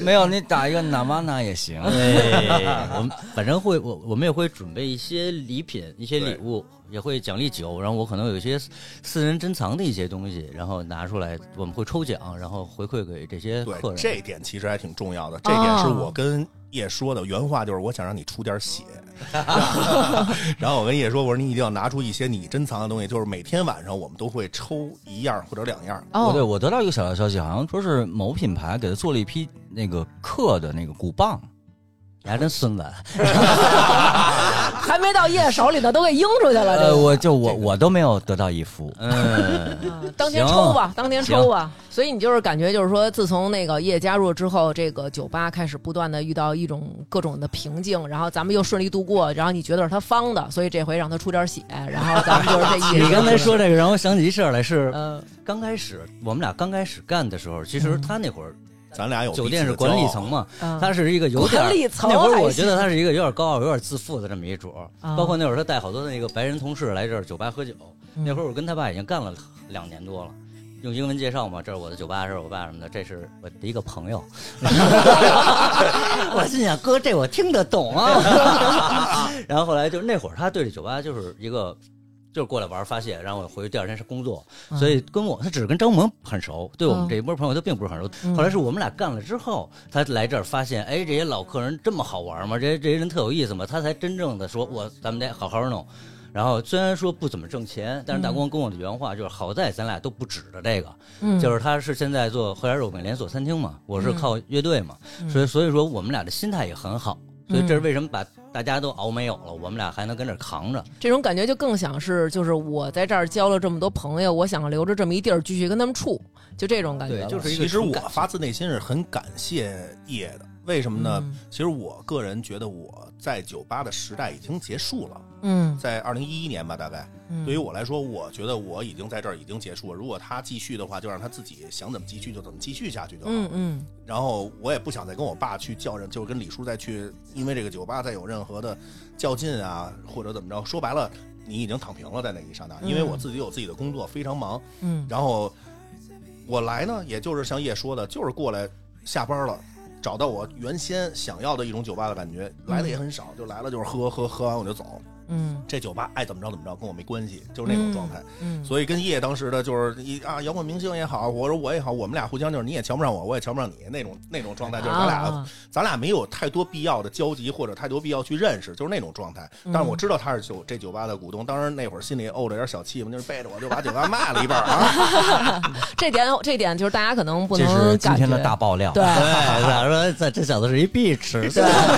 [SPEAKER 5] 没有你打一个哪玛娜也行。
[SPEAKER 3] 对， 我们反正会，我我们也会准备一些礼品、一些礼物，也会奖励酒，然后我可能有一些私私人珍藏的一些东西，然后拿出来，我们会抽奖，然后回馈给这些客
[SPEAKER 4] 对，
[SPEAKER 3] 人。哦
[SPEAKER 4] 这一点其实还挺重要的。这点是我跟叶说的，原话就是我想让你出点 血。然后我跟叶说，我说你一定要拿出一些你珍藏的东西，就是每天晚上我们都会抽一样或者两样。
[SPEAKER 5] 我对
[SPEAKER 2] 哦，
[SPEAKER 5] 我得到一个小道消息，好像说是某品牌给他做了一批那个刻的那个鼓棒，
[SPEAKER 3] 你还真孙子，啊
[SPEAKER 2] 还没到夜手里呢，都给应出去了。哎这
[SPEAKER 5] 呃，
[SPEAKER 2] 个
[SPEAKER 5] 我就我我都没有得到一幅，
[SPEAKER 3] 嗯，
[SPEAKER 2] 啊当天抽吧，当天抽
[SPEAKER 5] 行
[SPEAKER 2] 吧。所以你就是感觉，就是说，自从那个夜加入之后，这个酒吧开始不断的遇到一种各种的瓶颈，然后咱们又顺利度过，然后你觉得是他方的，所以这回让他出点血，然后咱们就是这意思。
[SPEAKER 3] 你刚才说，这个让我想起一事儿来，是
[SPEAKER 2] 嗯
[SPEAKER 3] 刚开始我们俩刚开始干的时候，其实他那会儿
[SPEAKER 4] 咱俩有
[SPEAKER 3] 酒店是管理层，嘛，
[SPEAKER 2] 嗯，
[SPEAKER 3] 他是一个有点儿
[SPEAKER 2] 管理层
[SPEAKER 3] 那会儿我
[SPEAKER 2] 还行
[SPEAKER 3] 觉得他是一个有点高傲、有点自负的这么一主儿，
[SPEAKER 2] 啊
[SPEAKER 3] 包括那会儿他带好多的那个白人同事来这儿酒吧喝酒。那会儿我跟他爸已经干了两年多了。用英文介绍嘛，这是我的酒吧，这是我爸什么的，这是我的一个朋友。 我心想，哥，这我听得懂啊。 然后后来就那会儿，他对这酒吧就是一个，就是过来玩儿发泄，然后我回去第二天是工作，
[SPEAKER 2] 嗯
[SPEAKER 3] 所以跟我他只是跟张萌很熟，对我们
[SPEAKER 2] 嗯
[SPEAKER 3] 这一波朋友都并不是很熟。
[SPEAKER 2] 嗯
[SPEAKER 3] 后来是我们俩干了之后，他来这儿发现，哎，这些老客人这么好玩吗？这些这些人特有意思吗？他才真正的说，我咱们得好好弄。然后虽然说不怎么挣钱，但是大光跟我的原话就是，好在咱俩都不指着这个，
[SPEAKER 2] 嗯
[SPEAKER 3] 就是他是现在嗯做喝点肉饼连锁餐厅嘛，我是靠乐队嘛，所以所以说我们俩的心态也很好。所以这是为什么把大家都熬没有了，我们俩还能跟这儿扛着。
[SPEAKER 2] 这种感觉就更想是，就是我在这儿交了这么多朋友，我想留着这么一地儿继续跟他们处，就这种感觉
[SPEAKER 3] 对
[SPEAKER 2] 了。
[SPEAKER 3] 就是一个
[SPEAKER 4] 其实我
[SPEAKER 3] 触感
[SPEAKER 4] 发自内心是很感谢叶的，为什么呢？
[SPEAKER 2] 嗯
[SPEAKER 4] 其实我个人觉得我在酒吧的时代已经结束了，
[SPEAKER 2] 嗯，
[SPEAKER 4] 在二零一一年吧，大概。
[SPEAKER 2] 嗯
[SPEAKER 4] 对于我来说，我觉得我已经在这儿已经结束了。如果他继续的话，就让他自己想怎么继续就怎么继续下去就好。
[SPEAKER 2] 嗯嗯
[SPEAKER 4] 然后我也不想再跟我爸去较量，就是跟李叔再去，因为这个酒吧再有任何的较劲啊，或者怎么着。说白了，你已经躺平了，在那一刹那，因为我自己有自己的工作，非常忙。
[SPEAKER 2] 嗯，
[SPEAKER 4] 然后我来呢，也就是像叶说的，就是过来下班了。找到我原先想要的一种酒吧的感觉，来的也很少，就来了就是喝喝喝完我就走。
[SPEAKER 2] 嗯
[SPEAKER 4] 这酒吧爱怎么着怎么着，跟我没关系，就是那种状态。
[SPEAKER 2] 嗯，
[SPEAKER 4] 所以跟叶当时的就是一啊，摇滚明星也好，或者我也好，我们俩互相就是你也瞧不上我，我也瞧不上你那种那种状态，就是咱俩、
[SPEAKER 2] 啊
[SPEAKER 4] 咱俩没有太多必要的交集或者太多必要去认识，就是那种状态。
[SPEAKER 2] 嗯
[SPEAKER 4] 但是我知道他是酒这酒吧的股东，当然那会儿心里哦怄着点小气嘛，就是背着我就把酒吧卖了一半儿啊。
[SPEAKER 2] 这点这点就是大家可能不
[SPEAKER 5] 这是
[SPEAKER 2] 能
[SPEAKER 5] 今
[SPEAKER 2] 感
[SPEAKER 5] 天
[SPEAKER 2] 觉
[SPEAKER 5] 的大爆料。
[SPEAKER 2] 对，
[SPEAKER 3] 哎，咋说？这这小子是一壁纸，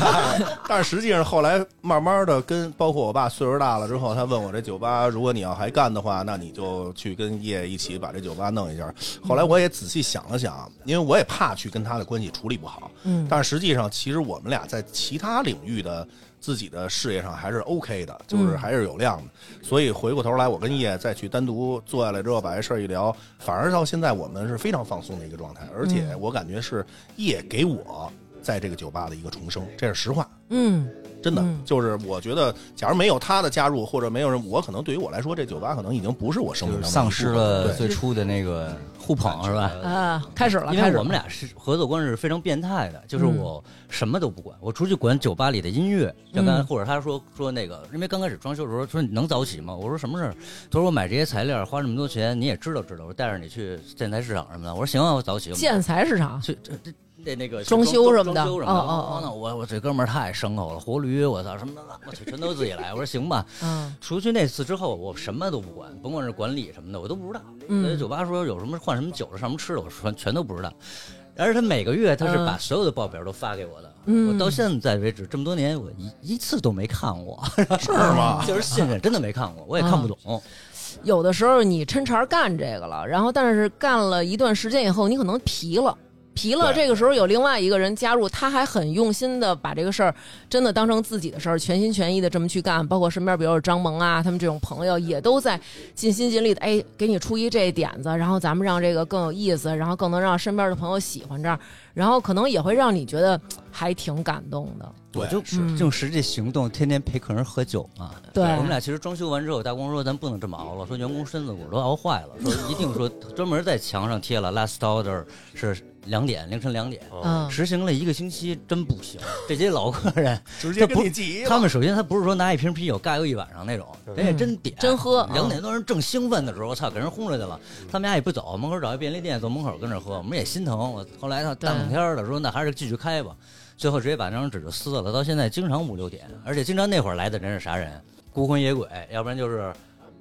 [SPEAKER 4] 但是实际上后来慢慢的跟包括我爸岁数大了之后，他问我这酒吧，如果你要还干的话，那你就去跟叶一起把这酒吧弄一下。后来我也仔细想了想，因为我也怕去跟他的关系处理不好。
[SPEAKER 2] 嗯
[SPEAKER 4] 但是实际上，其实我们俩在其他领域的自己的事业上还是 OK 的，就是还是有量的。所以回过头来，我跟叶再去单独坐下来之后，把这事儿一聊，反而到现在我们是非常放松的一个状态，而且我感觉是叶给我在这个酒吧的一个重生，这是实话。
[SPEAKER 2] 嗯
[SPEAKER 4] 真的
[SPEAKER 2] 嗯
[SPEAKER 4] 就是，我觉得，假如没有他的加入，或者没有人，我可能对于我来说，这酒吧可能已经不是我生
[SPEAKER 5] 就
[SPEAKER 4] 命
[SPEAKER 5] 是
[SPEAKER 4] 当中
[SPEAKER 5] 丧失了
[SPEAKER 4] 对
[SPEAKER 5] 呃最初的那个
[SPEAKER 3] 互捧是吧？
[SPEAKER 2] 啊，开始了，
[SPEAKER 3] 因
[SPEAKER 2] 开始
[SPEAKER 3] 为
[SPEAKER 2] 了
[SPEAKER 3] 我们俩是合作关系是非常变态的，就是
[SPEAKER 2] 嗯
[SPEAKER 3] 我什么都不管，我出去管酒吧里的音乐。要不然或者他说说那个，因为刚开始装修的时候说你能早起吗？我说什么事儿？他说我买这些材料花这么多钱，你也知道知道。我带着你去建材市场什么的。我说行啊，我早起。我们
[SPEAKER 2] 建材市场，
[SPEAKER 3] 去这这那那个
[SPEAKER 2] 装修什么的
[SPEAKER 3] 装修什么
[SPEAKER 2] 哦
[SPEAKER 3] 的。
[SPEAKER 2] 哦哦
[SPEAKER 3] 那我我这哥们儿太牲口了，活驴，我操什么的，我去全都自己来。我说行吧，
[SPEAKER 2] 嗯
[SPEAKER 3] 除去那次之后，我什么都不管，甭管是管理什么的，我都不知道。
[SPEAKER 2] 嗯
[SPEAKER 3] 那酒吧说有什么换什么酒了，上什么吃的，我全全都不知道。而他每个月他是把所有的报表都发给我的，
[SPEAKER 2] 嗯
[SPEAKER 3] 我到现在为止这么多年，我一一次都没看过，
[SPEAKER 4] 是 吗？
[SPEAKER 3] 就是信任真的没看过，我也看不懂。
[SPEAKER 2] 啊有的时候你抻茬儿干这个了，然后但是干了一段时间以后，你可能疲了。疲了，
[SPEAKER 4] 对
[SPEAKER 2] 这个时候有另外一个人加入，他还很用心的把这个事儿真的当成自己的事儿，全心全意的这么去干。包括身边，比如说张萌啊，他们这种朋友也都在尽心尽力的，哎，给你出一这点子，然后咱们让这个更有意思，然后更能让身边的朋友喜欢这儿，然后可能也会让你觉得还挺感动的。
[SPEAKER 4] 对
[SPEAKER 3] 我就用实际行动，天天陪客人喝酒嘛。
[SPEAKER 2] 对
[SPEAKER 3] 我们俩其实装修完之后，大光说咱不能这么熬了，说员工身子骨都熬坏了，说一定说专门在墙上贴了 last order 是两点，凌晨两点。
[SPEAKER 2] 嗯，
[SPEAKER 3] 实行了一个星期，真不行。这些老客人，
[SPEAKER 4] 直
[SPEAKER 3] 接
[SPEAKER 4] 接
[SPEAKER 3] 跟
[SPEAKER 4] 跟
[SPEAKER 3] 你
[SPEAKER 4] 你急
[SPEAKER 3] 他们首先他不是说拿一瓶啤酒尬悠一晚上那种，人也真点，
[SPEAKER 2] 真喝
[SPEAKER 3] 两点多人正兴奋的时候，我操，给人轰出去了。他们家也不走，门口找一便利店，坐门口跟着喝。我们也心疼。我后来他大冷天儿的说，那还是继续开吧。最后直接把那张纸就撕了。到现在经常五六点，而且经常那会儿来的人是啥人？孤魂野鬼，要不然就是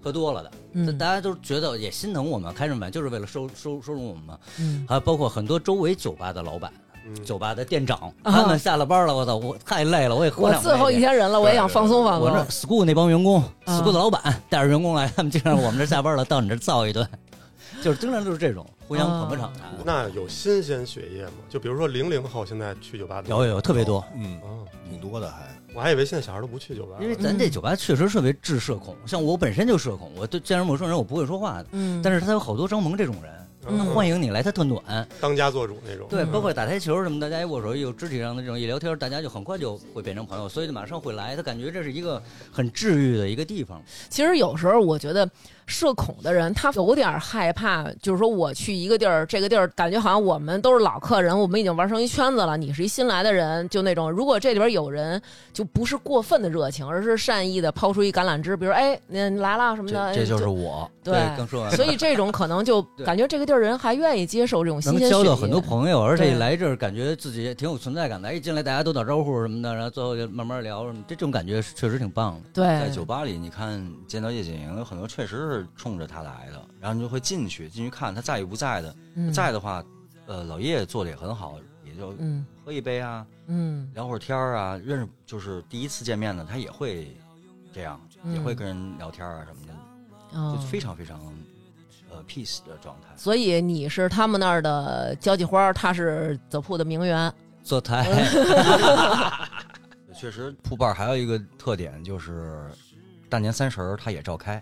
[SPEAKER 3] 喝多了的。
[SPEAKER 2] 嗯
[SPEAKER 3] 大家都觉得也心疼我们，开这么晚就是为了收收收容我们嘛。
[SPEAKER 2] 嗯
[SPEAKER 3] 还有包括很多周围酒吧的老板。
[SPEAKER 1] 嗯
[SPEAKER 3] 酒吧的店长，他们下了班了，我操，我太累了，我也
[SPEAKER 2] 啊
[SPEAKER 3] 喝
[SPEAKER 2] 我
[SPEAKER 3] 两杯
[SPEAKER 2] 伺候
[SPEAKER 3] 去
[SPEAKER 2] 一天人了，我也想放松放
[SPEAKER 3] 我
[SPEAKER 2] 松
[SPEAKER 3] 这。school 那帮员工、
[SPEAKER 2] 啊
[SPEAKER 3] s c h o o l 的老板带着员工来，他们经常我们这下班了，到你这造一顿， 就是经常就是这种互相捧个场啊啥的。
[SPEAKER 1] 那有新鲜血液吗？就比如说零零后现在去酒吧多
[SPEAKER 3] 有有有特别多，
[SPEAKER 4] 嗯，
[SPEAKER 1] 哦，
[SPEAKER 4] 挺多的还。
[SPEAKER 1] 我还以为现在小孩都不去酒吧了，
[SPEAKER 3] 因为
[SPEAKER 2] 嗯
[SPEAKER 3] 咱这酒吧确实特别治社恐，像我本身就社恐，我对见着陌生人我不会说话的，
[SPEAKER 2] 嗯，
[SPEAKER 3] 但是他有好多张萌这种人，
[SPEAKER 1] 嗯
[SPEAKER 3] 他欢迎你来，他特暖，
[SPEAKER 1] 当家做主那种。
[SPEAKER 3] 对，
[SPEAKER 1] 嗯
[SPEAKER 3] 包括打台球什么，大家一握手，一有肢体上的这种一聊天，大家就很快就会变成朋友，所以就马上会来，他感觉这是一个很治愈的一个地方，
[SPEAKER 2] 其实有时候我觉得社恐的人，他有点害怕，就是说我去一个地儿，这个地儿感觉好像我们都是老客人，我们已经玩成一圈子了。你是一新来的人，就那种如果这里边有人就不是过分的热情，而是善意的抛出一橄榄枝，比如哎，您来啦什么的，
[SPEAKER 5] 这这就是
[SPEAKER 2] 哎
[SPEAKER 5] 我。
[SPEAKER 2] 对
[SPEAKER 3] 刚说完了。
[SPEAKER 2] 所以这种可能就
[SPEAKER 3] 对
[SPEAKER 2] 感觉这个地儿人还愿意接受这种新
[SPEAKER 3] 能
[SPEAKER 2] 鲜
[SPEAKER 3] 交到
[SPEAKER 2] 血
[SPEAKER 3] 很
[SPEAKER 2] 液
[SPEAKER 3] 多朋友，而且
[SPEAKER 2] 对
[SPEAKER 3] 一来这儿感觉自己也挺有存在感的。一进来大家都打招呼什么的，然后最后就慢慢聊什么，这种感觉是确实挺棒的。
[SPEAKER 5] 在
[SPEAKER 2] 对
[SPEAKER 5] 酒吧里，你看见到叶锦莹，有很多确实是冲着他来的，然后你就会进去进去看他在与不在的，
[SPEAKER 2] 嗯
[SPEAKER 5] 在的话，呃，老叶做的也很好，也题，就
[SPEAKER 2] 嗯
[SPEAKER 5] 喝一杯啊，
[SPEAKER 2] 嗯
[SPEAKER 5] 聊会儿天儿啊，认识就是第一次见面的，他也会这样，
[SPEAKER 2] 嗯
[SPEAKER 5] 也会跟人聊天啊什么的，
[SPEAKER 2] 哦
[SPEAKER 5] 就非常非常呃 peace 的状态。
[SPEAKER 2] 所以你是他们那儿的交际花，他是泽铺的名媛。
[SPEAKER 3] 坐 台，
[SPEAKER 5] 确实，铺伴儿还有一个特点就是，大年三十儿它也照开，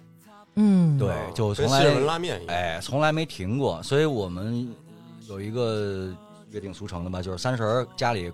[SPEAKER 2] 嗯，
[SPEAKER 5] 对
[SPEAKER 1] 嗯
[SPEAKER 5] 就
[SPEAKER 1] 跟
[SPEAKER 5] 从
[SPEAKER 1] 西
[SPEAKER 5] 来
[SPEAKER 1] 尔文拉面一样，
[SPEAKER 5] 哎，从来没停过。所以我们有一个约定俗成的吧，就是三十儿家里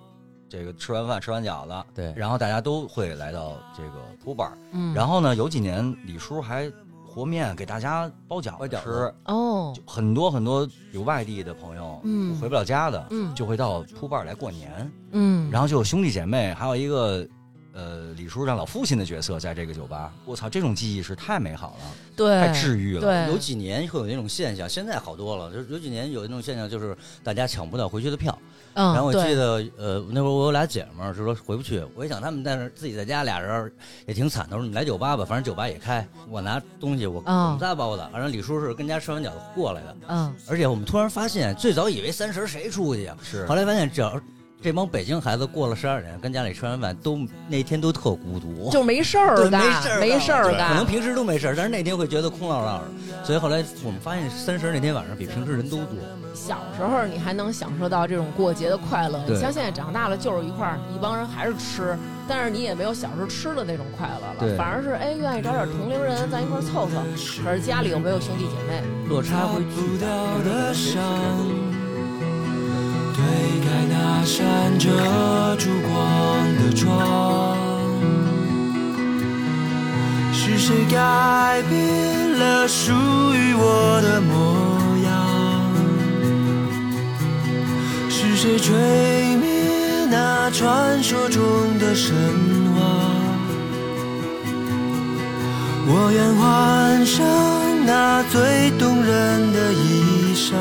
[SPEAKER 5] 这个吃完饭吃完饺子，
[SPEAKER 3] 对
[SPEAKER 5] 然后大家都会来到这个铺伴儿。
[SPEAKER 2] 嗯，
[SPEAKER 5] 然后呢，有几年李叔还和面给大家包饺
[SPEAKER 3] 包
[SPEAKER 5] 子
[SPEAKER 3] 饺
[SPEAKER 5] 吃，
[SPEAKER 3] 子
[SPEAKER 2] 哦，
[SPEAKER 5] 就很多很多有外地的朋友，
[SPEAKER 2] 嗯
[SPEAKER 5] 回不了家的，
[SPEAKER 2] 嗯
[SPEAKER 5] 就会到铺伴儿来过年。
[SPEAKER 2] 嗯，
[SPEAKER 5] 然后就有兄弟姐妹，还有一个呃李叔让老父亲的角色在这个酒吧，我操，这种记忆是太美好了，
[SPEAKER 2] 对，
[SPEAKER 5] 太治愈了。
[SPEAKER 2] 对，
[SPEAKER 3] 有几年会有那种现象，现在好多了。就是有几年有那种现象，就是大家抢不到回去的票。
[SPEAKER 2] 嗯，
[SPEAKER 3] 然后我
[SPEAKER 2] 对
[SPEAKER 3] 记得，呃，那会儿我有俩姐们儿，就说回不去。我一想，他们在那儿自己在家俩人儿也挺惨的。我说你来酒吧吧，反正酒吧也开。我拿东西，我我
[SPEAKER 2] 啊
[SPEAKER 3] 们仨包的。反正李叔是跟家吃完饺子过来的。
[SPEAKER 2] 嗯
[SPEAKER 3] 而且我们突然发现，最早以为三十谁出去啊？
[SPEAKER 5] 是
[SPEAKER 3] 后来发现，只要这帮北京孩子过了十二点，跟家里吃完饭，都那天都特孤独，
[SPEAKER 2] 就没事儿
[SPEAKER 3] 对
[SPEAKER 2] 干，
[SPEAKER 3] 没事儿
[SPEAKER 2] 没
[SPEAKER 3] 干
[SPEAKER 2] 事儿
[SPEAKER 3] 可能
[SPEAKER 2] 干，
[SPEAKER 3] 平时都没事儿，但是那天会觉得空落落的。所以后来我们发现，三十那天晚上比平时人都多。
[SPEAKER 2] 小时候你还能享受到这种过节的快乐，
[SPEAKER 3] 对
[SPEAKER 2] 像现在长大了就是一块儿一帮人还是吃，但是你也没有小时候吃的那种快乐了，
[SPEAKER 3] 对
[SPEAKER 2] 反而是哎愿意找点同龄人咱一块儿凑凑，可是家里又没有兄弟姐妹，
[SPEAKER 3] 落
[SPEAKER 2] 嗯
[SPEAKER 3] 差会巨大。
[SPEAKER 9] 的伤，推开那扇遮住光的窗，是谁改变了属于我的模样？是谁吹灭那传说中的神话？我愿换上那最动人的衣衫，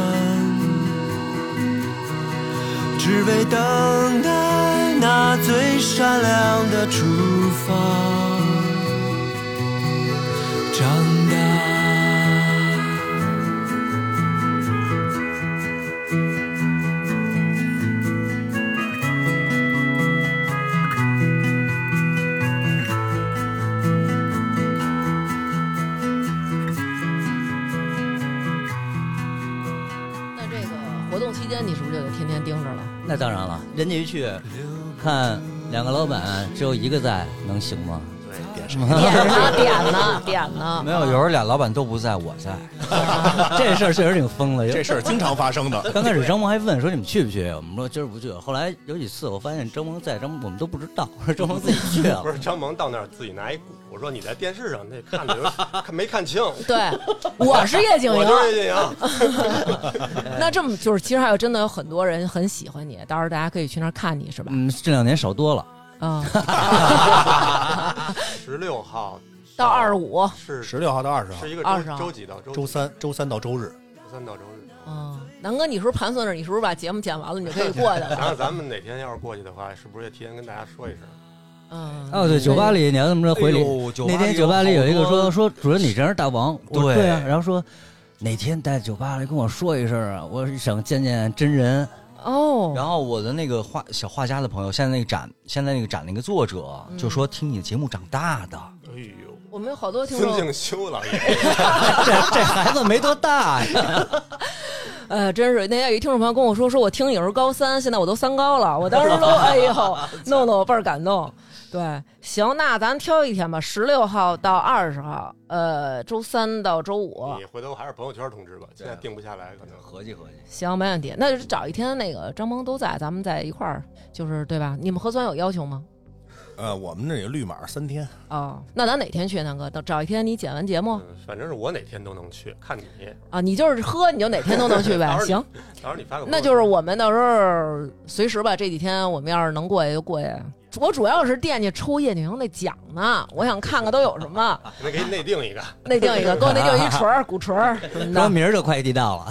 [SPEAKER 9] 只为等待那最闪亮的出发。长大。
[SPEAKER 2] 那这个活动期间你是不是就得天天盯 着了？
[SPEAKER 3] 那当然了，人家一去看两个老板，只有一个在，能行吗？
[SPEAKER 2] 点呢点呢点呢，
[SPEAKER 5] 没有，有时候俩老板都不在，我在。
[SPEAKER 3] 这事儿确实挺疯了。
[SPEAKER 4] 这事儿经常发生的。
[SPEAKER 3] 刚开始张萌还问说你们去不
[SPEAKER 5] 啊
[SPEAKER 3] 去？我们说今儿不去。后来有几次我发现张萌在，张萌我们都不知道，张萌自己去了
[SPEAKER 5] 啊
[SPEAKER 1] 不。是张萌到那儿自己拿一鼓，我说你在电视上那看的有点看没看清，
[SPEAKER 2] 对，我是叶景
[SPEAKER 1] 我
[SPEAKER 2] 莹，
[SPEAKER 1] 就是叶景莹，
[SPEAKER 2] 那这么就是，其实还有真的有很多人很喜欢你，到时候大家可以去那儿看你是吧？
[SPEAKER 3] 嗯，这两年少多了。
[SPEAKER 2] 啊、
[SPEAKER 1] 十六号
[SPEAKER 2] 到二十五，
[SPEAKER 1] 是
[SPEAKER 4] 十六号到二十号
[SPEAKER 1] 是，一个
[SPEAKER 2] 20
[SPEAKER 1] 周
[SPEAKER 2] 号
[SPEAKER 1] 周几到周
[SPEAKER 4] 周
[SPEAKER 1] 周
[SPEAKER 4] 三，周三到周日，
[SPEAKER 1] 三到周日。
[SPEAKER 2] 嗯，南哥，你是不是盘算着你是不是把节目剪完了，你就可以过去
[SPEAKER 1] 想
[SPEAKER 2] 了？
[SPEAKER 1] 想咱们哪天要是过去的话，是不是也提前跟大家说一声？
[SPEAKER 2] 嗯，
[SPEAKER 3] 哦，对，酒吧里你要这么说回礼，
[SPEAKER 5] 哎呦酒吧
[SPEAKER 3] 那
[SPEAKER 5] 里
[SPEAKER 3] 天酒吧里有一个
[SPEAKER 5] 好多
[SPEAKER 3] 说说主任你真是大王，我说
[SPEAKER 5] 对
[SPEAKER 3] 对啊，然后说哪天在酒吧里跟我说一声啊，我想见见真人。
[SPEAKER 2] 哦，
[SPEAKER 5] 然后我的那个画小画家的朋友，现在那个展，现在那个展那个作者就说听你的节目长大的，
[SPEAKER 1] 哎呦，
[SPEAKER 2] 我们有好多听
[SPEAKER 1] 孙
[SPEAKER 2] 众，
[SPEAKER 1] 敬修老爷，
[SPEAKER 3] 这这孩子没多大呀，
[SPEAKER 2] 呃，真是那天有一听众朋友跟我说，说我听你是高三，现在我都三高了，我当时都哎呦， 弄得我倍儿感动。对，行，那咱挑一天吧，十六号到二十号，呃，周三到周五，
[SPEAKER 1] 你回头还是朋友圈通知吧，现在定不下来可能。
[SPEAKER 5] 合计合计，
[SPEAKER 2] 行，没问题。那就是找一天那个张萌都在，咱们在一块儿，就是对吧？你们核酸有要求吗？
[SPEAKER 4] 呃，我们那有绿码三天，
[SPEAKER 2] 哦，那咱哪天去，南哥？等找一天你剪完节目
[SPEAKER 1] 嗯，反正是我哪天都能去，看你。
[SPEAKER 2] 啊，你就是喝，你就哪天都能去呗
[SPEAKER 1] 到。时
[SPEAKER 2] 行
[SPEAKER 1] 候，你到时候你发个朋友圈，
[SPEAKER 2] 那就是我们到时候随时吧。这几天我们要是能过去就过去。我主要是惦记抽叶景莹那奖呢，我想看看都有什么。
[SPEAKER 1] 那给你内定一 个。
[SPEAKER 2] 内定一个，给我内定一锤儿、鼓锤儿 什么
[SPEAKER 3] 然后
[SPEAKER 2] 的。
[SPEAKER 3] 明儿就快递到了。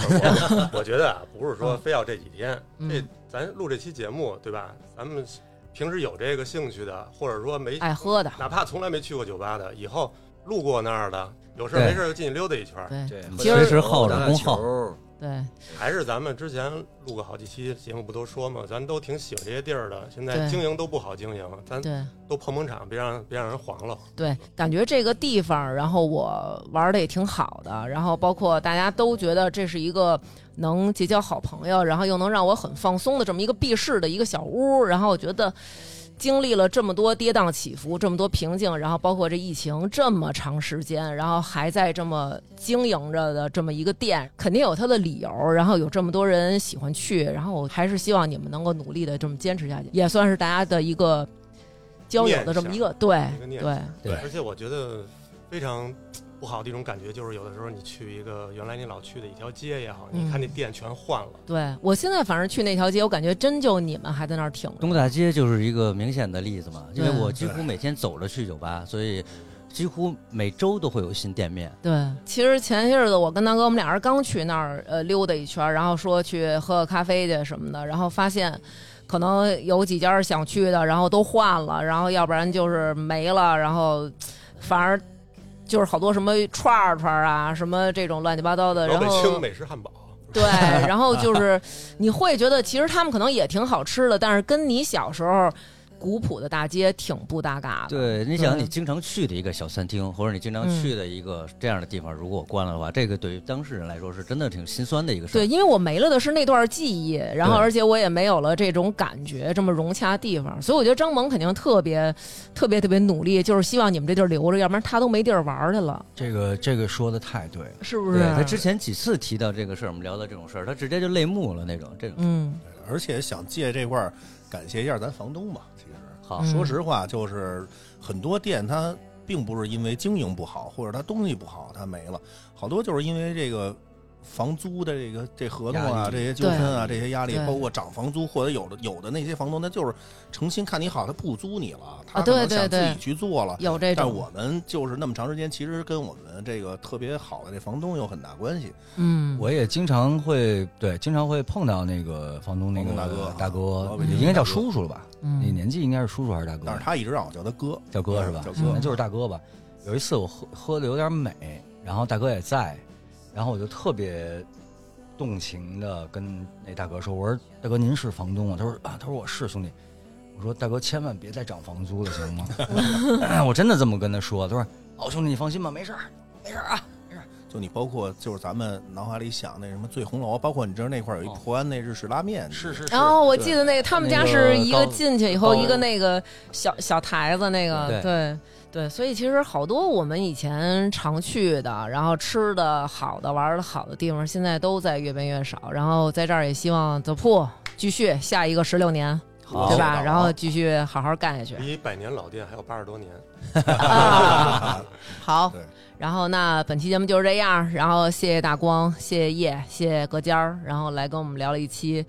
[SPEAKER 1] 我我觉得啊，不是说非要这几天，
[SPEAKER 2] 嗯
[SPEAKER 1] 这咱录这期节目，对吧？咱们平时有这个兴趣的，或者说没，
[SPEAKER 2] 爱喝的，
[SPEAKER 1] 哪怕从来没去过酒吧的，以后路过那儿的，有事儿
[SPEAKER 3] 对
[SPEAKER 1] 没事儿就进去溜达一圈儿。
[SPEAKER 2] 对
[SPEAKER 5] 对
[SPEAKER 2] 其实
[SPEAKER 3] 随时候着
[SPEAKER 5] 打打
[SPEAKER 3] 恭
[SPEAKER 5] 球
[SPEAKER 3] 候
[SPEAKER 2] 对对，
[SPEAKER 1] 还是咱们之前录过好几期节目，不都说嘛，咱都挺喜欢这些地儿的，现在
[SPEAKER 2] 对
[SPEAKER 1] 经营都不好经营，咱
[SPEAKER 2] 对
[SPEAKER 1] 都捧捧场，别让别让人黄了。
[SPEAKER 2] 对，感觉这个地方，然后我玩的也挺好的，然后包括大家都觉得这是一个能结交好朋友，然后又能让我很放松的这么一个避世的一个小屋，然后我觉得。经历了这么多跌宕起伏，这么多瓶颈，然后包括这疫情这么长时间，然后还在这么经营着的这么一个店，肯定有它的理由。然后有这么多人喜欢去，然后我还是希望你们能够努力的这么坚持下去，也算是大家的一个交友的这么一个对
[SPEAKER 1] 一个念
[SPEAKER 2] 对，
[SPEAKER 3] 对
[SPEAKER 1] 而且我觉得非常不好的一种感觉就是，有的时候你去一个原来你老去的一条街也好，
[SPEAKER 2] 嗯
[SPEAKER 1] 你看那店全换了，
[SPEAKER 2] 对我现在反正去那条街，我感觉真就你们还在那儿挺着。
[SPEAKER 3] 东大街就是一个明显的例子嘛，因为
[SPEAKER 2] 对
[SPEAKER 3] 我几乎每天走着去酒吧，所以几乎每周都会有新店面。
[SPEAKER 2] 对，其实前些日子我跟大哥我们俩人刚去那儿呃溜达一圈儿，然后说去喝个咖啡去什么的，然后发现可能有几家想去的，然后都换了，然后要不然就是没了，然后反而就是好多什么串儿串儿啊，什么这种乱七八糟的，
[SPEAKER 1] 老
[SPEAKER 2] 然
[SPEAKER 1] 北
[SPEAKER 2] 后
[SPEAKER 1] 京美食汉堡，
[SPEAKER 2] 对，然后就是你会觉得其实他们可能也挺好吃的，但是跟你小时候古朴的大街挺不搭嘎的。
[SPEAKER 3] 对，你想
[SPEAKER 2] 啊对嗯
[SPEAKER 3] 你经常去的一个小餐厅，或者你经常去的一个这样的地方，如果关了的话，这个对于当事人来说是真的挺心酸的一个事儿。
[SPEAKER 2] 对，因为我没了的是那段记忆，然后
[SPEAKER 3] 对
[SPEAKER 2] 而且我也没有了这种感觉，这么融洽的地方，所以我觉得张萌肯定特别、特别、特别努力，就是希望你们这地儿留着，要不然他都没地儿玩儿去了，
[SPEAKER 5] 这个这个说的太对了，
[SPEAKER 2] 是不
[SPEAKER 3] 对
[SPEAKER 2] 是？啊
[SPEAKER 3] 他之前几次提到这个事儿，我们聊到这种事儿，他直接就泪目了那种。这种
[SPEAKER 2] 嗯，
[SPEAKER 4] 而且想借这块儿感谢一下咱房东吧。其实
[SPEAKER 3] 好，
[SPEAKER 2] 嗯
[SPEAKER 4] 说实话，就是很多店它并不是因为经营不好，或者它东西不好它没了，好多就是因为这个。房租的这个这合同
[SPEAKER 5] 压
[SPEAKER 4] 啊，
[SPEAKER 5] 力
[SPEAKER 4] 这些纠纷啊，这
[SPEAKER 5] 对
[SPEAKER 4] 些压力
[SPEAKER 2] 对，
[SPEAKER 4] 包括涨房租，或者有的有的那些房东他就是诚心看你好，他不租你了，他
[SPEAKER 2] 啊对
[SPEAKER 4] 可能
[SPEAKER 2] 对
[SPEAKER 4] 想
[SPEAKER 2] 对
[SPEAKER 4] 自己去做了。
[SPEAKER 2] 有这
[SPEAKER 4] 但
[SPEAKER 2] 种，
[SPEAKER 4] 我们就是那么长时间，其实跟我们这个特别好的这房东有很大关系。
[SPEAKER 2] 嗯，
[SPEAKER 5] 我也经常会对，经常会碰到那个房东那个
[SPEAKER 4] 房东大
[SPEAKER 5] 大哥
[SPEAKER 4] 哥
[SPEAKER 5] 大
[SPEAKER 4] 老
[SPEAKER 5] 哥
[SPEAKER 4] 北京
[SPEAKER 5] 应该叫
[SPEAKER 4] 大哥
[SPEAKER 5] 叔叔了吧？你
[SPEAKER 2] 嗯
[SPEAKER 5] 年纪应该是叔叔还是大哥？啊
[SPEAKER 4] 但是他一直让我叫他哥，
[SPEAKER 5] 嗯叫哥是吧？
[SPEAKER 4] 叫
[SPEAKER 2] 嗯
[SPEAKER 4] 哥
[SPEAKER 5] 那，就是大哥吧。有一次我喝喝的有点美，然后大哥也在，然后我就特别动情的跟那大哥说：“我说大哥您是房东啊？”他说：“啊，他说我是兄弟。”我说：“大哥千万别再涨房租了，行吗？” 我真的这么跟他说。他说：“哦，兄弟你放心吧，没事儿，没事儿啊。
[SPEAKER 4] 就你包括就是咱们脑海里想那什么醉红楼，包括你知道那块儿有一
[SPEAKER 5] 哦
[SPEAKER 4] 淮安那日式拉面，”
[SPEAKER 5] 是是是。
[SPEAKER 2] 然后哦我记
[SPEAKER 5] 对
[SPEAKER 2] 得那个他们
[SPEAKER 5] 那
[SPEAKER 2] 家
[SPEAKER 5] 个
[SPEAKER 2] 是一个
[SPEAKER 5] 高
[SPEAKER 2] 进去以后
[SPEAKER 5] 高
[SPEAKER 2] 一个那个小小台子那个，
[SPEAKER 3] 对
[SPEAKER 2] 对对，所以其实好多我们以前常去的，然后吃的好的、玩的好的地方，现在都在越变越少。然后在这儿也希望 The Pool 继续下一个十六年，
[SPEAKER 3] 好
[SPEAKER 2] 对吧？然后继续好好干下去。
[SPEAKER 1] 离百年老店还有八十多年。
[SPEAKER 2] 啊 好
[SPEAKER 4] 对，
[SPEAKER 2] 然后那本期节目就是这样，然后谢谢大光，谢谢叶，谢谢隔间儿，然后来跟我们聊了一期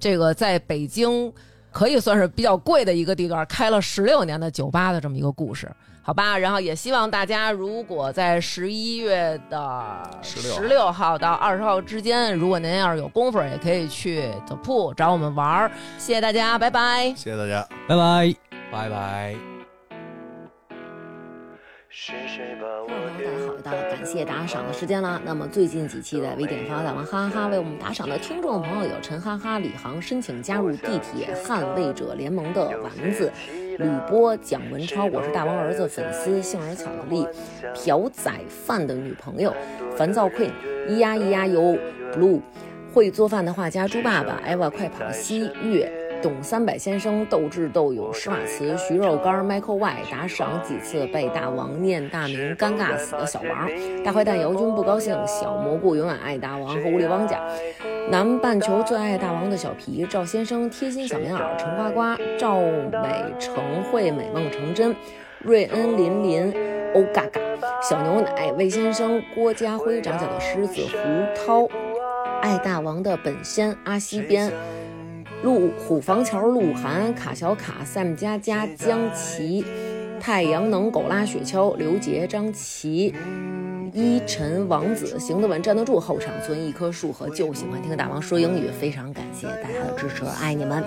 [SPEAKER 2] 这个在北京可以算是比较贵的一个地段，开了十六年的酒吧的这么一个故事。好吧，然后也希望大家如果在十一月的
[SPEAKER 4] 16
[SPEAKER 2] 十六号到二十号之间，如果您要是有功夫儿，也可以去 The Pool 找我们玩儿。谢谢大家，拜拜。
[SPEAKER 4] 谢谢大家。
[SPEAKER 3] 拜拜。
[SPEAKER 5] 拜拜。
[SPEAKER 8] 听众朋友，大家好，又到了感谢打赏的时间啦。那么最近几期的微点发大王哈哈哈为我们打赏的听众朋友有陈哈哈、李航申请加入地铁捍卫者联盟的丸子、吕波、蒋文超，我是大王儿子粉丝杏仁巧克力、朴宰范的女朋友、烦躁 queen、咿呀咿呀哟、blue、会做饭的画家猪爸爸、Eva 快跑西月。董三百先生、斗智斗勇、施瓦茨、徐肉干、Michael Y 打赏几次被大王念大名尴尬死的小王，大坏蛋姚军不高兴，小蘑菇永远爱大王和无力汪家，南半球最爱大王的小皮，赵先生贴心小棉袄陈呱呱，赵美成慧美梦成真，瑞恩林林欧嘎嘎，小牛奶魏先生郭家辉长角的狮子胡涛，爱大王的本仙阿西边。陆虎房桥、鹿晗、卡小卡、Sam 佳佳、江琪、太阳能狗拉雪橇、刘杰、张琪、依晨、王子、行得稳、站得住、后场村一棵树和就喜欢听大王说英语，非常感谢大家的支持，爱你们。
[SPEAKER 9] 遗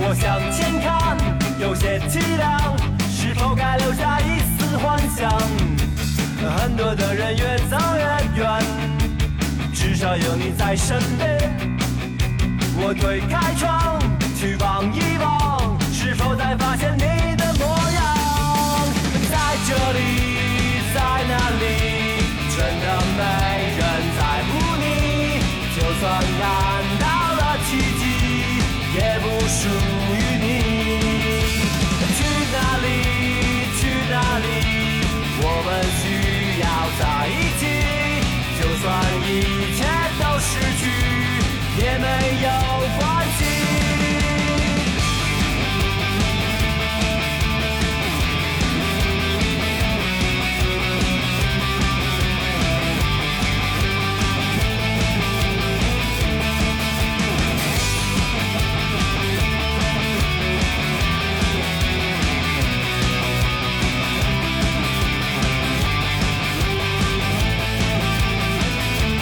[SPEAKER 9] 要向前看，有些凄凉，是否该留下一丝幻想？很多的人越走越远，至少有你在身边。我推开窗，去望一望，是否再发现你的模样？在这里，在那里，真的没人在乎你。就算看到了奇迹，也不属于你。去哪里？去哪里？我们需要在一起，就算一切都失去，也没有关系。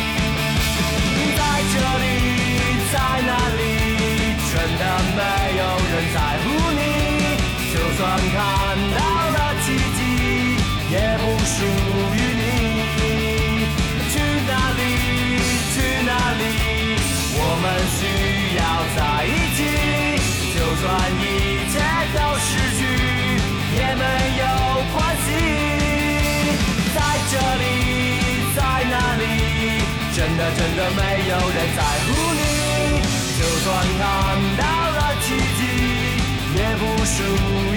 [SPEAKER 9] 在这里，在那里，真的没有人在乎你。就算看到了奇迹，也不属于你。去哪里？去哪里？我们需要在一起。就算一切都失去，也没有关系。在这里，在那里，真的真的没有人在乎你。就算看到了奇迹，也不属于。